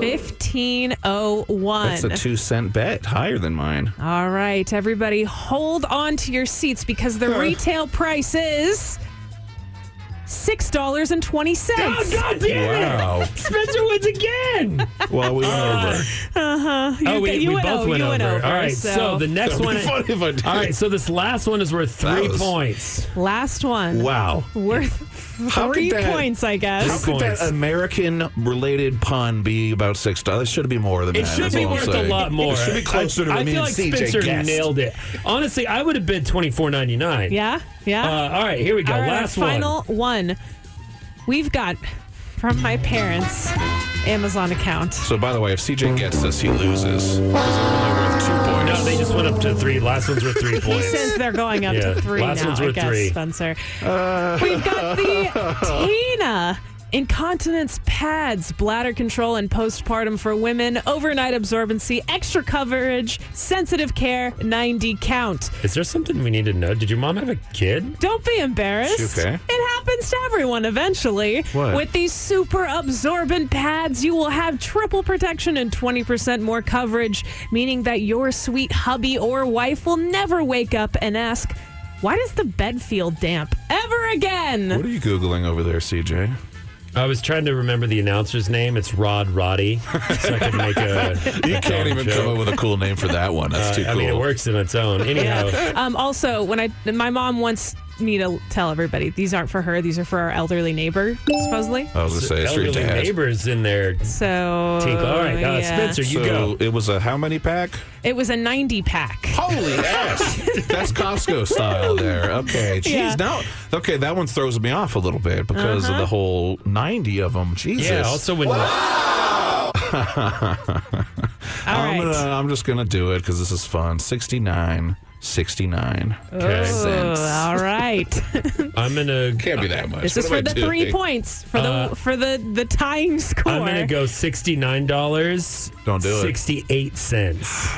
[SPEAKER 9] Fifteen oh one.
[SPEAKER 10] That's a two cent bet, higher than mine.
[SPEAKER 9] All right, everybody, hold on to your seats because the retail price is six dollars and twenty cents. [laughs]
[SPEAKER 8] Oh, God damn it. Wow.
[SPEAKER 9] Spencer wins again.
[SPEAKER 10] Well, we went over.
[SPEAKER 9] Uh huh.
[SPEAKER 8] [laughs] oh, we, we both went, over. All right, so, the next
[SPEAKER 10] That'd
[SPEAKER 8] one.
[SPEAKER 10] be funny if I did.
[SPEAKER 8] All right, so this last one is worth
[SPEAKER 10] That
[SPEAKER 8] three
[SPEAKER 10] was-
[SPEAKER 8] points.
[SPEAKER 9] Last one.
[SPEAKER 10] Wow.
[SPEAKER 9] Worth
[SPEAKER 10] How could
[SPEAKER 9] three
[SPEAKER 10] that-
[SPEAKER 9] points, I
[SPEAKER 10] How
[SPEAKER 9] guess.
[SPEAKER 10] could that American related pun be about six dollars? Should it be more than
[SPEAKER 8] It
[SPEAKER 10] that?
[SPEAKER 8] should
[SPEAKER 10] That's
[SPEAKER 8] be
[SPEAKER 10] all I'm
[SPEAKER 8] worth
[SPEAKER 10] saying.
[SPEAKER 8] a lot more.
[SPEAKER 10] It should be closer
[SPEAKER 8] I,
[SPEAKER 10] to what
[SPEAKER 8] I
[SPEAKER 10] me
[SPEAKER 8] feel
[SPEAKER 10] and
[SPEAKER 8] like
[SPEAKER 10] CJ
[SPEAKER 8] Spencer
[SPEAKER 10] guessed.
[SPEAKER 8] nailed it. Honestly, I would have bid twenty four ninety nine.
[SPEAKER 9] Yeah, yeah.
[SPEAKER 8] Uh, all right, here we go.
[SPEAKER 9] All right, our
[SPEAKER 8] Last one.
[SPEAKER 9] final one. We've got from my parents' Amazon account.
[SPEAKER 10] So, by the way, if CJ gets this, he loses. 'Cause it's only worth two points.
[SPEAKER 8] No, they just went up to three. Last one's worth three
[SPEAKER 9] [laughs] He
[SPEAKER 8] points.
[SPEAKER 9] says they're going up
[SPEAKER 8] Yeah,
[SPEAKER 9] to three
[SPEAKER 8] last
[SPEAKER 9] now.
[SPEAKER 8] one's
[SPEAKER 9] I
[SPEAKER 8] worth
[SPEAKER 9] guess,
[SPEAKER 8] three.
[SPEAKER 9] Spencer. We've got the Tina incontinence pads, bladder control, and postpartum for women, overnight absorbency, extra coverage, sensitive care, 90 count.
[SPEAKER 8] Is there something we need to know? Did your mom have a kid?
[SPEAKER 9] Don't be embarrassed.
[SPEAKER 8] Okay.
[SPEAKER 9] It happens to everyone eventually.
[SPEAKER 8] What?
[SPEAKER 9] With these super absorbent pads, you will have triple protection and 20% more coverage, meaning that your sweet hubby or wife will never wake up and ask, why does the bed feel damp ever again?
[SPEAKER 10] What are you googling over there, CJ?
[SPEAKER 8] I was trying to remember the announcer's name. It's Rod Roddy, so I could make a.
[SPEAKER 10] [laughs] You can't even
[SPEAKER 8] joke.
[SPEAKER 10] come up with a cool name for that one. That's
[SPEAKER 8] Uh,
[SPEAKER 10] too cool.
[SPEAKER 8] I mean, it works in its own. Anyhow,
[SPEAKER 9] [laughs] um, also, when I my mom wants me to tell everybody these aren't for her; these are for our elderly neighbor, supposedly.
[SPEAKER 10] I was gonna say it's your
[SPEAKER 8] elderly
[SPEAKER 10] dad.
[SPEAKER 8] neighbors in there.
[SPEAKER 9] So,
[SPEAKER 8] Tinkle. All right, uh,
[SPEAKER 9] Oh, yeah.
[SPEAKER 8] Spencer, you
[SPEAKER 10] so
[SPEAKER 8] go.
[SPEAKER 10] It was a how many pack?
[SPEAKER 9] It was a ninety
[SPEAKER 8] [laughs]
[SPEAKER 9] pack.
[SPEAKER 10] Holy ass! That's Costco style there. Okay, jeez.
[SPEAKER 9] Yeah.
[SPEAKER 10] Now, okay, that one throws me off a little bit because of the whole ninety of them. Jesus.
[SPEAKER 8] Uh-huh. Yeah. Also, when
[SPEAKER 10] I'm, gonna, I'm just gonna do it because this is fun. 69, 69.
[SPEAKER 9] Oh, all
[SPEAKER 10] [laughs]
[SPEAKER 9] right.
[SPEAKER 8] I'm gonna
[SPEAKER 10] can't be that much.
[SPEAKER 9] this is for
[SPEAKER 10] What am
[SPEAKER 9] the
[SPEAKER 10] I
[SPEAKER 9] three
[SPEAKER 10] doing?
[SPEAKER 9] points for
[SPEAKER 8] Uh,
[SPEAKER 9] the for the the tying score.
[SPEAKER 8] I'm gonna go sixty nine dollars.
[SPEAKER 10] Don't do it.
[SPEAKER 8] Sixty eight cents.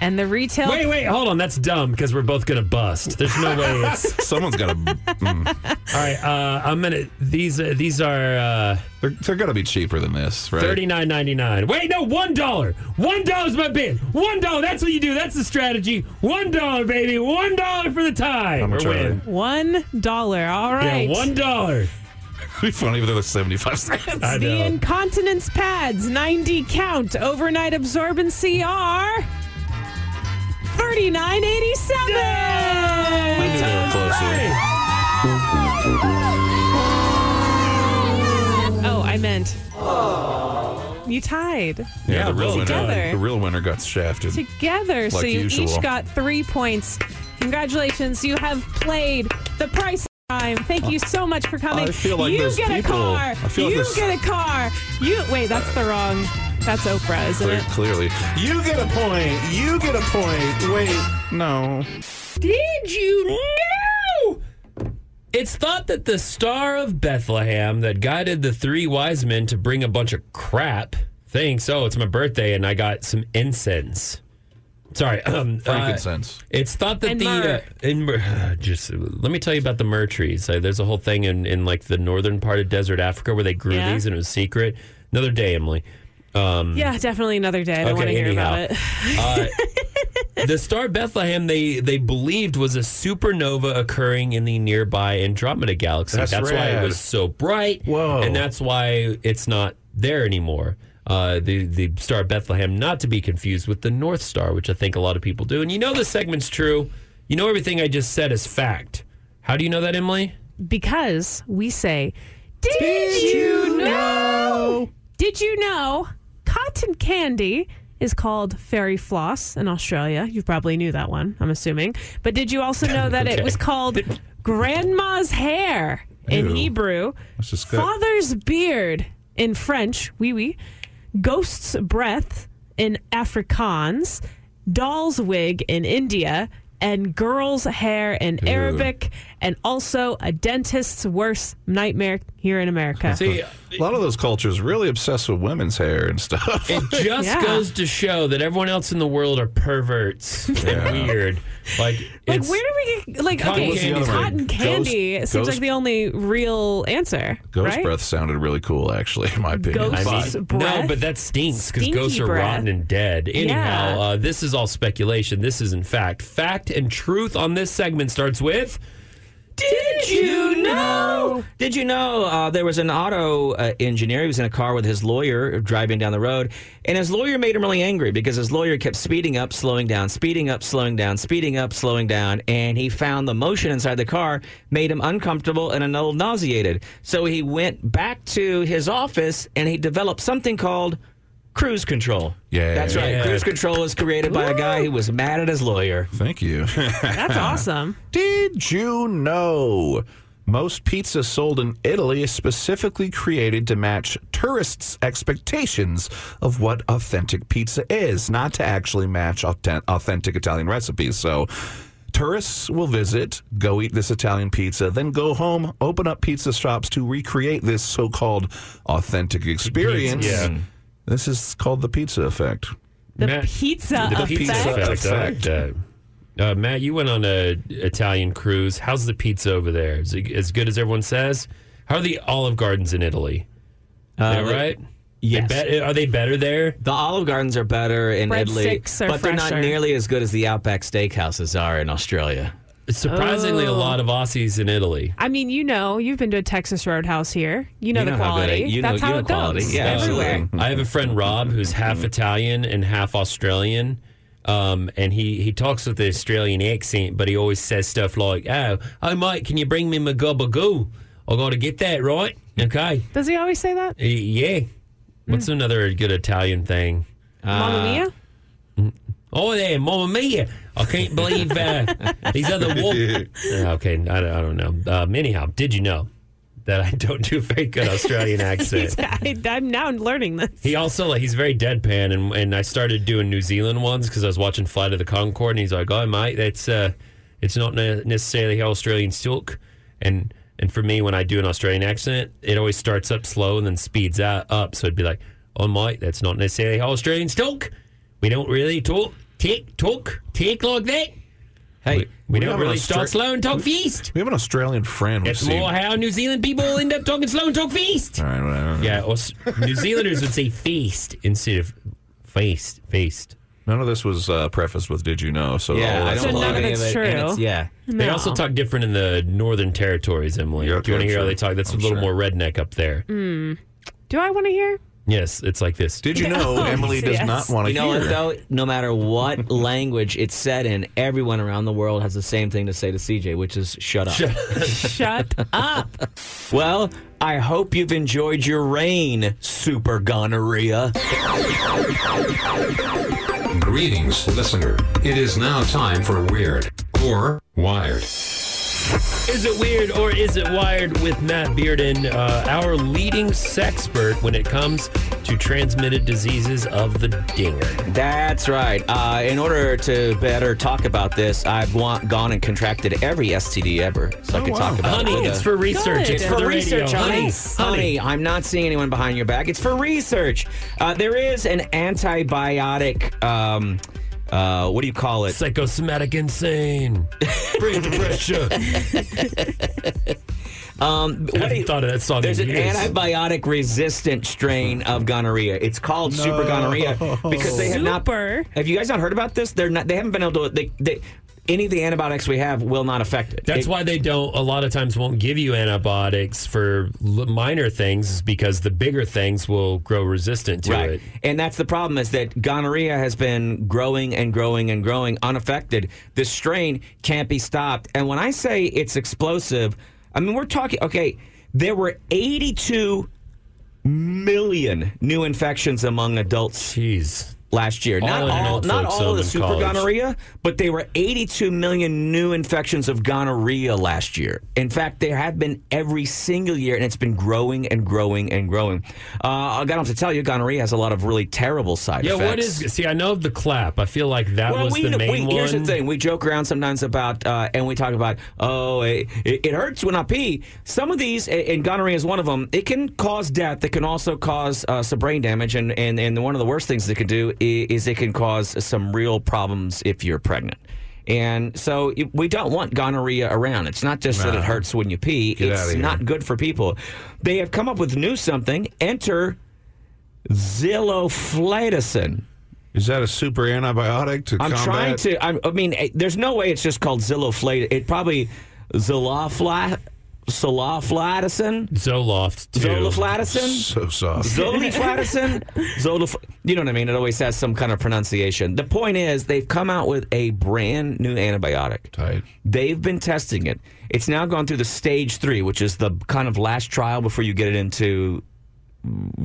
[SPEAKER 9] and the retail.
[SPEAKER 8] Wait, wait, hold on. That's dumb because we're both gonna bust. There's no way
[SPEAKER 10] [laughs]
[SPEAKER 8] it's.
[SPEAKER 10] [laughs] Someone's gotta. mm,
[SPEAKER 8] All right, uh, I'm gonna. These uh, these are uh,
[SPEAKER 10] They're, they're gonna be cheaper than this, right?
[SPEAKER 8] thirty nine ninety nine. Wait, no, one dollar. One dollar's my bid. One dollar. That's what you do. That's the strategy. One dollar, baby. One dollar for the tie.
[SPEAKER 10] How much
[SPEAKER 8] or
[SPEAKER 10] are they?
[SPEAKER 8] win.
[SPEAKER 9] One dollar. All right.
[SPEAKER 8] Yeah, one dollar.
[SPEAKER 10] [laughs] It'd be funny if they're like
[SPEAKER 9] [laughs]
[SPEAKER 10] seventy-five cents.
[SPEAKER 8] I
[SPEAKER 9] The
[SPEAKER 8] know.
[SPEAKER 9] incontinence pads, 90 count, overnight absorbency are 3987.
[SPEAKER 10] I knew they were closer.
[SPEAKER 9] Oh, I meant. You tied.
[SPEAKER 10] Yeah, the real winner.
[SPEAKER 9] together.
[SPEAKER 10] The real winner got shafted.
[SPEAKER 9] Together, so
[SPEAKER 10] Like
[SPEAKER 9] you
[SPEAKER 10] usual.
[SPEAKER 9] each got three points. Congratulations, you have played the price. is time. Thank you so much for coming.
[SPEAKER 10] I feel like
[SPEAKER 9] you
[SPEAKER 10] those
[SPEAKER 9] get
[SPEAKER 10] people-
[SPEAKER 9] a car.
[SPEAKER 10] I feel like
[SPEAKER 9] you
[SPEAKER 10] those-
[SPEAKER 9] get a car. You wait. That's the wrong. That's Oprah, isn't
[SPEAKER 10] Clear,
[SPEAKER 9] it?
[SPEAKER 10] clearly. You get a point. You get a point. Wait. No.
[SPEAKER 8] Did you know? It's thought that the Star of Bethlehem that guided the three wise men to bring a bunch of crap thinks, oh, it's my birthday and I got some incense. Sorry, [clears throat] um, uh,
[SPEAKER 10] Frankincense.
[SPEAKER 8] it's thought that
[SPEAKER 10] And
[SPEAKER 8] the
[SPEAKER 10] myrrh.
[SPEAKER 8] Uh, in, myrrh- [sighs] just let me tell you about the myrrh trees. Uh, there's a whole thing in, in like the northern part of desert Africa where they grew
[SPEAKER 9] Yeah.
[SPEAKER 8] these and it was secret. Another day, Emily.
[SPEAKER 10] Hmm.
[SPEAKER 8] Um,
[SPEAKER 9] Yeah, definitely another day. I
[SPEAKER 8] Okay,
[SPEAKER 9] don't want to hear
[SPEAKER 8] anyhow.
[SPEAKER 9] about it.
[SPEAKER 8] uh, the star Bethlehem they they believed was a supernova occurring in the nearby Andromeda galaxy.
[SPEAKER 10] That's
[SPEAKER 8] why it
[SPEAKER 10] rad.
[SPEAKER 8] was so bright.
[SPEAKER 10] Whoa.
[SPEAKER 8] And that's why it's not there anymore. Uh, the the star Bethlehem, not to be confused with the North Star, which I think a lot of people do. And you know this segment's true. You know everything I just said is fact. How do you know that, Emily?
[SPEAKER 9] because we say, Did, you know? Did you know cotton candy is called fairy floss in Australia? You probably knew that one, I'm assuming. But did you also know that
[SPEAKER 10] [laughs] Okay.
[SPEAKER 9] it was called grandma's hair in
[SPEAKER 10] Ew.
[SPEAKER 9] Hebrew,
[SPEAKER 10] That's just good.
[SPEAKER 9] father's beard in French, wee wee, ghost's breath in Afrikaans, doll's wig in India, and girl's hair in
[SPEAKER 8] Ew.
[SPEAKER 9] Arabic, and also a dentist's worst nightmare here in America.
[SPEAKER 10] a lot of those cultures really obsessed with women's hair and stuff.
[SPEAKER 8] It just
[SPEAKER 9] Yeah.
[SPEAKER 8] goes to show that everyone else in the world are perverts
[SPEAKER 10] Yeah.
[SPEAKER 8] and weird. Like,
[SPEAKER 9] like,
[SPEAKER 8] it's-
[SPEAKER 9] where do we get, like,
[SPEAKER 8] Cotton
[SPEAKER 9] okay,
[SPEAKER 8] was the other one.
[SPEAKER 9] cotton candy
[SPEAKER 10] Ghost-
[SPEAKER 9] seems
[SPEAKER 10] ghost-
[SPEAKER 9] like the only real answer.
[SPEAKER 10] [laughs] Ghost
[SPEAKER 9] right?
[SPEAKER 10] breath sounded really cool, actually, in my opinion.
[SPEAKER 9] Ghost's I mean, breath?
[SPEAKER 8] No, but that stinks because
[SPEAKER 9] Stinky
[SPEAKER 8] ghosts are
[SPEAKER 9] breath.
[SPEAKER 8] rotten and dead. Anyhow,
[SPEAKER 9] Yeah.
[SPEAKER 8] uh, this is all speculation. This isn't fact. Fact and truth on this segment starts with.
[SPEAKER 14] Did you know? Did you know uh, there was an auto uh, engineer? He was in a car with his lawyer driving down the road, and his lawyer made him really angry because his lawyer kept speeding up, slowing down, speeding up, slowing down, speeding up, slowing down, and he found the motion inside the car made him uncomfortable and a little nauseated. So he went back to his office and he developed something called cruise control.
[SPEAKER 10] Yeah.
[SPEAKER 14] That's right.
[SPEAKER 10] Yeah.
[SPEAKER 14] Cruise control is created by a guy who was mad at his lawyer.
[SPEAKER 10] Thank you. [laughs]
[SPEAKER 9] That's awesome.
[SPEAKER 10] Did you know most pizzas sold in Italy is specifically created to match tourists' expectations of what authentic pizza is, not to actually match authen- authentic Italian recipes? So. Tourists will visit, go eat this Italian pizza, then go home, open up pizza shops to recreate this so called authentic experience.
[SPEAKER 8] Yeah.
[SPEAKER 10] This is called the pizza effect.
[SPEAKER 9] The pizza
[SPEAKER 8] the
[SPEAKER 9] effect.
[SPEAKER 8] pizza effect. I like that. Uh, Matt, you went on a Italian cruise. How's the pizza over there? Is it as good as everyone says? How are the Olive Gardens in Italy?
[SPEAKER 14] Uh,
[SPEAKER 8] They're
[SPEAKER 14] they-
[SPEAKER 8] right.
[SPEAKER 14] Yes.
[SPEAKER 8] They bet- are they better there?
[SPEAKER 14] The Olive Gardens are better in Italy,
[SPEAKER 8] Breadsticks are
[SPEAKER 14] but they're not
[SPEAKER 8] fresher.
[SPEAKER 14] nearly as good as the Outback Steakhouses are in Australia.
[SPEAKER 8] Surprisingly, a
[SPEAKER 9] Oh.
[SPEAKER 8] lot of Aussies in Italy.
[SPEAKER 9] I mean, you know, you've been to a Texas Roadhouse here. You know
[SPEAKER 8] You
[SPEAKER 9] the
[SPEAKER 8] know how good
[SPEAKER 9] quality.
[SPEAKER 8] it- you know-
[SPEAKER 9] That's
[SPEAKER 8] you
[SPEAKER 9] how
[SPEAKER 8] know
[SPEAKER 9] it
[SPEAKER 8] quality.
[SPEAKER 9] goes.
[SPEAKER 8] Yeah,
[SPEAKER 9] everywhere. Mm-hmm.
[SPEAKER 8] I have a friend Rob who's half Italian and half Australian. Um, and he, he talks with the Australian accent, but he always says stuff like, "Oh, oh, mate, can you bring me my gobagoo? I got to get that right." Okay,
[SPEAKER 9] Does he always say that?
[SPEAKER 8] Uh, yeah. What's
[SPEAKER 9] Mm.
[SPEAKER 8] another good Italian thing?
[SPEAKER 9] Mamma
[SPEAKER 8] Uh,
[SPEAKER 9] mia?
[SPEAKER 14] [laughs]
[SPEAKER 8] Oh, there, Mamma Mia! I can't believe uh, these
[SPEAKER 9] [laughs]
[SPEAKER 8] other war. okay, I don't, I don't know. Um, anyhow, did you know that I don't do a very good
[SPEAKER 9] [laughs]
[SPEAKER 8] Australian accent?
[SPEAKER 9] I, I'm now learning this.
[SPEAKER 8] He also like he's very deadpan, and and I started doing New Zealand ones because I was watching Flight of the Concorde, and he's like, "Oh, mate, that's uh, it's not ne- necessarily how Australians talk," and and for me, when I do an Australian accent, it always starts up slow and then speeds out, up, so it'd be like, "Oh, mate, that's not necessarily how Australians talk. We don't really talk, tick, talk, tick like that. Hey, we, we don't
[SPEAKER 10] have an
[SPEAKER 8] really start
[SPEAKER 10] Austra-
[SPEAKER 8] slow and talk fast.
[SPEAKER 10] We have an Australian friend.
[SPEAKER 8] It's
[SPEAKER 10] we've seen.
[SPEAKER 8] more how New Zealand people end up talking slow and talk fast."
[SPEAKER 10] All right, whatever.
[SPEAKER 8] Yeah, Aus- New Zealanders would say feast instead of feast. Feast.
[SPEAKER 10] None of this was uh, prefaced with "Did you know?" So
[SPEAKER 8] Yeah,
[SPEAKER 10] all
[SPEAKER 8] I
[SPEAKER 10] that's
[SPEAKER 8] don't know
[SPEAKER 10] a lie.
[SPEAKER 8] any of it, and it's-
[SPEAKER 14] yeah.
[SPEAKER 8] They also talk different in the northern territories, Emily. Do you want to hear how they talk? That's a little more redneck up there.
[SPEAKER 9] Mm. Do I want to hear?
[SPEAKER 8] Yes, it's like this.
[SPEAKER 10] Did you know
[SPEAKER 14] [laughs]
[SPEAKER 9] Oh, Emily does yes. not wanna
[SPEAKER 14] You know
[SPEAKER 9] hear.
[SPEAKER 14] what though? No matter what language it's said in, everyone around the world has the same thing to say to CJ, which is shut up. [laughs]
[SPEAKER 9] Shut up.
[SPEAKER 14] well, I hope you've enjoyed your reign, super gonorrhea.
[SPEAKER 16] Greetings, listener. It is now time for Weird or Wired.
[SPEAKER 8] Is it weird or is it wired with Matt Bearden, uh, our leading sexpert when it comes to transmitted diseases of the dinger?
[SPEAKER 14] That's right. Uh, in order to better talk about this, I've wa- gone and contracted every STD ever, so I
[SPEAKER 8] Oh,
[SPEAKER 14] could
[SPEAKER 8] wow.
[SPEAKER 14] talk about
[SPEAKER 8] Honey,
[SPEAKER 14] it. with
[SPEAKER 8] it's
[SPEAKER 14] a-
[SPEAKER 8] for research. Good.
[SPEAKER 14] It's for
[SPEAKER 8] The radio.
[SPEAKER 14] research, honey.
[SPEAKER 8] Honey,
[SPEAKER 14] honey.
[SPEAKER 8] honey.
[SPEAKER 14] I'm not seeing anyone behind your back. It's for research. Uh, there is an antibiotic. Um, uh, what do you call it?
[SPEAKER 8] Psychosomatic insane. Brain depression.
[SPEAKER 14] [laughs] Um, what do you, thought
[SPEAKER 8] of that song.
[SPEAKER 14] There's
[SPEAKER 8] in
[SPEAKER 14] an
[SPEAKER 8] years.
[SPEAKER 14] antibiotic resistant strain of gonorrhea. It's called
[SPEAKER 8] No.
[SPEAKER 14] super gonorrhea because they have
[SPEAKER 9] Super?
[SPEAKER 14] not. Have you guys not heard about this? They're not. They haven't been able to. They, they, any of the antibiotics we have will not affect it.
[SPEAKER 8] That's
[SPEAKER 14] It-
[SPEAKER 8] why they don't. A lot of times, won't give you antibiotics for l- minor things is because the bigger things will grow resistant to
[SPEAKER 14] right.
[SPEAKER 8] it.
[SPEAKER 14] And that's the problem is that gonorrhea has been growing and growing and growing unaffected. This strain can't be stopped. And when I say it's explosive, I mean we're talking okay, there were 82 million new infections among adults.
[SPEAKER 8] Jeez.
[SPEAKER 14] Last year,
[SPEAKER 8] All
[SPEAKER 14] not
[SPEAKER 8] in an
[SPEAKER 14] all,
[SPEAKER 8] old
[SPEAKER 14] not
[SPEAKER 8] folks'
[SPEAKER 14] all of
[SPEAKER 8] home
[SPEAKER 14] the
[SPEAKER 8] in
[SPEAKER 14] super
[SPEAKER 8] college.
[SPEAKER 14] gonorrhea, but there were 82 million new infections of gonorrhea last year. In fact, there have been every single year, and it's been growing and growing and growing. Uh, I don't have to tell you, gonorrhea has a lot of really terrible side
[SPEAKER 8] Yeah,
[SPEAKER 14] effects.
[SPEAKER 8] what is? See, I know of the clap. I feel like that
[SPEAKER 14] Well,
[SPEAKER 8] was
[SPEAKER 14] we,
[SPEAKER 8] the main
[SPEAKER 14] we,
[SPEAKER 8] one.
[SPEAKER 14] Here's the thing: we joke around sometimes about, uh, and we talk about, oh, it, it, it hurts when I pee. Some of these, and, and gonorrhea is one of them. It can cause death. It can also cause uh, some brain damage, and, and and one of the worst things it can do is, is it can cause some real problems if you're pregnant. And so it- we don't want gonorrhea around. It's not just that
[SPEAKER 10] No.
[SPEAKER 14] it hurts when you pee.
[SPEAKER 10] Get outta
[SPEAKER 14] it's
[SPEAKER 10] here.
[SPEAKER 14] not good for people. They have come up with new something. Enter Zillofladacin.
[SPEAKER 10] Is that a super antibiotic to
[SPEAKER 14] I'm
[SPEAKER 10] combat?
[SPEAKER 14] trying to. I'm, I mean, eh, there's no way it's just called Zilloflate. It probably Zilloflat. Zolofladison?
[SPEAKER 8] Zoloft. too.
[SPEAKER 14] Zolofladison?
[SPEAKER 10] So soft.
[SPEAKER 14] Zolifladison? Zolof. You know what I mean? It always has some kind of pronunciation. The point is, they've come out with a brand new antibiotic.
[SPEAKER 10] Tight.
[SPEAKER 14] They've been testing it. It's now gone through the stage three, which is the kind of last trial before you get it into.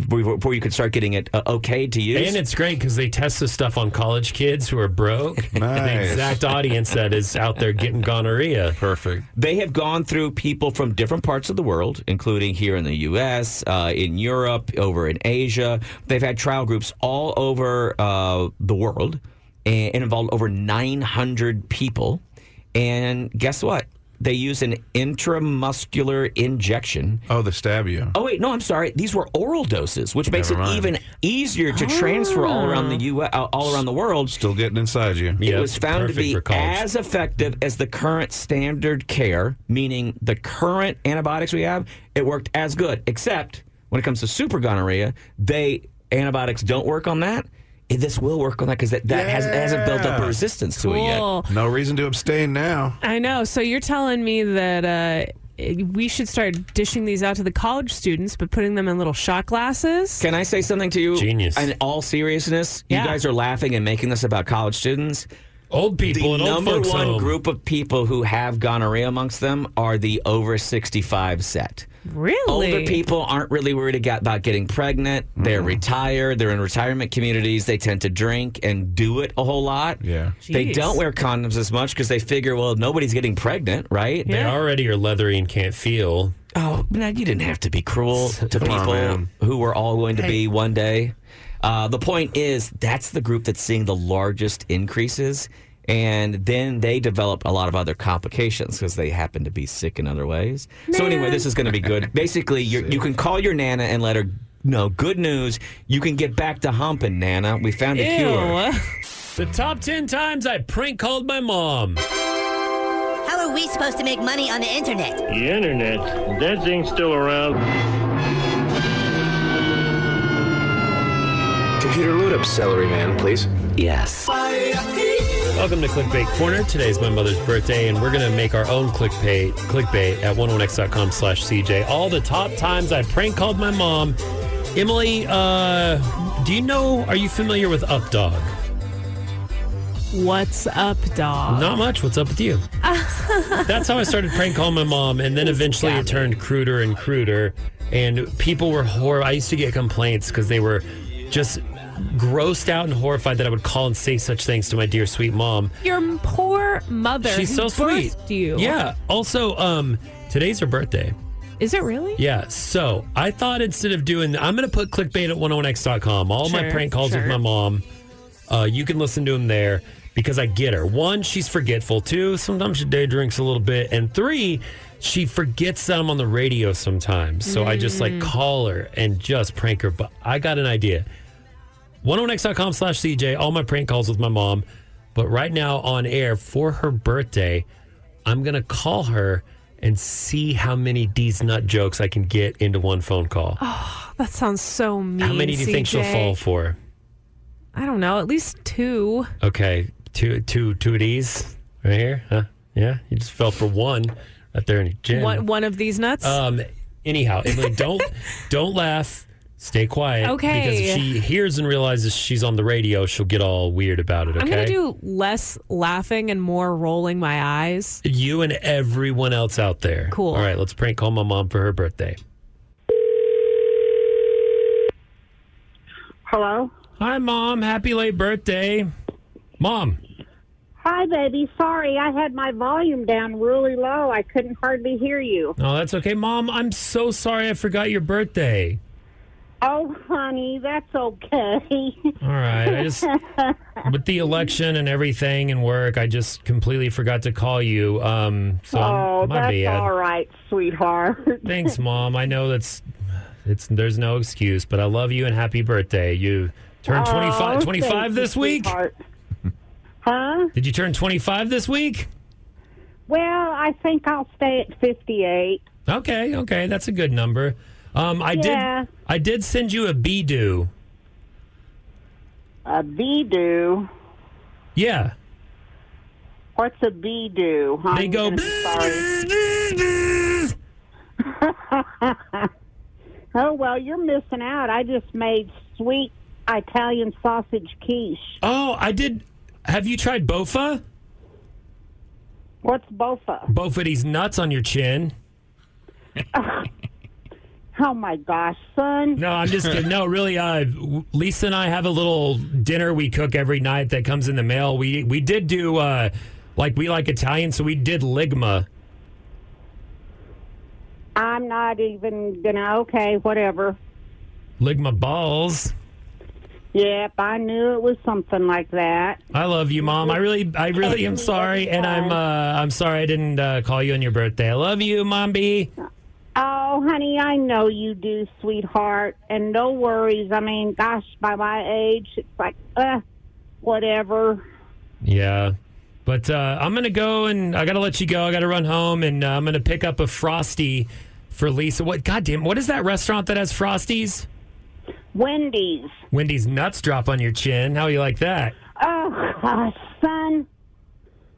[SPEAKER 14] Before you can start getting it uh, okay to use.
[SPEAKER 8] And it's great because they test this stuff on college kids who are broke. The
[SPEAKER 14] Nice.
[SPEAKER 8] exact audience that is out there getting gonorrhea.
[SPEAKER 10] Perfect.
[SPEAKER 14] They have gone through people from different parts of the world, including here in the U.S., uh, in Europe, over in Asia. They've had trial groups all over uh, the world and it involved over 900 people. And guess what? They use an intramuscular injection.
[SPEAKER 10] Oh, they stab you.
[SPEAKER 14] Oh, wait, no, I'm sorry. These were oral doses, which makes
[SPEAKER 10] Never
[SPEAKER 14] it
[SPEAKER 10] mind.
[SPEAKER 14] even easier to transfer all around the U.S., uh, all around the world.
[SPEAKER 10] Still getting inside you.
[SPEAKER 14] it was found to be as effective as the current standard care, meaning the current antibiotics we have, it worked as good. Except when it comes to super gonorrhea, they antibiotics don't work on that. Eh, This will work on that because that, that has, hasn't built up a resistance to it
[SPEAKER 9] Cool.
[SPEAKER 14] yet.
[SPEAKER 10] No reason to abstain now.
[SPEAKER 9] I know. So you're telling me that uh, we should start dishing these out to the college students, but putting them in little shot glasses?
[SPEAKER 14] Can I say something to you?
[SPEAKER 8] Genius.
[SPEAKER 14] In all seriousness,
[SPEAKER 9] Yeah.
[SPEAKER 14] you guys are laughing and making this about college students.
[SPEAKER 8] Old people
[SPEAKER 14] The
[SPEAKER 8] and old
[SPEAKER 14] number
[SPEAKER 8] folks
[SPEAKER 14] one
[SPEAKER 8] home.
[SPEAKER 14] group of people who have gonorrhea amongst them are the over sixty-five set.
[SPEAKER 9] Really?
[SPEAKER 14] Older people aren't really worried aga- about getting pregnant. They're retired. They're in retirement communities. They tend to drink and do it a whole lot. Yeah. They
[SPEAKER 8] Jeez.
[SPEAKER 14] don't wear condoms as much because they figure, well, nobody's getting pregnant, right?
[SPEAKER 8] They already are leathery and can't feel.
[SPEAKER 14] Oh, no, you didn't have to be cruel to
[SPEAKER 8] Come on,
[SPEAKER 14] people
[SPEAKER 8] man.
[SPEAKER 14] who we're all going to
[SPEAKER 8] Hey.
[SPEAKER 14] be one day. Uh, the point is, that's the group that's seeing the largest increases. And then they develop a lot of other complications because they happen to be sick in other ways. So, anyway,
[SPEAKER 8] Man.
[SPEAKER 14] this is going to be good. Basically, you you can call your Nana and let her know good news. You can get back to humping, Nana. We found a cure.
[SPEAKER 8] The top 10 times I prank called my mom.
[SPEAKER 16] How are we supposed to make money on the internet?
[SPEAKER 17] The internet, that thing's still around.
[SPEAKER 11] Computer load up celery man, please.
[SPEAKER 8] Yes. Welcome to Clickbait Corner. Today's my mother's birthday, and we're going to make our own clickbait, clickbait at 101x.com slash CJ. All the top times I prank called my mom. Emily, uh, do you know, are you familiar with Updog?
[SPEAKER 9] What's up, dog?
[SPEAKER 8] Not much. What's up with
[SPEAKER 9] [laughs]
[SPEAKER 8] you? That's how I started prank calling my mom, and then eventually it turned cruder and cruder, and people were horrible. I used to get complaints because they were just grossed out and horrified that I would call and say such things to my dear sweet mom.
[SPEAKER 9] Your poor mother.
[SPEAKER 8] She's so
[SPEAKER 9] who
[SPEAKER 8] sweet.
[SPEAKER 9] birthed You.
[SPEAKER 8] Yeah. Also, um, today's her birthday.
[SPEAKER 9] Is it really?
[SPEAKER 8] Yeah. So I thought instead of doing, I'm going to put clickbait at 101x.com. All my
[SPEAKER 9] Sure,
[SPEAKER 8] prank calls
[SPEAKER 9] sure.
[SPEAKER 8] with my mom. Uh, you can listen to them there because I get her. One, she's forgetful. Two, sometimes she day drinks a little bit. And three, she forgets that I'm on the radio sometimes. So I just like
[SPEAKER 18] Mm.
[SPEAKER 8] call her and just prank her. But I got an idea. 101x.com slash CJ, all my prank calls with my mom. But right now on air for her birthday, I'm going to call her and see how many D's nut jokes I can get into one phone call.
[SPEAKER 9] Oh, that sounds so mean.
[SPEAKER 8] how many do you think she'll
[SPEAKER 9] CJ?
[SPEAKER 8] fall for?
[SPEAKER 9] I don't know. At least two.
[SPEAKER 8] Okay, two, two, two D's right here. Huh? Yeah, you just fell for one right there in your gym.
[SPEAKER 9] One, one of these nuts.
[SPEAKER 8] Um. Anyhow,
[SPEAKER 9] [laughs]
[SPEAKER 8] Emily, don't don't laugh. Stay quiet. Because
[SPEAKER 9] Okay.
[SPEAKER 8] if she hears and realizes she's on the radio, she'll get all weird about it. Okay.
[SPEAKER 9] I'm gonna do less laughing and more rolling my eyes.
[SPEAKER 8] you and everyone else out there.
[SPEAKER 9] Cool.
[SPEAKER 8] All right, let's prank call my mom for her birthday.
[SPEAKER 19] Hello.
[SPEAKER 8] Hi, mom. Happy late birthday, mom.
[SPEAKER 19] Hi, baby. Sorry, I had my volume down really low. I couldn't hardly hear you.
[SPEAKER 8] Oh, that's okay, mom. I'm so sorry I forgot your birthday.
[SPEAKER 19] Oh, honey, that's okay.
[SPEAKER 8] All right,
[SPEAKER 19] [laughs]
[SPEAKER 8] I just with the election and everything and work, I just completely forgot to call you. Um, so
[SPEAKER 19] oh,
[SPEAKER 8] my
[SPEAKER 19] that's
[SPEAKER 8] bad.
[SPEAKER 19] all right, sweetheart.
[SPEAKER 8] Thanks, mom. I know that's it's there's no excuse, but I love you and happy birthday. You turned
[SPEAKER 19] Oh,
[SPEAKER 8] 25,
[SPEAKER 19] thank
[SPEAKER 8] 25 this
[SPEAKER 19] you,
[SPEAKER 8] week.
[SPEAKER 19] sweetheart. Huh?
[SPEAKER 8] Did you turn 25 this week?
[SPEAKER 19] Well, I think I'll stay at 58.
[SPEAKER 8] Okay, okay, that's a good number. Um, I
[SPEAKER 19] Yeah.
[SPEAKER 8] did I did send you a Beidou.
[SPEAKER 19] A bee do.
[SPEAKER 8] Yeah.
[SPEAKER 19] What's a bee do?
[SPEAKER 8] They go.
[SPEAKER 19] [laughs] oh well, you're missing out. I just made sweet Italian sausage quiche.
[SPEAKER 8] Oh, I did. Have you tried Bofa?
[SPEAKER 19] What's Bofa?
[SPEAKER 8] Bofa these nuts on your chin.
[SPEAKER 19] Oh my gosh, son!
[SPEAKER 8] No, I'm just kidding. No, really. Uh, Lisa and I have a little dinner we cook every night that comes in the mail. We we did do uh, like we like Italian, so we did ligma.
[SPEAKER 19] I'm not even gonna. Okay, whatever.
[SPEAKER 8] Ligma balls.
[SPEAKER 19] Yep, I knew it was something like that.
[SPEAKER 8] I love you, mom. I really, I really am sorry, and I'm uh, I'm sorry I didn't uh, call you on your birthday. I love you, mom B.
[SPEAKER 19] Oh, honey, I know you do, sweetheart, and no worries. I mean, gosh, by my age, it's like, uh, whatever.
[SPEAKER 8] Yeah, but uh, I'm gonna go and I gotta let you go. I gotta run home, and uh, I'm gonna pick up a frosty for Lisa. What? Goddamn! What is that restaurant that has frosties?
[SPEAKER 19] Wendy's.
[SPEAKER 8] Wendy's nuts drop on your chin. How you like that?
[SPEAKER 19] Oh, gosh, son,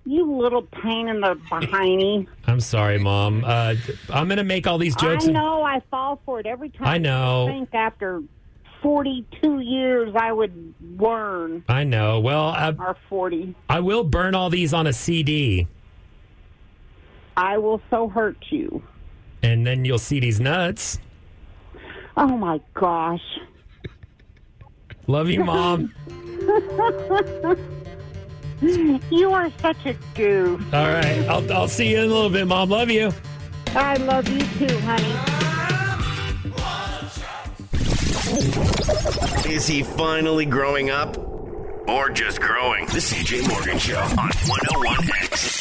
[SPEAKER 19] you little pain in the
[SPEAKER 8] [laughs]
[SPEAKER 19] behindy.
[SPEAKER 8] I'm sorry, Mom. Uh, I'm going to make all these jokes.
[SPEAKER 19] I know I fall for it every time.
[SPEAKER 8] I know.
[SPEAKER 19] I think after 42 years, I would learn.
[SPEAKER 8] I know. Well, I,
[SPEAKER 19] Or 40.
[SPEAKER 8] I will burn all these on a CD,
[SPEAKER 19] I will so hurt you.
[SPEAKER 8] and then you'll see these nuts.
[SPEAKER 19] Oh, my gosh.
[SPEAKER 8] Love you,
[SPEAKER 19] [laughs]
[SPEAKER 8] Mom.
[SPEAKER 19] you are such a goof.
[SPEAKER 8] all right. I'll, I'll see you in a little bit, Mom. Love you.
[SPEAKER 19] I love you too, honey.
[SPEAKER 13] Is he finally growing up? Or just growing? The CJ Morgan Show on 101X.